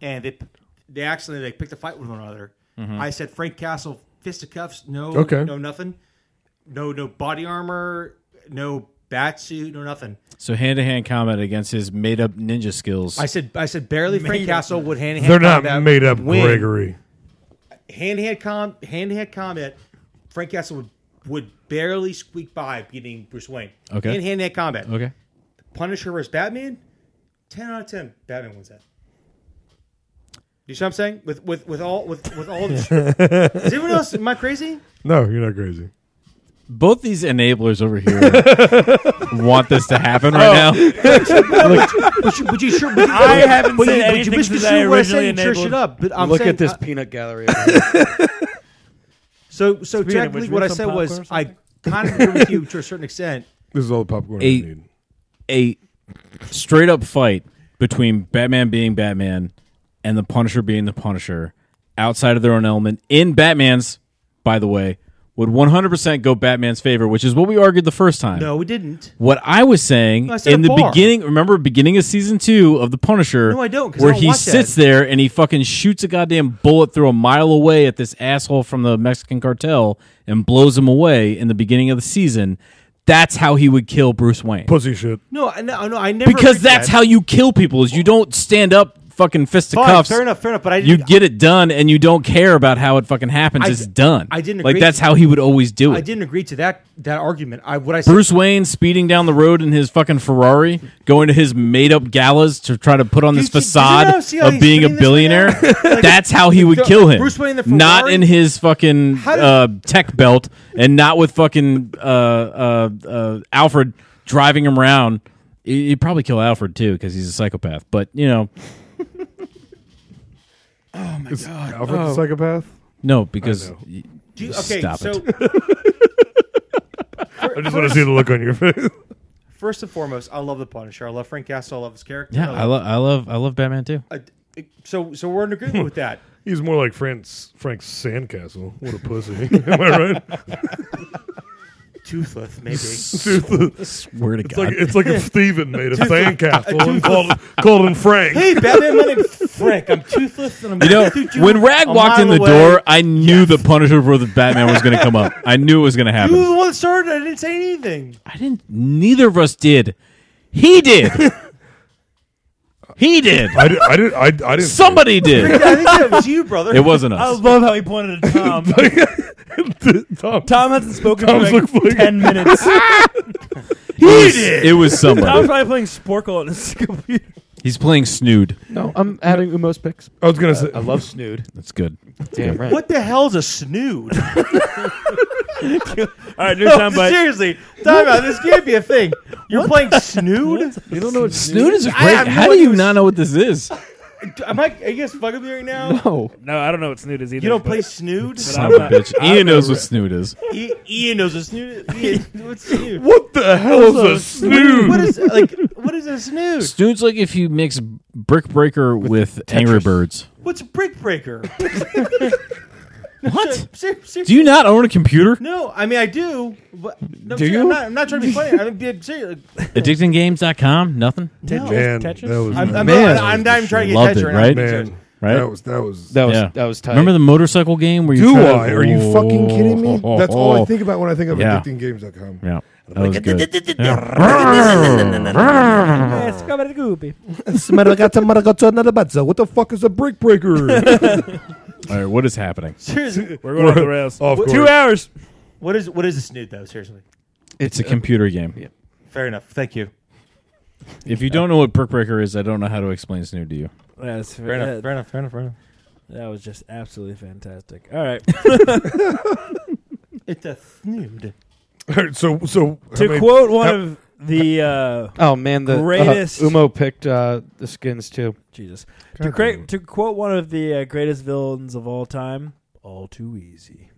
[SPEAKER 8] and they they accidentally they picked a fight with one another,
[SPEAKER 7] Mhm.
[SPEAKER 8] I said Frank Castle fisticuffs, no,
[SPEAKER 7] Okay.
[SPEAKER 8] no nothing, no no body armor, no bat suit, no nothing.
[SPEAKER 7] So hand to hand combat against his made up ninja skills.
[SPEAKER 8] I said I said barely Frank
[SPEAKER 13] Made up.
[SPEAKER 8] Castle would hand to hand.
[SPEAKER 4] They're not
[SPEAKER 8] combat
[SPEAKER 4] made up,
[SPEAKER 8] win.
[SPEAKER 4] Gregory.
[SPEAKER 8] hand to hand com hand to hand combat, Frank Castle would would barely squeak by beating Bruce Wayne.
[SPEAKER 7] Okay.
[SPEAKER 8] In hand to hand combat.
[SPEAKER 7] Okay.
[SPEAKER 8] Punisher versus Batman, ten out of ten. Batman wins that. You see what I'm saying? With with with all with with all. The, is anyone else? Am I crazy?
[SPEAKER 4] No, you're not crazy.
[SPEAKER 7] Both these enablers over here want this to happen right now.
[SPEAKER 8] Look, but, you, but you sure? But you,
[SPEAKER 5] I haven't
[SPEAKER 8] but you-
[SPEAKER 5] said
[SPEAKER 8] but you
[SPEAKER 5] anything
[SPEAKER 8] misconstrued
[SPEAKER 5] that I
[SPEAKER 8] what said,
[SPEAKER 5] originally
[SPEAKER 8] you sure
[SPEAKER 5] enabled.
[SPEAKER 8] shit up. But I'm
[SPEAKER 6] Look
[SPEAKER 8] saying- uh,
[SPEAKER 6] at this
[SPEAKER 8] I-
[SPEAKER 6] peanut gallery. over here.
[SPEAKER 8] So
[SPEAKER 6] Speaking
[SPEAKER 8] so
[SPEAKER 6] of
[SPEAKER 8] technically,
[SPEAKER 6] which,
[SPEAKER 8] what I
[SPEAKER 6] want some
[SPEAKER 8] said
[SPEAKER 6] popcorn
[SPEAKER 8] was
[SPEAKER 6] or
[SPEAKER 8] I kind of agree with you to a certain extent.
[SPEAKER 4] This is all the popcorn I
[SPEAKER 7] a,
[SPEAKER 4] need.
[SPEAKER 7] a straight up fight between Batman being Batman and the Punisher being the Punisher outside of their own element in Batman's, by the way, would 100% go Batman's favor, which is what we argued the first time.
[SPEAKER 8] No, we didn't.
[SPEAKER 7] What I was saying
[SPEAKER 8] No, I said
[SPEAKER 7] in the
[SPEAKER 8] a bar.
[SPEAKER 7] beginning, remember beginning of season two of The Punisher,
[SPEAKER 8] No, I don't, 'cause I
[SPEAKER 7] where
[SPEAKER 8] don't
[SPEAKER 7] he
[SPEAKER 8] watch that.
[SPEAKER 7] sits there and he fucking shoots a goddamn bullet through a mile away at this asshole from the Mexican cartel and blows him away in the beginning of the season. That's how he would kill Bruce Wayne.
[SPEAKER 4] Pussy shit.
[SPEAKER 8] No, I- no, no, I never
[SPEAKER 7] Because
[SPEAKER 8] agreed
[SPEAKER 7] that's
[SPEAKER 8] to that.
[SPEAKER 7] how you kill people is you don't stand up fucking fist to
[SPEAKER 8] Fine,
[SPEAKER 7] cuffs.
[SPEAKER 8] fair enough, fair enough, but I
[SPEAKER 7] you
[SPEAKER 8] didn't-
[SPEAKER 7] get it done and you don't care about how it fucking happens.
[SPEAKER 8] I-
[SPEAKER 7] it's done.
[SPEAKER 8] I didn't
[SPEAKER 7] like
[SPEAKER 8] agree
[SPEAKER 7] that's
[SPEAKER 8] to-
[SPEAKER 7] how he would always do
[SPEAKER 8] I
[SPEAKER 7] it.
[SPEAKER 8] didn't agree to that that argument. I what I said,
[SPEAKER 7] Bruce Wayne speeding down the road in his fucking Ferrari, going to his made up galas to try to put on this
[SPEAKER 8] you- did you
[SPEAKER 7] facade
[SPEAKER 8] not see how
[SPEAKER 7] of
[SPEAKER 8] he's
[SPEAKER 7] being a
[SPEAKER 8] spinning this thing
[SPEAKER 7] billionaire.
[SPEAKER 8] out? Like,
[SPEAKER 7] That's how he would
[SPEAKER 8] the-
[SPEAKER 7] kill him.
[SPEAKER 8] Bruce Wayne in the
[SPEAKER 7] not
[SPEAKER 8] Ferrari?
[SPEAKER 7] in his fucking
[SPEAKER 8] How did-
[SPEAKER 7] uh, tech belt and not with fucking uh, uh, uh, Alfred driving him around. He- He'd probably kill Alfred too because he's a psychopath. But you know,
[SPEAKER 4] Oh my is god, Alfred the psychopath.
[SPEAKER 7] no, because
[SPEAKER 4] know.
[SPEAKER 7] y-
[SPEAKER 8] Do you- okay,
[SPEAKER 7] stop
[SPEAKER 8] so
[SPEAKER 7] it.
[SPEAKER 4] I just want to see the look on your face.
[SPEAKER 8] first and foremost, I love the Punisher. I love Frank Castle. I love his character.
[SPEAKER 7] Yeah, I love, I love, I love Batman too.
[SPEAKER 8] I- it- so, so we're in agreement with that.
[SPEAKER 4] He's more like Frank's, Frank Sandcastle. What a pussy. Am I right?
[SPEAKER 8] Toothless, maybe.
[SPEAKER 4] Toothless.
[SPEAKER 7] Swear to
[SPEAKER 4] it's
[SPEAKER 7] God.
[SPEAKER 4] Like, it's like if Steven made a
[SPEAKER 8] Toothless.
[SPEAKER 4] sandcastle and called, called him Frank.
[SPEAKER 8] Hey, Batman, my name's Frank. I'm toothless, and I'm
[SPEAKER 7] You know,
[SPEAKER 8] gonna shoot you
[SPEAKER 7] when Rag
[SPEAKER 8] a
[SPEAKER 7] walked in
[SPEAKER 8] mile
[SPEAKER 7] the
[SPEAKER 8] away.
[SPEAKER 7] door, I knew the Punisher for the Batman was going to come up. I knew it was going to
[SPEAKER 8] you were
[SPEAKER 7] happen.
[SPEAKER 8] the one that started. it. I didn't say anything.
[SPEAKER 7] I didn't. Neither of us did. He did. He did.
[SPEAKER 4] I did. I did. I, I didn't. say it.
[SPEAKER 7] Somebody did.
[SPEAKER 13] I think that was you, brother.
[SPEAKER 7] It wasn't us.
[SPEAKER 13] I love how he pointed at Tom.
[SPEAKER 4] Tom.
[SPEAKER 13] hasn't spoken
[SPEAKER 4] Tom's
[SPEAKER 13] for like,
[SPEAKER 4] looking like-
[SPEAKER 13] ten minutes.
[SPEAKER 7] It was- did. it was somebody.
[SPEAKER 13] Tom's probably playing Sporkle on his computer.
[SPEAKER 7] He's playing Snood.
[SPEAKER 6] No, I'm adding Umo's picks.
[SPEAKER 4] I was gonna say
[SPEAKER 6] I love Snood.
[SPEAKER 7] That's good.
[SPEAKER 6] Damn right.
[SPEAKER 8] What the hell's a snood?
[SPEAKER 13] All right, new
[SPEAKER 8] No,
[SPEAKER 13] soundbite.
[SPEAKER 8] Seriously, time out. This can't be a thing. You're playing snood?
[SPEAKER 13] You don't know what
[SPEAKER 7] Snood is a
[SPEAKER 8] I
[SPEAKER 7] great.
[SPEAKER 8] have
[SPEAKER 7] How
[SPEAKER 8] no
[SPEAKER 7] do
[SPEAKER 8] idea
[SPEAKER 7] you not know what this is? Oh.
[SPEAKER 8] Am I? Are you guys fucking me right now?
[SPEAKER 7] No.
[SPEAKER 13] No, I don't know what Snood is either.
[SPEAKER 8] You don't
[SPEAKER 13] but-
[SPEAKER 8] play snood?
[SPEAKER 13] but
[SPEAKER 7] Son
[SPEAKER 13] I'm
[SPEAKER 7] of a
[SPEAKER 13] not-
[SPEAKER 7] bitch.
[SPEAKER 13] I'm
[SPEAKER 7] Ian knows
[SPEAKER 13] not-
[SPEAKER 7] what Snood is.
[SPEAKER 8] I- Ian knows a snood. Ian, what's snood?
[SPEAKER 4] What the hell is a snood?
[SPEAKER 8] What is like? What is a snood?
[SPEAKER 7] Snood's like if you mix Brick Breaker with, Angry Birds.
[SPEAKER 8] What's a brick breaker?
[SPEAKER 7] What?
[SPEAKER 8] Ser- ser-
[SPEAKER 7] Do you not own a computer?
[SPEAKER 8] No, I mean I do. But, no,
[SPEAKER 7] Do
[SPEAKER 8] I'm, ser-
[SPEAKER 7] you?
[SPEAKER 8] I'm not, I'm not trying to be funny. I'm being serious.
[SPEAKER 7] Addictinggames.com? Nothing?
[SPEAKER 8] Tetris?
[SPEAKER 4] Man, that was
[SPEAKER 8] I'm, I'm,
[SPEAKER 7] Man.
[SPEAKER 8] I'm, not even trying to get
[SPEAKER 7] Loved
[SPEAKER 8] Tetris
[SPEAKER 7] it,
[SPEAKER 8] right now.
[SPEAKER 7] right?
[SPEAKER 8] I'm being
[SPEAKER 4] Man,
[SPEAKER 8] serious.
[SPEAKER 7] Right?
[SPEAKER 4] that was that was.
[SPEAKER 6] That was
[SPEAKER 7] Yeah.
[SPEAKER 6] that was tight.
[SPEAKER 7] Remember the motorcycle game where you
[SPEAKER 4] Do
[SPEAKER 7] try
[SPEAKER 4] I?
[SPEAKER 7] To,
[SPEAKER 4] Are you fucking kidding me? That's all I think about when I think of
[SPEAKER 7] Yeah.
[SPEAKER 4] addictinggames.com.
[SPEAKER 7] Yeah. That was good.
[SPEAKER 13] Yes, come at the goopy.
[SPEAKER 4] What the fuck is a brick breaker?
[SPEAKER 7] All right, what is happening?
[SPEAKER 8] Seriously,
[SPEAKER 13] We're going off the rails.
[SPEAKER 4] Of course.
[SPEAKER 13] Two hours.
[SPEAKER 8] what is what is a snood though? Seriously,
[SPEAKER 7] It's a computer game.
[SPEAKER 8] fair enough. Thank you.
[SPEAKER 7] If you don't know what Brick Breaker is, I don't know how to explain Snood to you.
[SPEAKER 13] Yeah, that's
[SPEAKER 8] Fair enough.
[SPEAKER 13] that-
[SPEAKER 8] Fair enough. Fair enough. Fair enough.
[SPEAKER 13] That was just absolutely fantastic. All right.
[SPEAKER 8] It's a snood.
[SPEAKER 4] All right, so so how
[SPEAKER 13] to
[SPEAKER 4] many-
[SPEAKER 13] quote one
[SPEAKER 4] how-
[SPEAKER 13] of the uh,
[SPEAKER 6] Oh man, the uh,
[SPEAKER 13] greatest
[SPEAKER 6] Umo picked uh, the skins too.
[SPEAKER 13] Jesus.
[SPEAKER 4] God
[SPEAKER 13] To, cra-
[SPEAKER 4] damn it.
[SPEAKER 13] to quote one of the uh, greatest villains of all time, all too easy.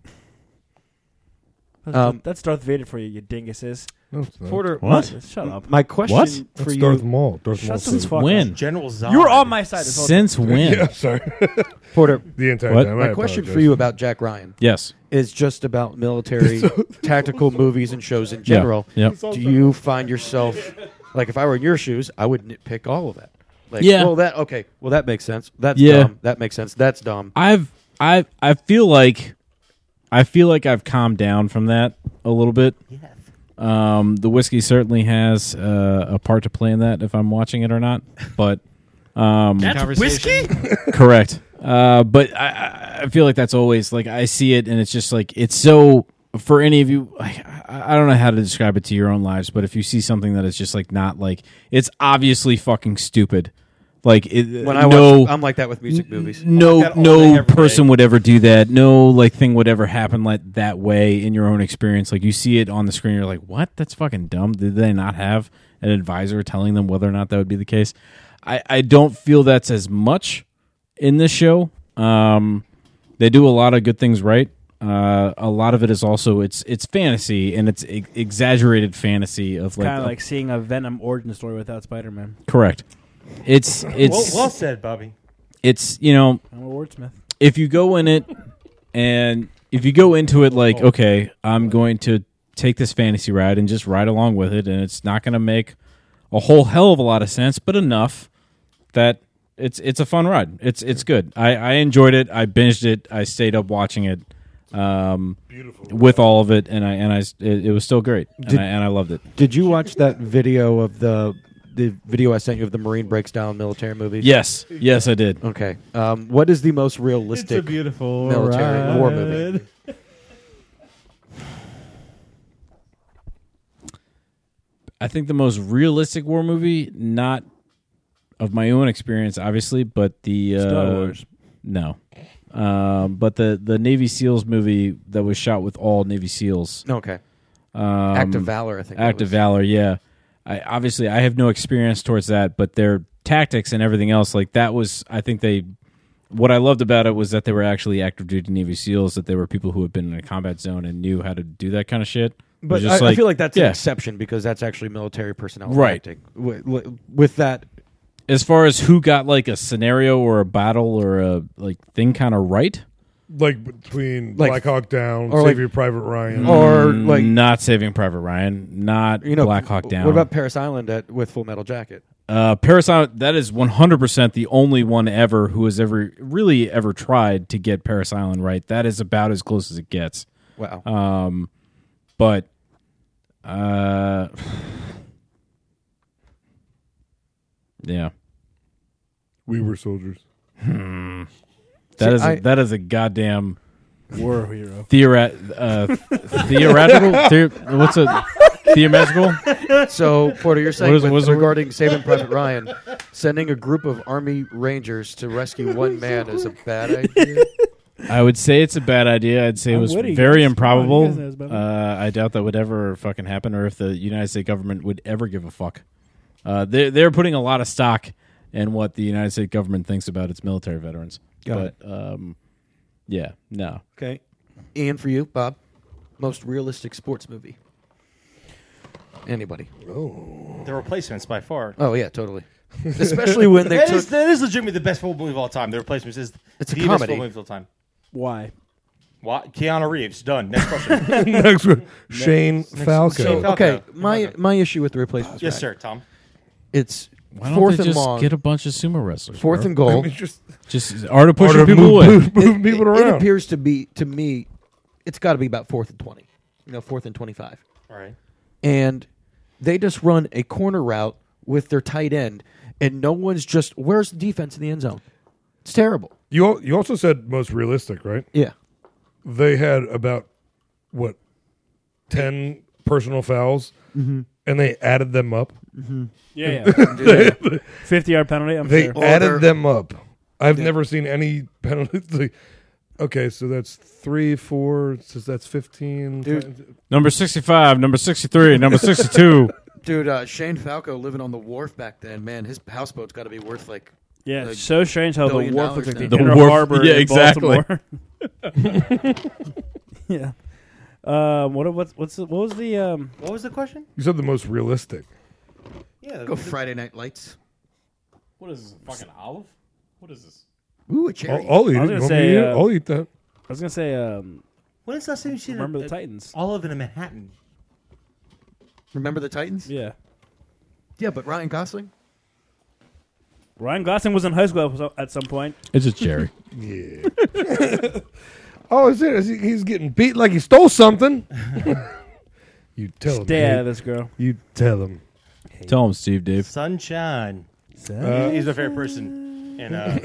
[SPEAKER 13] That's,
[SPEAKER 6] Um,
[SPEAKER 13] that's Darth Vader for you, you dinguses.
[SPEAKER 4] No, it's not.
[SPEAKER 6] Porter,
[SPEAKER 7] What?
[SPEAKER 13] Shut up.
[SPEAKER 6] my question
[SPEAKER 7] What?
[SPEAKER 6] for
[SPEAKER 4] That's
[SPEAKER 6] you.
[SPEAKER 4] Darth Maul. Darth Maul.
[SPEAKER 13] Shut the
[SPEAKER 4] said it.
[SPEAKER 13] fuck
[SPEAKER 7] When?
[SPEAKER 13] up.
[SPEAKER 8] General Zod.
[SPEAKER 13] You were on my side this whole time.
[SPEAKER 7] Since when?
[SPEAKER 4] Yeah, sorry.
[SPEAKER 6] Porter,
[SPEAKER 4] the entire
[SPEAKER 7] What?
[SPEAKER 4] time.
[SPEAKER 6] my
[SPEAKER 4] I
[SPEAKER 6] question for
[SPEAKER 4] apologize.
[SPEAKER 6] you about Jack Ryan
[SPEAKER 7] Yes.
[SPEAKER 6] is just about military tactical movies and shows in
[SPEAKER 7] Yeah.
[SPEAKER 6] general.
[SPEAKER 7] Yep.
[SPEAKER 6] Do you find yourself like if I were in your shoes, I would nitpick all of that. Like,
[SPEAKER 7] Yeah.
[SPEAKER 6] Well, that okay. Well, that makes sense. That's
[SPEAKER 7] Yeah.
[SPEAKER 6] dumb. That makes sense. That's dumb.
[SPEAKER 7] I've I I feel like I feel like I've calmed down from that a little bit. Um, the whiskey certainly has uh, a part to play in that if I'm watching it or not. But um,
[SPEAKER 8] That's whiskey.
[SPEAKER 7] correct. Uh, but I- I, I feel like that's always like I see it, and it's just like it's so. For any of you, I, I don't know how to describe it to your own lives, but if you see something that is just like not like it's obviously fucking stupid, like it,
[SPEAKER 6] When I
[SPEAKER 7] no,
[SPEAKER 6] watch, I'm like that with music movies.
[SPEAKER 7] no
[SPEAKER 8] that all day,
[SPEAKER 7] no
[SPEAKER 8] every
[SPEAKER 7] person
[SPEAKER 8] day.
[SPEAKER 7] would ever do that no like thing would ever happen like that way in your own experience like you see it on the screen you're like what that's fucking dumb did they not have an advisor telling them whether or not that would be the case i i don't feel that's as much in this show um they do a lot of good things right uh, a lot of it is also it's it's fantasy and it's ex- exaggerated fantasy of like,
[SPEAKER 13] Kind of like seeing a Venom origin story without Spider Man.
[SPEAKER 7] correct it's it's
[SPEAKER 8] Well, well said, Bobby.
[SPEAKER 7] it's you know
[SPEAKER 13] I'm a wordsmith.
[SPEAKER 7] if you go in it and if you go into it like
[SPEAKER 6] Oh.
[SPEAKER 7] okay i'm going to take this fantasy ride and just ride along with it and it's not going to make a whole hell of a lot of sense but enough that it's it's a fun ride it's it's good i i enjoyed it i binged it i stayed up watching it um Beautiful. with all of it and i and i s- it, it was still great and, I, and i loved it
[SPEAKER 6] Did you watch that video of the the video I sent you of the Marine breaks down military movies?
[SPEAKER 7] yes yes i did
[SPEAKER 6] Okay. Um, what is the most realistic
[SPEAKER 8] beautiful
[SPEAKER 6] military war movie?
[SPEAKER 7] I think the most realistic war movie, not of my own experience, obviously, but the uh,
[SPEAKER 13] Star Wars.
[SPEAKER 7] No, um, but the the Navy SEALs movie that was shot with all Navy SEAls,
[SPEAKER 6] Okay.
[SPEAKER 7] um,
[SPEAKER 6] Act of Valor, I think. that
[SPEAKER 7] Act of
[SPEAKER 6] was.
[SPEAKER 7] Valor. Yeah, I obviously I have no experience towards that, but their tactics and everything else, like that was, I think they. What I loved about it was that they were actually active duty Navy SEALs, that they were people who had been in a combat zone and knew how to do that kind of shit. It
[SPEAKER 6] But
[SPEAKER 7] was just
[SPEAKER 6] I, I feel like that's an
[SPEAKER 7] yeah.
[SPEAKER 6] exception because that's actually military personnel.
[SPEAKER 7] Right.
[SPEAKER 6] acting. Wi- li- With that,
[SPEAKER 7] as far as who got like a scenario or a battle or a like thing kind of right
[SPEAKER 4] like between
[SPEAKER 6] Like-
[SPEAKER 4] Black Hawk Down,
[SPEAKER 6] or
[SPEAKER 4] or
[SPEAKER 6] like- Oh.
[SPEAKER 4] Save Your Private Ryan,
[SPEAKER 6] or
[SPEAKER 7] Mm,
[SPEAKER 6] like
[SPEAKER 7] not saving private ryan not
[SPEAKER 6] you know,
[SPEAKER 7] black hawk down
[SPEAKER 6] What about Paris Island at, with Full Metal Jacket?
[SPEAKER 7] uh paris island that is 100% the only one ever who has ever really ever tried to get paris island right that is about as close as it gets
[SPEAKER 6] Wow.
[SPEAKER 7] um but uh yeah
[SPEAKER 4] We were soldiers.
[SPEAKER 7] Hmm. That is a
[SPEAKER 4] I-
[SPEAKER 7] that is a goddamn
[SPEAKER 4] War hero.
[SPEAKER 7] Theoret uh, theoretical. the- what's a theoretical?
[SPEAKER 6] So, Porter, you're saying
[SPEAKER 7] What is-
[SPEAKER 6] with
[SPEAKER 7] what is the word?
[SPEAKER 6] regarding Saving Private Ryan, sending a group of Army Rangers to rescue one man is a bad idea.
[SPEAKER 7] I would say it's a bad idea. I'd say it
[SPEAKER 6] I'm
[SPEAKER 7] was
[SPEAKER 6] witty.
[SPEAKER 7] very
[SPEAKER 6] Come on, you
[SPEAKER 7] improbable.
[SPEAKER 6] guys know it's better.
[SPEAKER 7] Uh, I doubt that would ever fucking happen, or if the United States government would ever give a fuck. Uh, they're they're putting a lot of stock in what the United States government thinks about its military veterans.
[SPEAKER 6] Got
[SPEAKER 7] but um, yeah, no.
[SPEAKER 6] Okay. And for you, Bob, most realistic sports movie. Anybody?
[SPEAKER 8] The replacements by far.
[SPEAKER 6] Oh yeah, totally. Especially when they
[SPEAKER 8] That
[SPEAKER 6] took
[SPEAKER 8] is- that is legitimately the best full movie of all time. The replacements is
[SPEAKER 6] It's a
[SPEAKER 8] the best
[SPEAKER 6] comedy.
[SPEAKER 8] full movie of all time.
[SPEAKER 5] Why?
[SPEAKER 8] Why? Keanu Reeves. Done. Next question.
[SPEAKER 4] Next one. Shane
[SPEAKER 8] Next-
[SPEAKER 4] Falco.
[SPEAKER 8] Shane Falco.
[SPEAKER 6] Okay, my my issue with the replacements.
[SPEAKER 8] Yes,
[SPEAKER 6] Matt,
[SPEAKER 8] sir, Tom.
[SPEAKER 6] It's
[SPEAKER 7] Why don't
[SPEAKER 6] fourth
[SPEAKER 7] they
[SPEAKER 6] and
[SPEAKER 7] just
[SPEAKER 6] long.
[SPEAKER 7] get a bunch of sumo wrestlers?
[SPEAKER 6] Fourth
[SPEAKER 7] bro?
[SPEAKER 6] and goal.
[SPEAKER 7] just art of pushing
[SPEAKER 6] Art
[SPEAKER 7] people
[SPEAKER 6] move-
[SPEAKER 7] away.
[SPEAKER 6] move- move people around. It appears to be to me, it's got to be about fourth and twenty. You know, fourth and twenty-five.
[SPEAKER 8] Right.
[SPEAKER 6] And they just run a corner route with their tight end, and no one's just where's the defense in the end zone? It's terrible.
[SPEAKER 4] You al- you also said most realistic, right?
[SPEAKER 6] Yeah.
[SPEAKER 4] They had about what ten personal fouls,
[SPEAKER 13] Mhm.
[SPEAKER 4] and they added them up.
[SPEAKER 13] Mhm.
[SPEAKER 5] Yeah,
[SPEAKER 13] yeah. 50 yard penalty, I'm
[SPEAKER 4] they
[SPEAKER 13] sure.
[SPEAKER 4] added
[SPEAKER 13] Or-
[SPEAKER 4] them up. I've
[SPEAKER 13] Yeah.
[SPEAKER 4] never seen any penalties. like, okay, so that's three, four. So that's fifteen.
[SPEAKER 7] Number sixty-five, number sixty-three, number sixty-two.
[SPEAKER 6] Dude, uh, Shane Falco living on the wharf back then, man, his houseboat's got to be worth like.
[SPEAKER 5] Yeah, it's
[SPEAKER 6] like
[SPEAKER 5] so strange how the
[SPEAKER 6] billion
[SPEAKER 5] wharf looks
[SPEAKER 6] dollars
[SPEAKER 5] like
[SPEAKER 6] now.
[SPEAKER 5] the, inner harbor. in Baltimore. yeah. Um, what what what's the, what was the um
[SPEAKER 8] what was the question?
[SPEAKER 4] You said the most realistic.
[SPEAKER 8] Yeah.
[SPEAKER 6] Go Friday Night Lights.
[SPEAKER 7] What is this? Fucking olive? What is this?
[SPEAKER 6] Ooh, a
[SPEAKER 4] cherry. I'll- I'll eat
[SPEAKER 5] I was
[SPEAKER 4] it.
[SPEAKER 5] gonna
[SPEAKER 4] Want me
[SPEAKER 5] say,
[SPEAKER 4] to eat it?
[SPEAKER 5] uh,
[SPEAKER 4] I'll eat that.
[SPEAKER 5] I was gonna say um
[SPEAKER 8] When is the last time you seen
[SPEAKER 5] Remember
[SPEAKER 8] a-
[SPEAKER 5] the
[SPEAKER 8] a-
[SPEAKER 5] Titans.
[SPEAKER 8] Olive in a Manhattan.
[SPEAKER 6] Remember the Titans?
[SPEAKER 5] Yeah.
[SPEAKER 6] Yeah, but Ryan Gosling.
[SPEAKER 5] Ryan Gosling was in high school at so- at some point.
[SPEAKER 7] It's a cherry.
[SPEAKER 4] yeah. oh, is it? Is he, he's getting beat like he stole something. you tell him.
[SPEAKER 5] Stay out
[SPEAKER 4] Dave.
[SPEAKER 5] of this, girl.
[SPEAKER 4] You tell him.
[SPEAKER 7] Tell him, Steve, Dave.
[SPEAKER 8] Sunshine.
[SPEAKER 4] Sunshine.
[SPEAKER 8] He's my favorite person. And uh,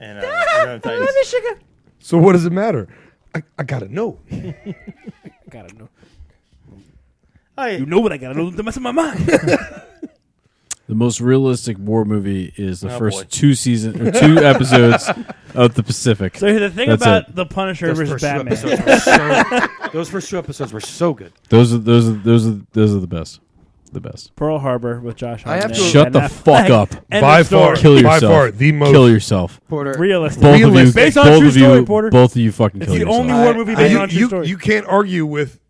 [SPEAKER 8] and uh, Remember the Titans.
[SPEAKER 4] So what does it matter? I, I gotta know.
[SPEAKER 5] gotta know.
[SPEAKER 8] I,
[SPEAKER 5] you know what I gotta know. The mess in my mind.
[SPEAKER 7] The most realistic war movie is the
[SPEAKER 5] Oh,
[SPEAKER 7] first
[SPEAKER 5] boy.
[SPEAKER 7] two season or two episodes of The Pacific.
[SPEAKER 5] So the thing
[SPEAKER 7] That's
[SPEAKER 5] about
[SPEAKER 7] it.
[SPEAKER 5] the Punisher
[SPEAKER 6] Those
[SPEAKER 5] versus
[SPEAKER 6] first two
[SPEAKER 5] Batman.
[SPEAKER 6] episodes were so- those first two episodes were so good.
[SPEAKER 7] those are those are those are those are the best, the best.
[SPEAKER 5] Pearl Harbor with Josh.
[SPEAKER 6] I have
[SPEAKER 5] Hartnett.
[SPEAKER 6] to-
[SPEAKER 7] Shut the
[SPEAKER 5] And
[SPEAKER 7] fuck
[SPEAKER 5] that-
[SPEAKER 7] up!
[SPEAKER 5] End
[SPEAKER 4] By
[SPEAKER 5] of story.
[SPEAKER 4] far,
[SPEAKER 7] kill
[SPEAKER 4] by
[SPEAKER 7] yourself.
[SPEAKER 4] far, the most-
[SPEAKER 7] kill yourself.
[SPEAKER 6] Porter.
[SPEAKER 5] Realistic.
[SPEAKER 7] Both of you,
[SPEAKER 5] Realistic. Based on
[SPEAKER 7] both
[SPEAKER 5] true
[SPEAKER 7] of you,
[SPEAKER 5] story, Porter.
[SPEAKER 7] both of you, fucking
[SPEAKER 5] It's
[SPEAKER 7] kill
[SPEAKER 5] the
[SPEAKER 7] yourself.
[SPEAKER 5] only war movie based
[SPEAKER 4] you,
[SPEAKER 5] on a true
[SPEAKER 4] you,
[SPEAKER 5] story.
[SPEAKER 4] you can't argue with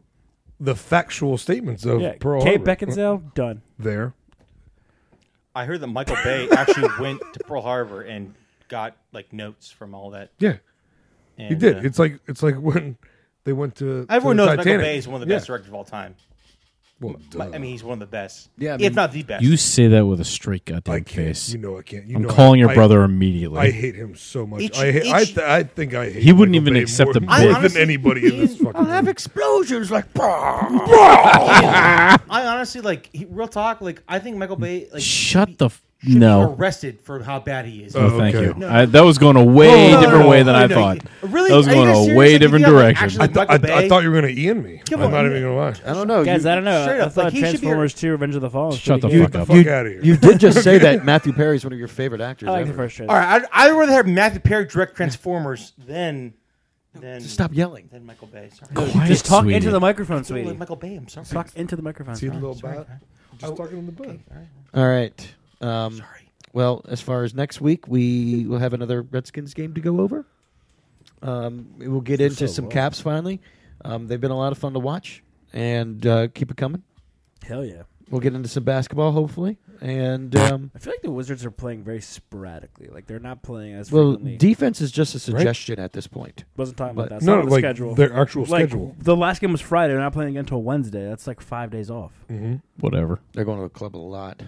[SPEAKER 4] the factual statements of
[SPEAKER 5] Yeah,
[SPEAKER 4] Pearl
[SPEAKER 5] Kate
[SPEAKER 4] Harbor.
[SPEAKER 5] Beckinsale, done.
[SPEAKER 4] There.
[SPEAKER 8] I heard that Michael Bay actually went to Pearl Harbor and got like notes from all that.
[SPEAKER 4] Yeah.
[SPEAKER 8] And,
[SPEAKER 4] he did.
[SPEAKER 8] uh,
[SPEAKER 4] it's like it's like when they went to
[SPEAKER 8] Everyone
[SPEAKER 4] to
[SPEAKER 8] knows
[SPEAKER 4] Titanic.
[SPEAKER 8] Michael Bay is one of the
[SPEAKER 4] Yeah.
[SPEAKER 8] best directors of all time.
[SPEAKER 4] Well,
[SPEAKER 8] Mi- I mean, he's one of the best.
[SPEAKER 4] Yeah, I
[SPEAKER 8] if
[SPEAKER 4] mean-
[SPEAKER 8] not the best.
[SPEAKER 7] You say that with a straight goddamn
[SPEAKER 4] I can't.
[SPEAKER 7] face.
[SPEAKER 4] You know I can't. You
[SPEAKER 7] I'm
[SPEAKER 4] know
[SPEAKER 7] calling
[SPEAKER 4] I-
[SPEAKER 7] your
[SPEAKER 4] I-
[SPEAKER 7] brother immediately.
[SPEAKER 4] I hate him so much.
[SPEAKER 6] Each-
[SPEAKER 4] I hate, I,
[SPEAKER 6] each-
[SPEAKER 4] th- I think I hate.
[SPEAKER 7] He wouldn't
[SPEAKER 4] Michael
[SPEAKER 7] even
[SPEAKER 4] Bay
[SPEAKER 7] accept
[SPEAKER 4] more,
[SPEAKER 7] the
[SPEAKER 4] more
[SPEAKER 7] bit.
[SPEAKER 4] than anybody in this fucking.
[SPEAKER 6] I'll have explosions like.
[SPEAKER 8] I honestly like he, real talk. Like I think Michael Bay like
[SPEAKER 7] Shut the f-
[SPEAKER 8] should be
[SPEAKER 7] no.
[SPEAKER 8] arrested for how bad he is.
[SPEAKER 7] Oh, thank you. I, that was going a way
[SPEAKER 8] No, no,
[SPEAKER 7] different
[SPEAKER 8] no,
[SPEAKER 7] way than
[SPEAKER 8] no,
[SPEAKER 7] I
[SPEAKER 8] no,
[SPEAKER 7] thought.
[SPEAKER 8] you- really?
[SPEAKER 7] That was
[SPEAKER 8] Are you
[SPEAKER 7] going
[SPEAKER 8] guys
[SPEAKER 7] a
[SPEAKER 8] serious?
[SPEAKER 7] way
[SPEAKER 8] Like,
[SPEAKER 7] different
[SPEAKER 8] you got, like,
[SPEAKER 7] direction.
[SPEAKER 8] actually I thought- Michael I- I Bay?
[SPEAKER 4] thought you were going to Ian me.
[SPEAKER 8] Come
[SPEAKER 4] I'm
[SPEAKER 8] on.
[SPEAKER 4] not even going to lie.
[SPEAKER 6] I don't know,
[SPEAKER 5] guys.
[SPEAKER 6] you-
[SPEAKER 5] I don't know.
[SPEAKER 6] Straight
[SPEAKER 5] I
[SPEAKER 6] up,
[SPEAKER 5] thought
[SPEAKER 6] like, he should be
[SPEAKER 5] Transformers Two: Revenge of the Fall. was
[SPEAKER 7] Shut
[SPEAKER 5] pretty
[SPEAKER 7] the
[SPEAKER 5] good.
[SPEAKER 7] fuck up.
[SPEAKER 6] you, you did just say that Matthew Perry's one of your favorite actors.
[SPEAKER 5] I like the
[SPEAKER 6] ever.
[SPEAKER 5] first trailer.
[SPEAKER 8] All right, I'd, I'd rather have Matthew Perry direct Transformers than than
[SPEAKER 6] stop yelling.
[SPEAKER 8] Than Michael Bay. Sorry.
[SPEAKER 5] Just talk
[SPEAKER 7] sweetie.
[SPEAKER 5] into the microphone,
[SPEAKER 8] Just go with
[SPEAKER 5] sweetie.
[SPEAKER 8] Michael Bay. I'm sorry.
[SPEAKER 5] Talk into the microphone.
[SPEAKER 4] See the
[SPEAKER 5] Sorry.
[SPEAKER 4] little
[SPEAKER 5] Sorry.
[SPEAKER 4] bot? Just talking on the butt.
[SPEAKER 6] All right. Um, Sorry. Well, as far as next week, we will have another Redskins game to go over. Um, we'll get into some caps finally. Um, they've been a lot of fun to watch, and uh, keep it coming.
[SPEAKER 5] Hell yeah.
[SPEAKER 6] We'll get into some basketball hopefully, and um,
[SPEAKER 5] I feel like the Wizards are playing very sporadically. Like they're not playing as
[SPEAKER 6] well,
[SPEAKER 5] frequently.
[SPEAKER 6] defense is just a
[SPEAKER 5] Right?
[SPEAKER 6] suggestion at this point.
[SPEAKER 5] Wasn't talking about
[SPEAKER 6] But-
[SPEAKER 5] that. It's
[SPEAKER 4] No,
[SPEAKER 5] not on the
[SPEAKER 4] like,
[SPEAKER 5] schedule.
[SPEAKER 4] their actual
[SPEAKER 5] Like,
[SPEAKER 4] schedule.
[SPEAKER 5] The last game was Friday. They're not playing again until Wednesday. That's like five days off.
[SPEAKER 4] Mm-hmm.
[SPEAKER 7] Whatever.
[SPEAKER 6] They're going to the club a lot.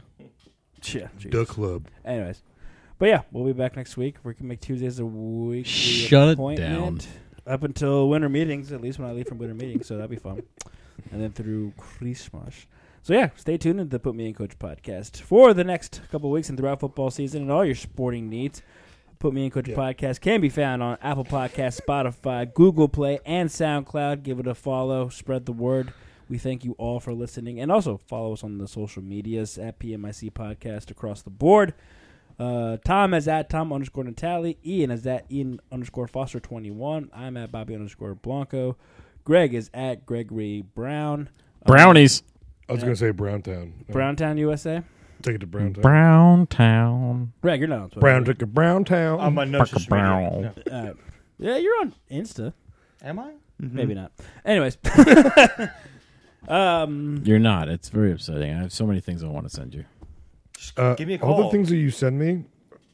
[SPEAKER 5] Yeah. Jesus.
[SPEAKER 4] The club.
[SPEAKER 5] Anyways, but yeah, we'll be back next week. We can make Tuesdays a week.
[SPEAKER 7] Shut it down.
[SPEAKER 5] Up until winter meetings, at least when I leave from winter meetings, so that'd be fun. And then through Christmas. So yeah, stay tuned to the Put Me in Coach podcast for the next couple of weeks and throughout football season and all your sporting needs. Put Me in Coach podcast can be found on Apple Podcasts, Spotify, Google Play, and SoundCloud. Give it a follow. Spread the word. We thank you all for listening, and also follow us on the social medias at PMIC Podcast across the board. Uh, Tom is at Tom underscore Natali. Ian is at Ian underscore Foster twenty one. I'm at Bobby underscore Blanco. Greg is at Gregory Brown. Um,
[SPEAKER 7] Brownies.
[SPEAKER 4] I was
[SPEAKER 5] yeah.
[SPEAKER 4] gonna say Browntown.
[SPEAKER 5] Browntown, USA.
[SPEAKER 4] Take it to Browntown.
[SPEAKER 7] Brown Town.
[SPEAKER 5] Greg, you're not on Twitter.
[SPEAKER 4] Brown took a Browntown.
[SPEAKER 8] I'm on no social media. No.
[SPEAKER 5] All right. Yeah, you're on Insta.
[SPEAKER 8] Am I?
[SPEAKER 7] Mm-hmm.
[SPEAKER 5] Maybe not. Anyways, um,
[SPEAKER 7] You're not. It's very upsetting. I have so many things I want to send you.
[SPEAKER 4] Uh,
[SPEAKER 7] give me a
[SPEAKER 4] All the
[SPEAKER 7] call.
[SPEAKER 4] things that you send me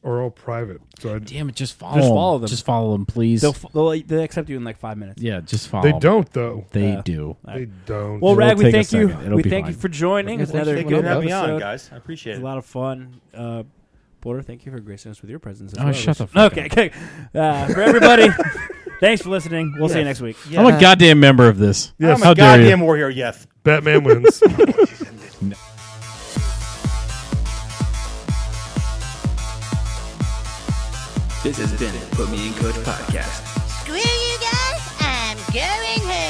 [SPEAKER 4] are all private. So I,
[SPEAKER 7] damn it, just
[SPEAKER 5] follow 'em. follow them.
[SPEAKER 7] Just follow them, please.
[SPEAKER 5] they'll, f- they'll they'll accept you in like five minutes.
[SPEAKER 7] yeah, just follow.
[SPEAKER 4] They
[SPEAKER 7] 'em.
[SPEAKER 4] don't, though.
[SPEAKER 7] They
[SPEAKER 5] Uh,
[SPEAKER 7] do.
[SPEAKER 5] all
[SPEAKER 4] They don't.
[SPEAKER 5] Well,
[SPEAKER 7] It'll
[SPEAKER 5] Rag, we
[SPEAKER 7] take a
[SPEAKER 5] thank you.
[SPEAKER 7] second. It'll
[SPEAKER 5] We
[SPEAKER 7] be
[SPEAKER 5] thank you
[SPEAKER 7] fine.
[SPEAKER 5] for joining. It's
[SPEAKER 8] Thank
[SPEAKER 5] another
[SPEAKER 8] you for having me on,
[SPEAKER 5] episode.
[SPEAKER 8] guys. I appreciate
[SPEAKER 5] It's
[SPEAKER 8] it.
[SPEAKER 5] A lot of fun. Uh, Porter, thank you for gracing us with your presence. As
[SPEAKER 7] Oh,
[SPEAKER 5] well.
[SPEAKER 7] shut the fuck
[SPEAKER 5] Okay, okay. Uh, for everybody, thanks for listening. We'll see you next
[SPEAKER 8] Yes.
[SPEAKER 5] week.
[SPEAKER 7] I'm a goddamn member of this.
[SPEAKER 8] Yes. I'm a
[SPEAKER 7] How dare
[SPEAKER 8] goddamn
[SPEAKER 7] you?
[SPEAKER 8] warrior, yes.
[SPEAKER 4] Batman wins.
[SPEAKER 15] This has been Put Me in Coach Podcast.
[SPEAKER 16] Screw you guys, I'm going home.